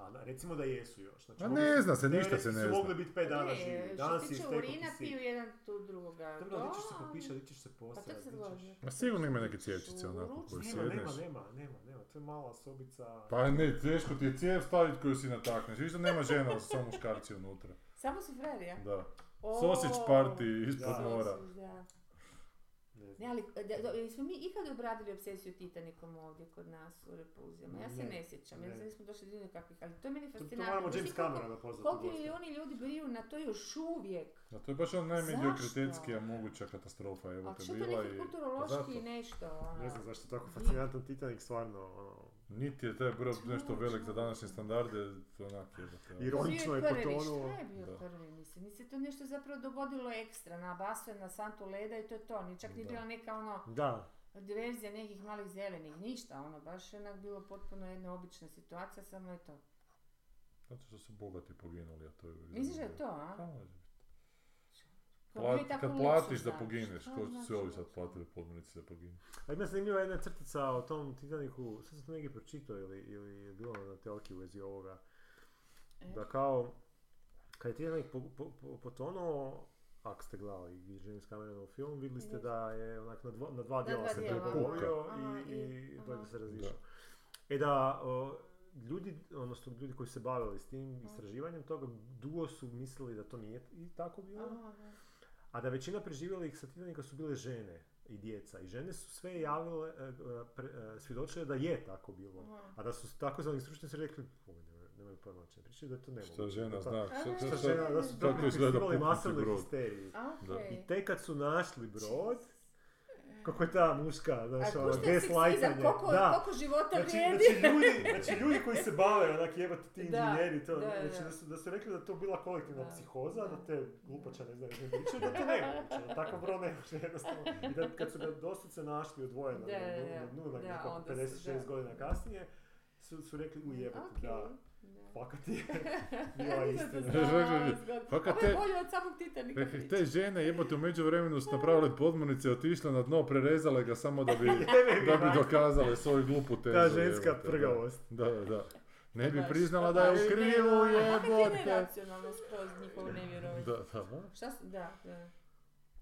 Speaker 2: Pa da, recimo da jesu još. Znači,
Speaker 3: Ma
Speaker 2: mogli
Speaker 3: ne
Speaker 2: su-
Speaker 3: zna se, ništa
Speaker 2: teoretski
Speaker 3: se ne
Speaker 2: su
Speaker 3: zna.
Speaker 2: mogli biti pet dana
Speaker 1: Ne,
Speaker 2: živi.
Speaker 1: što
Speaker 2: Danas
Speaker 1: se
Speaker 2: je
Speaker 1: tiče
Speaker 2: istekao
Speaker 1: urina,
Speaker 2: kisik.
Speaker 1: piju jedan tu drugoga.
Speaker 2: Dobro,
Speaker 1: To,
Speaker 2: ali ti ćeš se
Speaker 1: ali-
Speaker 2: popišati, ti ćeš se
Speaker 1: Pa to
Speaker 2: posrati,
Speaker 1: ću se
Speaker 2: ti
Speaker 1: zložiti.
Speaker 3: Ma sigurno ima neke cjevčice onako koje
Speaker 1: Nema,
Speaker 2: Nema,
Speaker 3: sjedneš.
Speaker 2: nema, nema, nema, nema, to je mala sobica.
Speaker 3: Pa ne, teško ti je cijev staviti koju si natakneš. Viš da nema žena, ali su samo muškarci unutra.
Speaker 1: Samo su frerija.
Speaker 3: Da.
Speaker 1: O, Да.
Speaker 3: Sausage party ispod
Speaker 2: Da.
Speaker 3: mora.
Speaker 1: sausage, da.
Speaker 2: Ne
Speaker 1: Ne,
Speaker 2: znam.
Speaker 1: ali e, da- da- jesmo mi ikad obradili obsesiju Titanikom ovdje kod nas u repulzijama? Ja se
Speaker 2: Ne,
Speaker 1: ne, sjećam, ja
Speaker 2: ne.
Speaker 1: mislim da smo došli do nikakvih, ali to je meni
Speaker 2: To, to
Speaker 1: fascinantno.
Speaker 2: moramo
Speaker 1: Znaš ti
Speaker 2: James
Speaker 1: koliko-
Speaker 2: Camerona pozvati u
Speaker 1: Koliko
Speaker 2: goste.
Speaker 1: oni ljudi briju na to još uvijek?
Speaker 3: A to je baš ona najmediokritetskija
Speaker 1: Zašto?
Speaker 3: moguća katastrofa, evo
Speaker 1: A
Speaker 3: te
Speaker 1: što to
Speaker 3: bila
Speaker 1: neki
Speaker 3: i... Pa zato.
Speaker 1: kulturološki nešto, ono?
Speaker 2: Ne znam zašto je tako fascinantan Titanic, stvarno, ono,
Speaker 3: Niti je taj brod nešto
Speaker 1: Čovječe.
Speaker 3: velik za današnje standarde, to onak jebate. ono.
Speaker 2: I ro- Ironično je
Speaker 1: prvi,
Speaker 2: potonuo.
Speaker 1: Šta je bio
Speaker 3: Da.
Speaker 1: prvi, mislim? Mi se to nešto zapravo dogodilo ekstra, nabaso je na santu leda i to je to. Ni čak nije
Speaker 3: Da.
Speaker 1: bila neka ono
Speaker 2: da,
Speaker 1: diverzija nekih malih zelenih, ništa, ono, baš je onak bilo potpuno jedna obična situacija, samo je to.
Speaker 3: Zato što su bogati poginuli, a to je... uvijek
Speaker 1: Misliš da je to,
Speaker 3: zanimljivo.
Speaker 1: a?
Speaker 3: Pa, može biti.
Speaker 1: Kao
Speaker 3: Plat-
Speaker 1: mi tako
Speaker 3: Pa, kad
Speaker 1: luksuz,
Speaker 3: platiš da
Speaker 1: znaš,
Speaker 3: pogineš,
Speaker 1: šta
Speaker 3: ko što
Speaker 1: znači
Speaker 3: su ovi sad
Speaker 1: luksuz?
Speaker 3: platili podmornici da poginu.
Speaker 2: A ima zanimljiva jedna crtica o tom Titaniku, sad sam to negdje pročitao ili, ili je bilo na telki u vezi ovoga,
Speaker 1: E?
Speaker 2: da kao, kad je Titanic po, po- po- potonuo, ako ste gledali James Cameronov film, vidjeli ste da je onak na dva, na dva dijela
Speaker 1: dva
Speaker 2: se
Speaker 1: dijela.
Speaker 2: prepolovio
Speaker 1: Aha,
Speaker 2: i,
Speaker 1: i-
Speaker 2: i
Speaker 1: aha.
Speaker 2: brzo se razišao. E da, o, ljudi, odnosno ljudi koji su se bavili s tim istraživanjem toga, dugo su mislili da to nije i tako bilo.
Speaker 1: Aha, da.
Speaker 2: A da većina preživjelih sa Titanika su bile žene i djeca. I žene su sve javile, e, e, pre- e, svjedočile da je tako bilo.
Speaker 1: Aha.
Speaker 2: A da su tako zvani stručnjaci rekli, "Ovo nemaju, nemaju pojma o čemu pričaju, da je to ne
Speaker 3: Šta žena zna,
Speaker 1: A
Speaker 3: šta-
Speaker 1: ne, šta
Speaker 3: šta- šta-
Speaker 2: žena, da su
Speaker 1: Šta
Speaker 2: to
Speaker 3: to izgleda
Speaker 2: pripisivali
Speaker 3: puknuti
Speaker 2: masovnoj
Speaker 3: brod?
Speaker 2: histeriji.
Speaker 1: A, okej.
Speaker 2: I te kad su našli brod, kako je ta muška, znaš,
Speaker 1: Znači, A
Speaker 2: ono,
Speaker 1: kušta je seksizam,
Speaker 2: gaslightanje.
Speaker 1: koliko,
Speaker 2: Da.
Speaker 1: koliko života
Speaker 2: Znači,
Speaker 1: vrijedi.
Speaker 2: znači, ljudi, znači ljudi koji se bave, onak jebati ti
Speaker 1: Da,
Speaker 2: inženjeri, to,
Speaker 1: da,
Speaker 2: znači
Speaker 1: da.
Speaker 2: da su, da su rekli da je to bila kolektivna
Speaker 1: Da,
Speaker 2: psihoza, da,
Speaker 1: da.
Speaker 2: te glupača ne znaju ne znači, pričaju, da to nema uopće, da takav broj ne može jednostavno. I da kad su ga doslovce našli odvojeno
Speaker 1: Da,
Speaker 2: na,
Speaker 1: da,
Speaker 2: dnu-
Speaker 1: da.
Speaker 2: na dnu,
Speaker 1: Da,
Speaker 2: na nekako
Speaker 1: onda su,
Speaker 2: 56
Speaker 1: da.
Speaker 2: godina kasnije, su, su rekli ujebati, znači, da, fakat je bila istina.
Speaker 3: Fakat
Speaker 1: Ovo je
Speaker 3: te-
Speaker 1: bolje od samog Titanika
Speaker 3: Rekli,
Speaker 1: priča.
Speaker 3: te žene jebote u međuvremenu su napravile podmornice, otišle na dno, prerezale ga samo da bi,
Speaker 2: Jebe
Speaker 3: da
Speaker 2: ga,
Speaker 3: bi dokazale svoju glupu tezu.
Speaker 2: Ta ženska
Speaker 3: jebote, da.
Speaker 2: prgavost.
Speaker 3: Da, da, da. Ne bi
Speaker 1: Baš,
Speaker 3: priznala da je u
Speaker 1: baš.
Speaker 3: krivu
Speaker 1: Kako je
Speaker 3: jebote.
Speaker 1: neracionalno skroz njihovo nevjerovanje?
Speaker 3: Da, da, da.
Speaker 1: Šta su, da, da.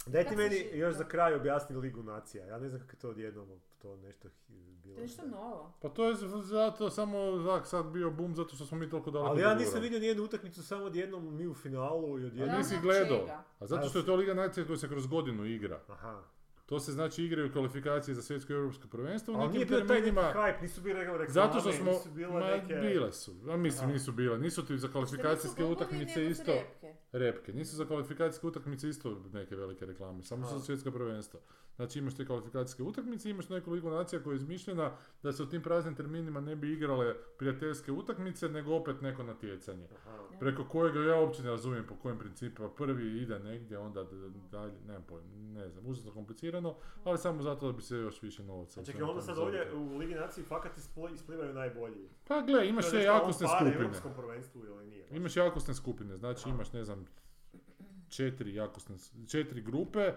Speaker 2: Daj ti
Speaker 1: Kako
Speaker 2: meni
Speaker 1: si-
Speaker 2: još
Speaker 1: da.
Speaker 2: za kraj objasni Ligu nacija. Ja ne znam kako je to odjednom to nešto hi- bilo.
Speaker 1: To je nešto novo.
Speaker 3: Pa to je z- zato samo zak sad bio bum zato što smo mi toliko daleko
Speaker 2: Ali ja nisam
Speaker 3: dogurali.
Speaker 2: vidio nijednu utakmicu samo odjednom mi u finalu i
Speaker 3: A
Speaker 2: odjednom...
Speaker 3: nisi
Speaker 1: Ono
Speaker 3: gledao.
Speaker 1: čega?
Speaker 3: A zato što je to Liga nacija koja se kroz godinu igra.
Speaker 2: Aha.
Speaker 3: To se znači igraju kvalifikacije za svjetsko i europsko prvenstvo. u
Speaker 2: Ali nije
Speaker 3: nekim
Speaker 2: bio taj neki
Speaker 3: terminima-
Speaker 2: hype, nisu bile reklame,
Speaker 3: Zato što smo,
Speaker 2: nisu bile
Speaker 3: ma,
Speaker 2: neke...
Speaker 3: bile su, a mislim
Speaker 2: Aha.
Speaker 3: nisu bile, nisu ti za kvalifikacijske
Speaker 1: Što nisu
Speaker 3: utakmice
Speaker 1: golfovi,
Speaker 3: isto,
Speaker 1: nego trepke.
Speaker 3: repke, nisu za kvalifikacijske utakmice isto neke velike reklame, samo su
Speaker 2: Aha.
Speaker 3: za svjetska prvenstva. Znači imaš te kvalifikacijske utakmice, imaš neku ligu nacija koja je izmišljena da se u tim praznim terminima ne bi igrale prijateljske utakmice, nego opet neko natjecanje.
Speaker 2: Aha.
Speaker 3: Preko kojega ja uopće ne razumijem po kojim principima. Prvi ide negdje, onda d- dalje, nemam pojma, ne znam, užasno komplicirano, ali samo zato da bi se još više novca...
Speaker 2: A čekaj,
Speaker 3: ušlo na tom
Speaker 2: onda sad
Speaker 3: izvoditi.
Speaker 2: ovdje u Ligi Naciji fakat isplo- isplivaju najbolji.
Speaker 3: Pa gle, imaš
Speaker 2: To
Speaker 3: te
Speaker 2: je nešto
Speaker 3: jakosne
Speaker 2: on pare
Speaker 3: skupine.
Speaker 2: Europskom prvenstvu ili nije? baš?
Speaker 3: Imaš jakosne skupine, znači
Speaker 2: Aha.
Speaker 3: imaš, ne znam, četiri jakosne, s- četiri grupe,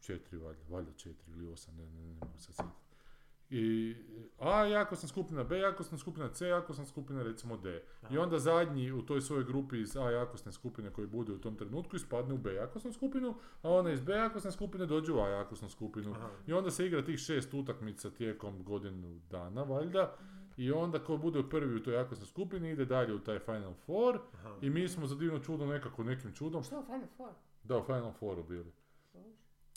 Speaker 3: četiri valjda, valjda četiri ili osam, ne, ne, ne, ne mogu se sjetiti. I A jakosna skupina, B jakosna skupina, C jakosna skupina, recimo D. I
Speaker 2: Aha.
Speaker 3: onda zadnji u toj svojoj grupi iz A jakosne skupine koji bude u tom trenutku ispadne u B jakosnu skupinu, a one iz B jakosne skupine dođu u A jakosnu skupinu.
Speaker 2: Aha.
Speaker 3: I onda se igra tih šest utakmica tijekom godinu dana, valjda. I onda ko bude prvi u toj jakosnoj skupini ide dalje u taj Final Four.
Speaker 2: Aha.
Speaker 3: I mi smo za divno čudo nekako nekim čudom.
Speaker 1: Što, Final Four?
Speaker 3: Da, u Final Fouru bili.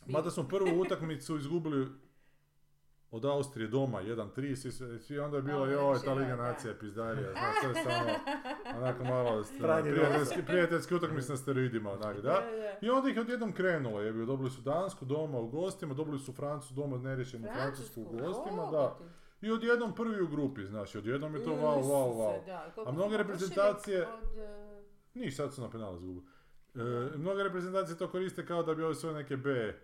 Speaker 3: Mada smo prvu utakmicu izgubili od Austrije doma 1-3 svi se- svi onda je bilo
Speaker 1: Dobro,
Speaker 3: joj
Speaker 1: znači,
Speaker 3: ta Liga
Speaker 1: da, da.
Speaker 3: nacija je pizdarija, znaš, to je samo onako malo s-
Speaker 2: Pranje
Speaker 3: prijateljski, prijateljski utakmic na steroidima, onak, da.
Speaker 1: da.
Speaker 3: I onda ih je odjednom krenulo, je bio, dobili su Dansku doma u gostima, dobili su Francusku doma nerješenu Francusku u gostima, da.
Speaker 1: Bogu ti.
Speaker 3: I odjednom prvi u grupi, znači, odjednom je to
Speaker 1: Ili
Speaker 3: wow,
Speaker 1: su
Speaker 3: wow,
Speaker 1: se,
Speaker 3: wow.
Speaker 1: da, koliko
Speaker 3: A mnoge
Speaker 1: smo
Speaker 3: reprezentacije-
Speaker 1: prošli od, e,
Speaker 3: Niš, sad su na penal izgubili. E, mnoge reprezentacije to koriste kao da bi ove svoje neke B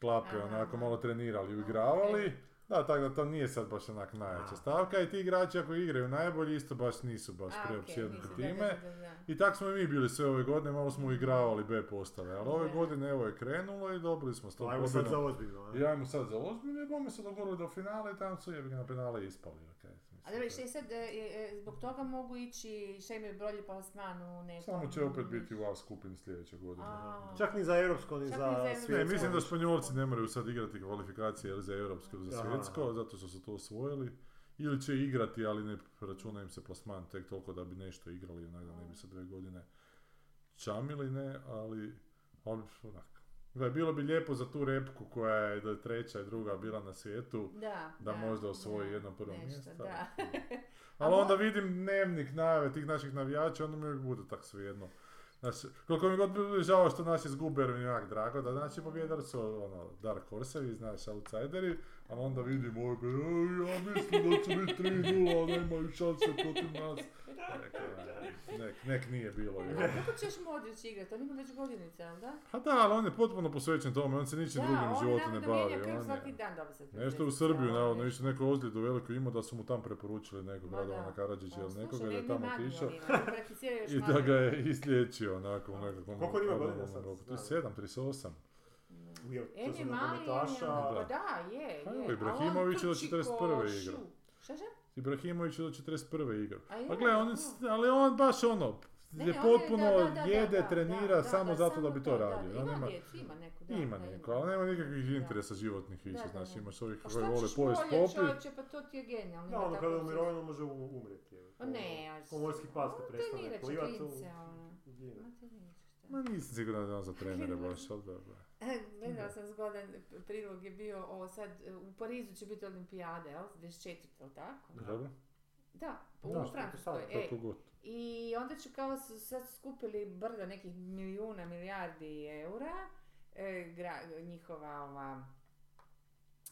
Speaker 3: klape
Speaker 1: Aha.
Speaker 3: onako malo trenirali, uigravali. Da, tako da to nije sad baš onak najjača
Speaker 2: Aha.
Speaker 3: stavka i ti igrači ako igraju najbolji isto baš nisu baš
Speaker 1: a,
Speaker 3: preopsjednuti
Speaker 1: okej, mislim, da,
Speaker 3: time.
Speaker 1: da, da, da.
Speaker 3: I tak smo i mi bili sve ove godine, malo smo uigravali B postave, ali ove
Speaker 1: Da.
Speaker 3: godine evo je krenulo i dobili smo sto
Speaker 2: Pa Ajmo sad za ozbiljno, a?
Speaker 3: I ajmo sad za ozbiljno, i bome se dogurali do finala i tamo su jebi ga na penale ispali. Okay,
Speaker 1: A dobro, što je sad, e, e, zbog toga mogu ići, šta imaju brolji plasman u nekom...
Speaker 3: Samo će opet biti u A skupini sljedeće godine.
Speaker 1: A.
Speaker 2: Čak ni za europsko, ni
Speaker 1: Čak
Speaker 2: za
Speaker 1: ni za
Speaker 2: svjetsko.
Speaker 3: Ne,
Speaker 1: Svjetsko.
Speaker 3: E, mislim da Španjolci ne moraju sad igrati kvalifikacije ili za europsko ili za
Speaker 2: Aha.
Speaker 3: svjetsko, zato što su to osvojili. Ili će igrati, ali ne računa im se plasman tek toliko da bi nešto igrali, onak da ne bi se dve godine čamili, ne, ali, ali onak, Gle, bilo bi lijepo za tu repku koja je da je treća i druga bila na svijetu,
Speaker 1: Da,
Speaker 3: da, možda osvoji
Speaker 1: da,
Speaker 3: jedno prvo
Speaker 1: nešto,
Speaker 3: mjesto.
Speaker 1: Da.
Speaker 3: Ali
Speaker 1: A mo-
Speaker 3: onda vidim dnevnik najave tih naših navijača, onda mi uvijek bude tak svejedno. Znači, koliko mi god bi žao što naši izgube, jer mi je onak drago, da naši pobjedali su ono, Dark Horsevi, znaš, outsideri, ali onda vidim oj, be, ej, ja mislim da će biti 3-0, ali nemaju šanse protiv nas. Nek, eh, nek, nek nije bilo.
Speaker 1: E,
Speaker 3: je.
Speaker 1: a Kako ćeš Modrić igrat? On ima već godinice, jel da?
Speaker 3: A da, ali on je potpuno posvećen tome, on se ničim drugim u životu ne
Speaker 1: Da, on
Speaker 3: bavi.
Speaker 1: navodno mijenja krv
Speaker 3: on je-
Speaker 1: svaki dan, dobro Pa se
Speaker 3: Nešto je u Srbiju, navodno, nešto neko ozljedu veliku imao da su mu tam preporučili nekog
Speaker 1: Ma
Speaker 3: Radovana
Speaker 1: da. pa
Speaker 3: Karadžića ili nekoga da je tamo otišao i
Speaker 1: I
Speaker 3: da ga je isliječio onako u nekakvom
Speaker 2: Koliko on ima
Speaker 3: opravdanom
Speaker 2: godina sad?
Speaker 3: roku. To je 7,
Speaker 2: Znam.
Speaker 3: 38.
Speaker 2: Ujel,
Speaker 1: En
Speaker 2: to su
Speaker 1: je mali, en je
Speaker 2: nogometaša,
Speaker 1: mali. Pa da, je, je.
Speaker 3: Pa evo,
Speaker 1: A on
Speaker 3: Ibrahimović je do
Speaker 1: trči ko
Speaker 3: 41. igra.
Speaker 1: šu. Šta, šta?
Speaker 3: Ibrahimović je do 41. igra.
Speaker 1: A je,
Speaker 3: Pa gle, on,
Speaker 1: E, da.
Speaker 3: je s- ali on baš ono,
Speaker 1: Ne,
Speaker 3: je
Speaker 1: ne, on
Speaker 3: potpuno
Speaker 1: da, da, da,
Speaker 3: jede,
Speaker 1: da,
Speaker 3: trenira
Speaker 1: da,
Speaker 3: samo
Speaker 1: da,
Speaker 3: zato da bi to
Speaker 1: da,
Speaker 3: radio.
Speaker 1: da,
Speaker 3: On
Speaker 1: Ima
Speaker 3: nema,
Speaker 1: djecu, ima neku, da.
Speaker 3: ima
Speaker 1: da,
Speaker 3: neko, ali nema nikakvih interesa životnih više,
Speaker 1: da,
Speaker 3: znači
Speaker 1: da.
Speaker 3: imaš ovih
Speaker 1: Pa
Speaker 3: koji
Speaker 1: šta
Speaker 3: vole
Speaker 1: ćeš
Speaker 3: povijest
Speaker 1: bolje,
Speaker 3: popi,
Speaker 1: čovječe, pa to ti je genijalno.
Speaker 2: Da,
Speaker 1: ima
Speaker 2: ono
Speaker 1: tako
Speaker 2: kada je
Speaker 1: nešto.
Speaker 2: umirovljeno može u- umrijeti. je.
Speaker 1: Pa ne, ali...
Speaker 2: Pomorski pas kad prestane
Speaker 1: Trenirat će
Speaker 2: plivati.
Speaker 1: klince, ono.
Speaker 2: Gine.
Speaker 1: Ma, trenirat će, šta.
Speaker 3: Ma nisam siguran da je on za trenere baš, ali dobro.
Speaker 1: Gledala sam zgodan p- prilog je bio o sad, e, u Parizu će biti olimpijade, jel? 24. jel tako?
Speaker 2: Da.
Speaker 3: Dobro,
Speaker 1: Da, u
Speaker 2: Da, što je
Speaker 1: Francuskoj.
Speaker 2: pisalo,
Speaker 1: E,
Speaker 3: kako god.
Speaker 1: I onda će kao su sad skupili brda nekih milijuna, milijardi eura, e, gra- njihova ova,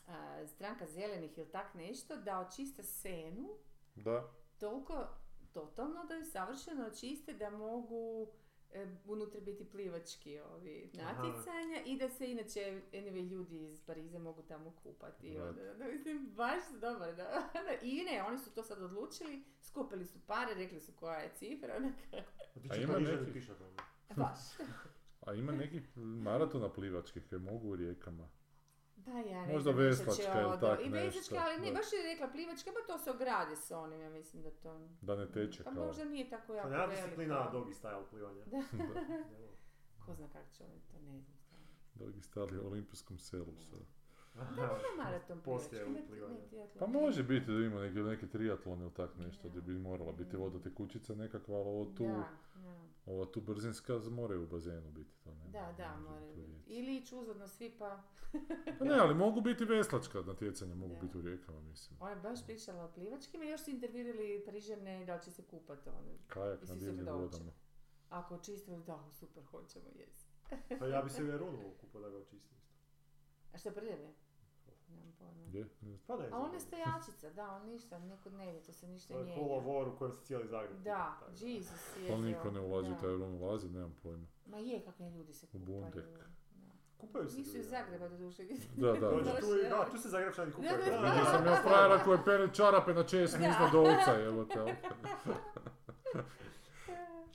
Speaker 1: a, stranka zelenih ili tak nešto, da očiste senu
Speaker 3: Da,
Speaker 1: toliko totalno da ju savršeno očiste da mogu e, unutra biti plivački ovi
Speaker 2: Aha.
Speaker 1: natjecanja i da se inače anyway, ljudi iz Pariza mogu tamo kupati. I
Speaker 3: Da.
Speaker 1: onda, da, mislim, baš su dobar. Da, I ne, oni su to sad odlučili, skupili su pare, rekli su koja je cifra, onak,
Speaker 2: A ti
Speaker 3: A
Speaker 2: će
Speaker 3: ima
Speaker 2: Parižani
Speaker 3: neki-
Speaker 2: pišu o tome.
Speaker 1: baš.
Speaker 3: a
Speaker 1: E.
Speaker 3: ima nekih maratona plivačkih koji mogu u rijekama.
Speaker 1: Da, ja ne
Speaker 3: Možda
Speaker 1: znam, nešto će
Speaker 3: veslačka ili
Speaker 1: odo-
Speaker 3: tak
Speaker 1: I veslačka,
Speaker 3: nešto,
Speaker 1: ali ne,
Speaker 3: da.
Speaker 1: baš je rekla plivačka, pa to se ogradi s onim, ja mislim da to...
Speaker 3: Da ne teče
Speaker 1: Pa
Speaker 3: kao.
Speaker 1: možda nije tako
Speaker 2: Pa
Speaker 1: jako
Speaker 2: nema
Speaker 1: veliko.
Speaker 2: disciplina dogi style plivanja.
Speaker 1: Da.
Speaker 3: Da.
Speaker 2: Nema.
Speaker 1: Ko zna kako će oni to, ne znam. stvarno.
Speaker 3: Dogi stali u olimpijskom selu sad.
Speaker 2: Aha.
Speaker 1: Na maraton
Speaker 2: Pa Poslije
Speaker 1: plivački, ne-
Speaker 2: uplivanja.
Speaker 1: ne triatlon.
Speaker 3: Pa može biti da ima neki, neki triatlon ili tak nešto, gdje bi morala biti vodotekućica nekakva, ali ovo tu,
Speaker 1: Da, da.
Speaker 3: ova tu brzinska z- mora u bazenu biti. To ne,
Speaker 1: Da, da, moraju biti. Ili ići uzvodno svi pa...
Speaker 3: Pa ne, ali mogu biti veslačka natjecanja, mogu
Speaker 1: Da.
Speaker 3: biti u rijekama, mislim.
Speaker 1: Ona je baš pričala o plivačkima i još su intervjuirali Parižane da li će se kupati one.
Speaker 3: Kajak na
Speaker 1: Mislim, super
Speaker 3: divljim
Speaker 1: da hoće.
Speaker 3: vodama.
Speaker 1: Ako očistimo, da, super, hoćemo, jes.
Speaker 2: Pa ja bi se Verunu kupio da ga očistim isto.
Speaker 1: A što prljave? Nemam pojma.
Speaker 3: Gdje? Ne znam.
Speaker 2: Pa da je
Speaker 1: A ona je
Speaker 2: zanimljivo.
Speaker 1: stajačica, da, on ništa, neko ne vidi, to se ništa
Speaker 2: To je
Speaker 1: mijenja.
Speaker 2: kolovor u kojem se cijeli Zagreb.
Speaker 1: Da,
Speaker 2: kupa, tako da.
Speaker 1: Jesus je.
Speaker 3: Pa niko ne ulazi u
Speaker 1: da.
Speaker 3: taj rum, ulazi, nemam pojma.
Speaker 1: Ma je, kakvi ljudi se
Speaker 3: U
Speaker 1: kupaju.
Speaker 3: bunde.
Speaker 1: da.
Speaker 2: Kupaju se
Speaker 1: Nisu
Speaker 2: ljudi,
Speaker 1: iz
Speaker 2: da.
Speaker 1: Zagreba do duše.
Speaker 3: Da, da.
Speaker 2: Dođu
Speaker 3: da.
Speaker 1: Dođe.
Speaker 2: tu i da, tu se Zagrebčani kupaju.
Speaker 1: Da, da, da.
Speaker 3: Vidio sam ja frajera koji pere čarape na
Speaker 1: Da.
Speaker 3: čest nižno do uca, evo te.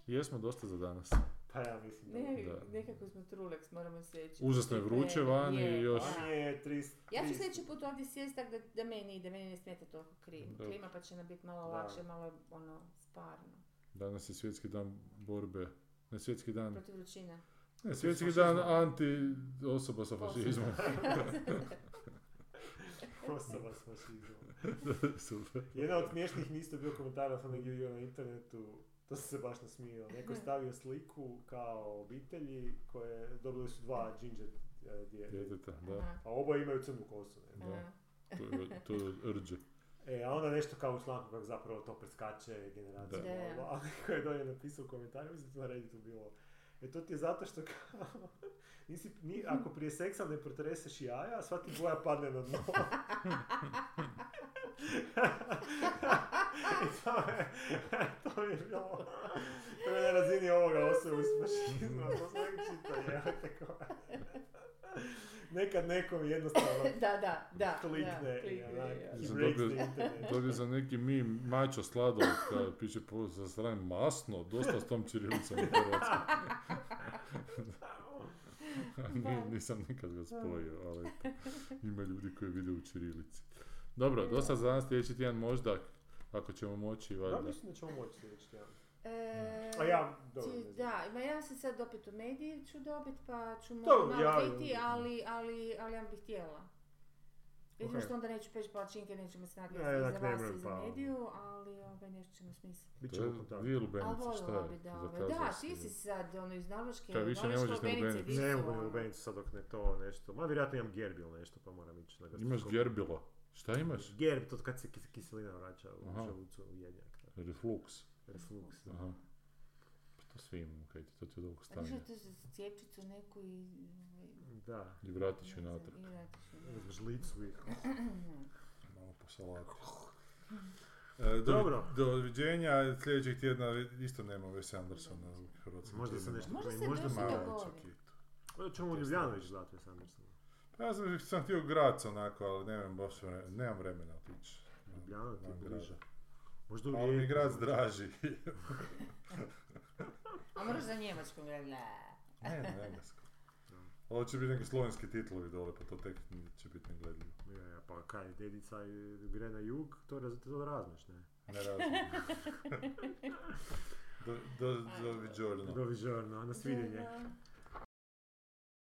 Speaker 3: Jesmo dosta za danas.
Speaker 2: Pa ja mislim da.
Speaker 1: Ne,
Speaker 3: Da.
Speaker 1: nekako smo truleks, moramo seći.
Speaker 3: Užasno je vruće vani i još-
Speaker 2: Pa nije 300.
Speaker 1: Ja ću sljedeći put ovdje sjest tak da, da meni ide, meni ne smeta toliko krim.
Speaker 3: Da.
Speaker 1: klima, pa će nam biti malo
Speaker 2: Da.
Speaker 1: lakše, malo ono, sparno.
Speaker 3: Danas je svjetski dan borbe. Ne, svjetski dan.
Speaker 1: Protiv vrućine.
Speaker 3: Ne, svjetski dan anti osoba sa fašizmom.
Speaker 2: Osoba s fašizmom.
Speaker 3: Super.
Speaker 2: Jedna od smiješnih mi je isto bio komentar, ja sam negdje vidio na internetu, to sam se baš nasmijao. Neko je stavio sliku kao obitelji koje dobili su dva ginger eh, djete.
Speaker 3: Djeteta, da.
Speaker 1: Aha,
Speaker 2: A oboje imaju crnu kosu. Ne?
Speaker 3: Da.
Speaker 1: aha.
Speaker 3: To je, to je rđe.
Speaker 2: E, a onda nešto kao u članku kako zapravo to preskače generaciju.
Speaker 1: Da.
Speaker 2: bla,
Speaker 1: Da, da.
Speaker 2: bla, A neko je dolje napisao u komentarju, mislim da je na Redditu bilo. E to ti je zato što kao, nisi, ni, ako prije seksa ne protreseš jaja, sva ti boja padne na dno. I to, je, to mi je bilo, to je na razini ovoga osoba iz fašizma, to sam čitao, jevate koja. Nekad nekom jednostavno
Speaker 1: da, da, da. da,
Speaker 2: klikne i
Speaker 1: klikne,
Speaker 2: onak,
Speaker 1: ja.
Speaker 2: he
Speaker 3: Sam
Speaker 2: breaks
Speaker 3: dobio-
Speaker 2: the internet.
Speaker 3: Dobio sam neki mi mačo sladoled, kada piše po, sa strane masno, dosta s tom čirilicom u Hrvatskoj. Ni- nisam nikad ga spojio, ali eto, ima ljudi koji vide u čirilici. Dobro, dosta za nas sljedeći tjedan možda, ako ćemo moći,
Speaker 2: Da,
Speaker 3: valjda.
Speaker 2: mislim da ćemo moći sljedeći tjedan.
Speaker 1: E,
Speaker 2: A ja, dobro,
Speaker 1: ti-
Speaker 2: ne znam.
Speaker 1: da, ma ja sam sad opet u mediji ću dobit, pa ću
Speaker 2: Dobro,
Speaker 1: možda malo
Speaker 2: ja-
Speaker 1: biti, ali, ali, ali ja bih htjela. Jedino
Speaker 2: Ok.
Speaker 1: što onda neću peći palačinke, nećemo se nagrati
Speaker 2: Ne,
Speaker 1: za
Speaker 2: onak ne
Speaker 1: vas
Speaker 2: moram
Speaker 1: i za
Speaker 2: pa-
Speaker 1: mediju, ali ovaj, nešto ćemo smisliti.
Speaker 2: Bit
Speaker 3: To je
Speaker 2: ćemo u kontaktu.
Speaker 3: Dvije
Speaker 1: A
Speaker 3: lubenice, šta
Speaker 1: voljela
Speaker 3: je?
Speaker 1: bi da, ovaj,
Speaker 3: Zakazao
Speaker 1: da,
Speaker 3: si
Speaker 1: ti
Speaker 3: ju.
Speaker 1: si sad ono, iz Norveške,
Speaker 3: Kaj, više ne
Speaker 1: Norveške
Speaker 3: možeš na
Speaker 1: lubenice
Speaker 3: lubenicu.
Speaker 1: nisu,
Speaker 2: Ne mogu
Speaker 1: ono.
Speaker 2: u Benicu sad dok ne to nešto. Ma vjerojatno imam gerbil nešto pa moram ići na gastroskopiju.
Speaker 3: Imaš djerbilo. Šta imaš?
Speaker 2: Gerb, to kad se kis- kiselina vraća u
Speaker 3: Aha.
Speaker 2: želucu u jednjak. da.
Speaker 3: Reflux.
Speaker 2: Refluks. da.
Speaker 3: Aha. Pa to svi imamo, kaj ti, to ti od ovog
Speaker 1: A
Speaker 3: stanja.
Speaker 1: više tu s- cijepčicu neku i...
Speaker 2: Da.
Speaker 3: I vratit ću natrag.
Speaker 1: i vratiš ju natrag.
Speaker 2: Uzmeš žlicu i...
Speaker 3: Malo po salati. E, do,
Speaker 2: Dobro.
Speaker 3: Doviđenja, sljedećeg tjedna isto nema Wes Andersona u Hrvatskoj.
Speaker 2: Možda se nešto
Speaker 1: Možda
Speaker 2: promijenilo,
Speaker 1: se
Speaker 2: možda
Speaker 1: nešto
Speaker 2: malo.
Speaker 1: dogodilo.
Speaker 3: Malo
Speaker 1: dogodi.
Speaker 2: Možda ćemo u Ljubljanović zvati sam mislim.
Speaker 3: Pa ja sam, sam htio u Grac onako, ali nemam, baš vre- nemam vremena otići. na-
Speaker 2: Ljubljana ti
Speaker 3: na
Speaker 2: je
Speaker 3: Grad.
Speaker 2: bliže. Možda u
Speaker 3: Ali mi
Speaker 2: Rijeku.
Speaker 3: Grac draži.
Speaker 1: A moraš za njemačkom, gle, gle.
Speaker 3: ne, na englesko. Ovo će biti neki slovenski titlovi dole, pa to tek će biti negledljivo.
Speaker 2: Ja, ja, pa kaj, dedica i gre na jug, to, raz, to razmeš, ne?
Speaker 3: Ne razumijem. do, do, do,
Speaker 1: Ajde.
Speaker 3: doviđorno.
Speaker 2: Doviđorno, na svidenje.
Speaker 1: Da, da.